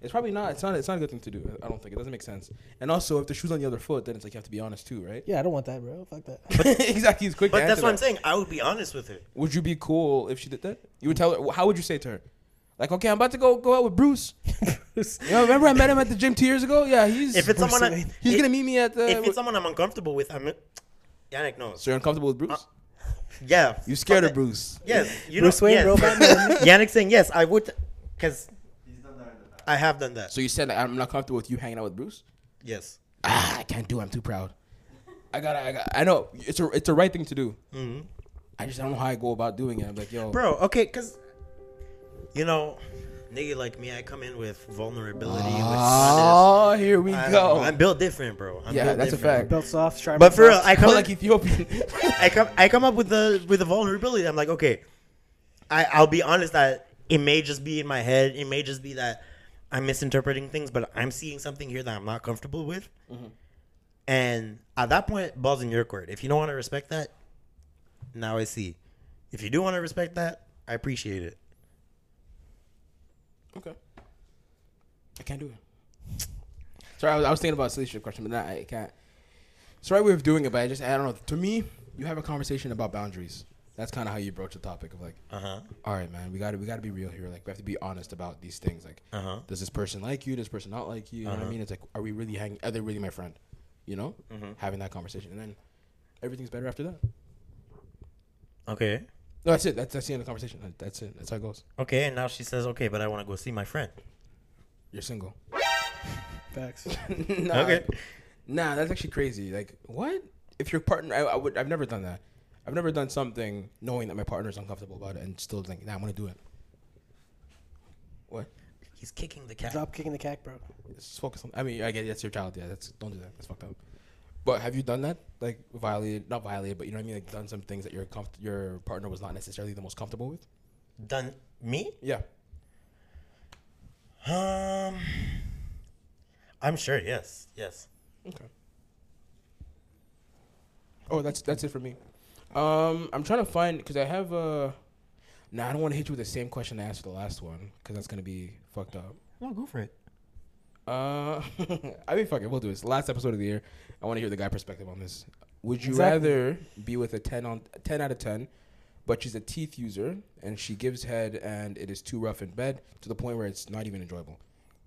Speaker 1: it's probably not. It's not. It's not a good thing to do. I don't think it doesn't make sense. And also, if the shoe's on the other foot, then it's like you have to be honest too, right?
Speaker 2: Yeah, I don't want that, bro. Fuck that.
Speaker 1: *laughs*
Speaker 2: *laughs*
Speaker 1: exactly. He's quick. to
Speaker 4: But
Speaker 1: answer
Speaker 4: that's what I'm
Speaker 1: that.
Speaker 4: saying. I would be honest with her.
Speaker 1: Would you be cool if she did that? You would tell her. How would you say to her? Like, okay, I'm about to go go out with
Speaker 4: *laughs*
Speaker 1: Bruce. You know, remember I met him at the gym two years ago? Yeah, he's
Speaker 4: If it's
Speaker 1: Bruce
Speaker 4: someone, I,
Speaker 1: Wayne. he's
Speaker 4: if-
Speaker 1: gonna meet me at the.
Speaker 4: if it's someone I'm uncomfortable with, I'm. Yannick knows.
Speaker 1: Uh, so you're uncomfortable with Bruce?
Speaker 4: Uh, Yeah.
Speaker 1: you scared of Bruce?
Speaker 4: Yes. You
Speaker 2: Bruce
Speaker 4: know,
Speaker 2: Wayne,
Speaker 4: yes.
Speaker 2: Robot Man.
Speaker 4: *laughs* Yannick saying yes. I would, because I have done that.
Speaker 1: So you said like, I'm not comfortable with you hanging out with Bruce?
Speaker 4: Yes.
Speaker 1: Ah, I can't do. it. I'm too proud. I gotta. I, got I know it's a it's a right thing to do. I just don't know how I go about doing it. I'm like, yo,
Speaker 4: Mm-hmm. Bro, okay, because, you know, nigga like me, I come in with vulnerability. with honest-
Speaker 1: oh, here we
Speaker 4: I don't
Speaker 1: go.
Speaker 4: know, I'm built different, bro. I'm
Speaker 1: yeah,
Speaker 4: built
Speaker 1: that's a
Speaker 4: different.
Speaker 1: fact.
Speaker 2: Built soft. try
Speaker 4: But
Speaker 2: my
Speaker 4: for real,
Speaker 2: best.
Speaker 4: I
Speaker 1: Call
Speaker 4: come,
Speaker 1: like Ethiopian.
Speaker 4: I come, I come up with the with the vulnerability. I'm like, okay, I I'll be honest that it may just be in my head. It may just be that I'm misinterpreting things, but I'm seeing something here that I'm not comfortable with. And at that point, balls in your court. If you don't want to respect that, now I see. If you do want to respect that, I appreciate it.
Speaker 1: Okay. I can't do it. Sorry, I was, I was thinking about a silly shit question, but nah, I can't. It's the right way of doing it, but I just, I don't know. To me, you have a conversation about boundaries. That's kind of how you broach the topic of like,
Speaker 4: Uh huh.
Speaker 1: all right, man, we got to we got to be real here. Like, we have to be honest about these things. Like,
Speaker 4: Uh-huh.
Speaker 1: does this person like you? Does this person not like you? You know what I mean? It's like, are we really hanging? Are they really my friend? You know, having that conversation, and then everything's better after that.
Speaker 4: Okay.
Speaker 1: No, that's it. That's that's the end of the conversation. That- That's it. That's how it goes.
Speaker 4: Okay. And now she says, okay, but I want to go see my friend.
Speaker 1: You're single.
Speaker 2: Facts.
Speaker 1: *laughs* Nah.
Speaker 4: Okay.
Speaker 1: Nah, that's actually crazy. Like, what if your partner? I, I would. I've never done that. I've never done something knowing that my partner's uncomfortable about it and still thinking, "Nah, I'm gonna do it." What?
Speaker 4: He's kicking the cat.
Speaker 2: Drop kicking the cack, bro.
Speaker 1: Just focus on. I mean, I get that's your child. Yeah, that's don't do that. That's fucked up. But have you done that? Like violated, not violated, but you know what I mean. Like done some things that your comf- your partner was not necessarily the most comfortable with.
Speaker 4: Done. Me?
Speaker 1: Yeah.
Speaker 4: Um, I'm sure. Yes, yes.
Speaker 1: Okay. Oh, that's that's it for me. Um, I'm trying to find because I have Uh, nah, I don't want to hit you with the same question I asked for the last one because that's gonna be fucked up.
Speaker 4: No, go for it.
Speaker 1: Uh, *laughs* I mean, fuck it, we'll do this. Last episode of the year, I want to hear the guy perspective on this. Would you
Speaker 2: Exactly.
Speaker 1: rather be with a ten on ten out of ten, but she's a teeth user and she gives head and it is too rough in bed to the point where it's not even enjoyable,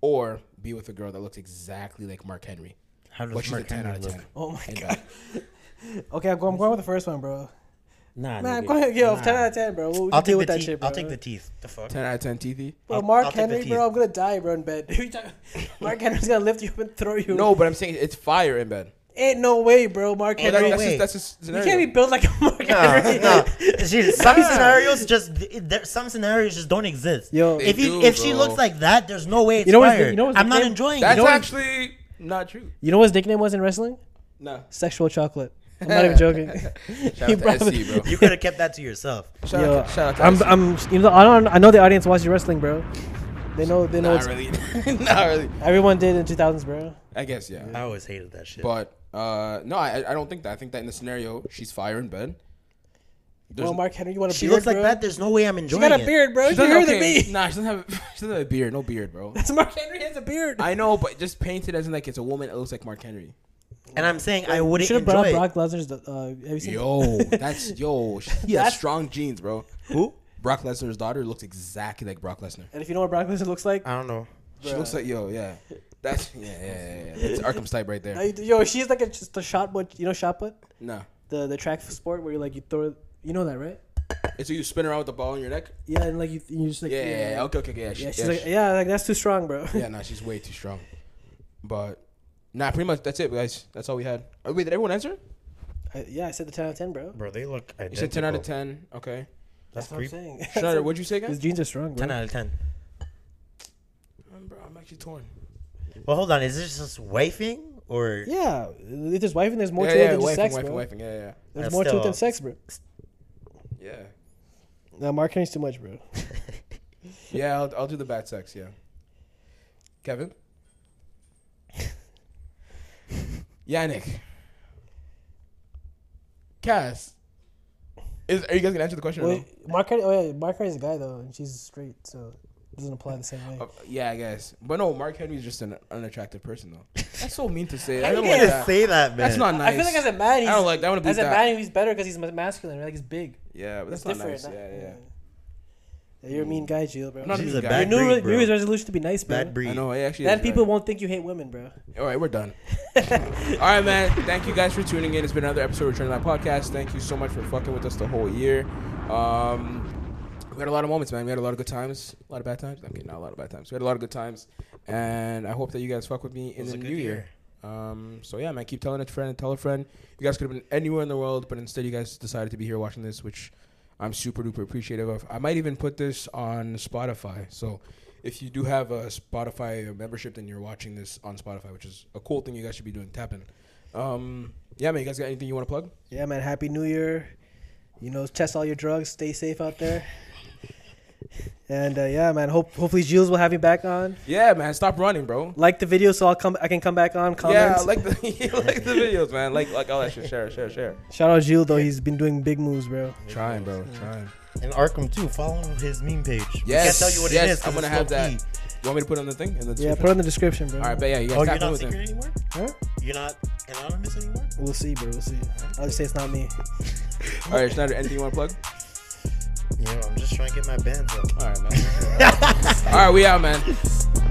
Speaker 1: or be with a girl that looks exactly like Mark Henry,
Speaker 4: How
Speaker 1: but
Speaker 4: does
Speaker 1: she's a
Speaker 4: Mark
Speaker 1: ten out
Speaker 4: Henry
Speaker 1: of
Speaker 4: look?
Speaker 1: ten.
Speaker 2: Oh my
Speaker 1: in
Speaker 2: god.
Speaker 1: bed?
Speaker 2: Okay, I'm going, I'm going with the first one, bro.
Speaker 4: Nah,
Speaker 2: Man,
Speaker 4: nigga.
Speaker 2: go ahead. Yo,
Speaker 4: Nah.
Speaker 2: 10 out of 10, bro. What would you
Speaker 4: I'll
Speaker 2: do
Speaker 4: take
Speaker 2: with
Speaker 4: the
Speaker 2: that
Speaker 4: teeth.
Speaker 2: shit, bro?
Speaker 4: I'll take the teeth. The fuck.
Speaker 1: Ten out of ten, teethy.
Speaker 2: Bro,
Speaker 4: I'll-
Speaker 2: Mark
Speaker 4: I'll take the
Speaker 2: Henry, bro,
Speaker 4: teeth.
Speaker 2: I'm gonna die, bro, in bed. *laughs* Who you talking- Mark Henry's gonna lift you up and throw you.
Speaker 1: No, but I'm saying it's fire in bed.
Speaker 2: ain't no way, bro. Mark
Speaker 1: Oh, that-
Speaker 2: Henry.
Speaker 1: that's just- that's just
Speaker 2: you
Speaker 1: scenario.
Speaker 2: can't be built like a *laughs* Mark Henry. *laughs*
Speaker 4: no, She- some
Speaker 2: Nah.
Speaker 4: scenarios just there, some scenarios just don't exist.
Speaker 2: Yo.
Speaker 4: if
Speaker 1: They
Speaker 4: you
Speaker 1: do,
Speaker 4: if she
Speaker 1: bro.
Speaker 4: looks like that, there's no way it's
Speaker 2: You know what's the-
Speaker 4: fire.
Speaker 2: you know what's the
Speaker 4: I'm not
Speaker 2: thing?
Speaker 4: enjoying.
Speaker 1: That's
Speaker 4: it. You know what's-
Speaker 1: actually not true.
Speaker 2: You know what his nickname was in wrestling?
Speaker 1: No.
Speaker 2: Sexual chocolate. I'm
Speaker 1: *laughs*
Speaker 2: not even joking. *laughs*
Speaker 1: Shout out to
Speaker 2: probably-
Speaker 1: SC, bro.
Speaker 4: you could have kept that to yourself.
Speaker 1: Shout,
Speaker 2: Yo,
Speaker 1: out, to- shout out to
Speaker 2: I'm,
Speaker 1: SC.
Speaker 2: I'm, you know, I don't, I know the audience watches wrestling, bro. They know, they know.
Speaker 1: not
Speaker 2: It's,
Speaker 1: really. *laughs* not really.
Speaker 2: Everyone did in 2000s, bro.
Speaker 1: I guess yeah.
Speaker 4: I always hated that shit.
Speaker 1: But uh, no, I, I don't think that. I think that in the scenario, she's fire in bed. There's-
Speaker 2: Bro, Mark Henry, you want a
Speaker 4: she
Speaker 2: beard,
Speaker 4: looks like
Speaker 2: bro?
Speaker 4: that. There's no way I'm
Speaker 2: She
Speaker 4: enjoying
Speaker 2: got a
Speaker 4: it.
Speaker 2: beard, bro.
Speaker 1: She
Speaker 2: She's
Speaker 1: doesn't-
Speaker 2: bigger than
Speaker 1: okay,
Speaker 2: *laughs* me.
Speaker 1: Nah, she doesn't have. *laughs* She doesn't have a beard. No beard, bro.
Speaker 2: That's Mark Henry has a beard.
Speaker 1: I know, but just painted as in like it's a woman. It looks like Mark Henry.
Speaker 4: and I'm saying I
Speaker 2: You
Speaker 4: wouldn't
Speaker 2: should have brought
Speaker 4: enjoy
Speaker 2: up
Speaker 4: it.
Speaker 2: Brock Lesnar's. Uh, have you seen
Speaker 1: Yo, that's yo.
Speaker 2: *laughs*
Speaker 1: She he has
Speaker 2: That's-
Speaker 1: strong genes, bro.
Speaker 4: Who?
Speaker 1: Brock Lesnar's daughter looks exactly like Brock Lesnar.
Speaker 2: And if you know what Brock Lesnar looks like,
Speaker 4: I don't know.
Speaker 1: She looks like yo, yeah. That's yeah, yeah, yeah. yeah. *laughs* That's Arkham's type right
Speaker 2: Uh,
Speaker 1: there.
Speaker 2: you- yo, she's like a, just a shot put. You know shot put,
Speaker 1: No,
Speaker 2: the the track sport where you like you throw. You know that, right?
Speaker 1: and so you spin around with the ball in your neck.
Speaker 2: Yeah, and like you, you just like
Speaker 1: Yeah, yeah, yeah. Okay, okay, okay, yeah. she-
Speaker 2: Yeah, she's
Speaker 1: yeah,
Speaker 2: like
Speaker 1: she-
Speaker 2: yeah, like that's too strong, bro.
Speaker 1: Yeah, no, she's way too strong. But nah, pretty much that's it, guys. That's all we had. Oh, wait, did everyone answer?
Speaker 2: *laughs* I, yeah, I said the ten out of ten, bro.
Speaker 4: Bro, they look.
Speaker 1: You said ten out of ten. Okay.
Speaker 4: That's
Speaker 2: That's what I'm
Speaker 4: creepy.
Speaker 2: saying. *laughs*
Speaker 1: Schneider, what'd you say,
Speaker 2: His
Speaker 1: guys?
Speaker 2: jeans are strong, bro.
Speaker 4: Ten out of ten.
Speaker 1: Um, Bro, I'm actually torn.
Speaker 4: Well, hold on. Is this just wifing or?
Speaker 2: Yeah, if there's wifing, there's more
Speaker 1: Yeah,
Speaker 2: to it
Speaker 1: yeah,
Speaker 2: than
Speaker 1: wifing,
Speaker 2: just sex,
Speaker 1: wifing,
Speaker 2: bro.
Speaker 1: wifing. Yeah,
Speaker 2: There's
Speaker 4: That's
Speaker 2: more to it
Speaker 4: still-
Speaker 2: than sex, bro.
Speaker 1: yeah, yeah.
Speaker 2: Now Mark Henry's too much, bro.
Speaker 1: Yeah, I'll, I'll do the bad sex. Yeah.
Speaker 2: *laughs*
Speaker 1: Kevin. Yannick. Cass. Is are you guys gonna answer the question? Or no?
Speaker 2: Wait, Mark Henry, oh yeah, Mark Henry's a guy though, and she's straight, so it doesn't apply the same way.
Speaker 1: Uh, yeah, I guess. But no, Mark Henry's just an unattractive person though. That's so mean to say.
Speaker 4: *laughs* I
Speaker 1: I
Speaker 4: didn't
Speaker 1: don't like that.
Speaker 4: say that, man.
Speaker 1: That's not nice.
Speaker 2: I feel like as a man, he's,
Speaker 1: I don't like that. I want to
Speaker 2: as
Speaker 1: bleep
Speaker 2: a
Speaker 1: that.
Speaker 2: man, he's better because he's ma- masculine, right? Like he's big.
Speaker 1: yeah, but that's
Speaker 2: It's
Speaker 1: not
Speaker 2: different.
Speaker 1: nice.
Speaker 2: not-
Speaker 1: Yeah, yeah.
Speaker 2: Yeah, You're a mean guy, Jill, bro.
Speaker 1: I'm not a
Speaker 4: She's
Speaker 1: mean
Speaker 4: a
Speaker 1: guy.
Speaker 4: bad
Speaker 2: Your new,
Speaker 4: breed,
Speaker 2: re- New Year's
Speaker 4: bro.
Speaker 2: resolution to be nice, bro.
Speaker 4: Bad breed.
Speaker 1: I know. It actually.
Speaker 2: Then
Speaker 1: is,
Speaker 2: people
Speaker 1: right.
Speaker 2: won't think you hate women, bro.
Speaker 1: All right, we're done. *laughs* All right, man. Thank you guys for tuning in. It's been another episode of Return to My Podcast. Thank you so much for fucking with us the whole year. Um, we had a lot of moments, man. We had a lot of good times, a lot of bad times. I'm kidding, not a lot of bad times. We had a lot of good times, and I hope that you guys fuck with me in
Speaker 4: was
Speaker 1: the
Speaker 4: a
Speaker 1: new
Speaker 4: good
Speaker 1: year. Um, so yeah, man, keep telling a friend and tell a friend. You guys could have been anywhere in the world, but instead you guys decided to be here watching this, which I'm super duper appreciative of. I might even put this on Spotify. So if you do have a Spotify membership, then you're watching this on Spotify, which is a cool thing you guys should be doing. Tapping. Um, yeah, man, you guys got anything you want to plug?
Speaker 2: Yeah, man. Happy New Year. You know, test all your drugs. Stay safe out there. and uh, yeah, man. Hope hopefully Jules will have you back on.
Speaker 1: Yeah, man, stop running, bro.
Speaker 2: Like the video, so I'll come. I can come back on. Comment.
Speaker 1: Yeah, like the *laughs* like the videos, man. Like like all that shit. Share, share, share.
Speaker 2: Shout out Jules though. He's been doing big moves, bro.
Speaker 1: Trying, bro. Trying.
Speaker 4: And Arkham too. Follow his meme page. We
Speaker 1: Yes,
Speaker 4: can't tell you what
Speaker 1: yes,
Speaker 4: it is. 'cause
Speaker 1: I'm gonna
Speaker 4: it's
Speaker 1: have
Speaker 4: low-key.
Speaker 1: that. You want me to put it on the thing? In the
Speaker 2: Yeah, put it in the description, bro.
Speaker 1: All right, but yeah, you guys
Speaker 4: Oh,
Speaker 1: tap
Speaker 4: you're
Speaker 1: in
Speaker 4: not
Speaker 1: with
Speaker 4: secret
Speaker 1: him.
Speaker 4: anymore.
Speaker 2: Huh?
Speaker 4: You're not anonymous anymore.
Speaker 2: We'll see, bro. We'll see. I'll just say it's not me.
Speaker 1: All right, Schneider, anything you want to plug?
Speaker 4: You know, I'm just trying to get my bands up.
Speaker 1: *laughs* All right, man. All right, we out, man.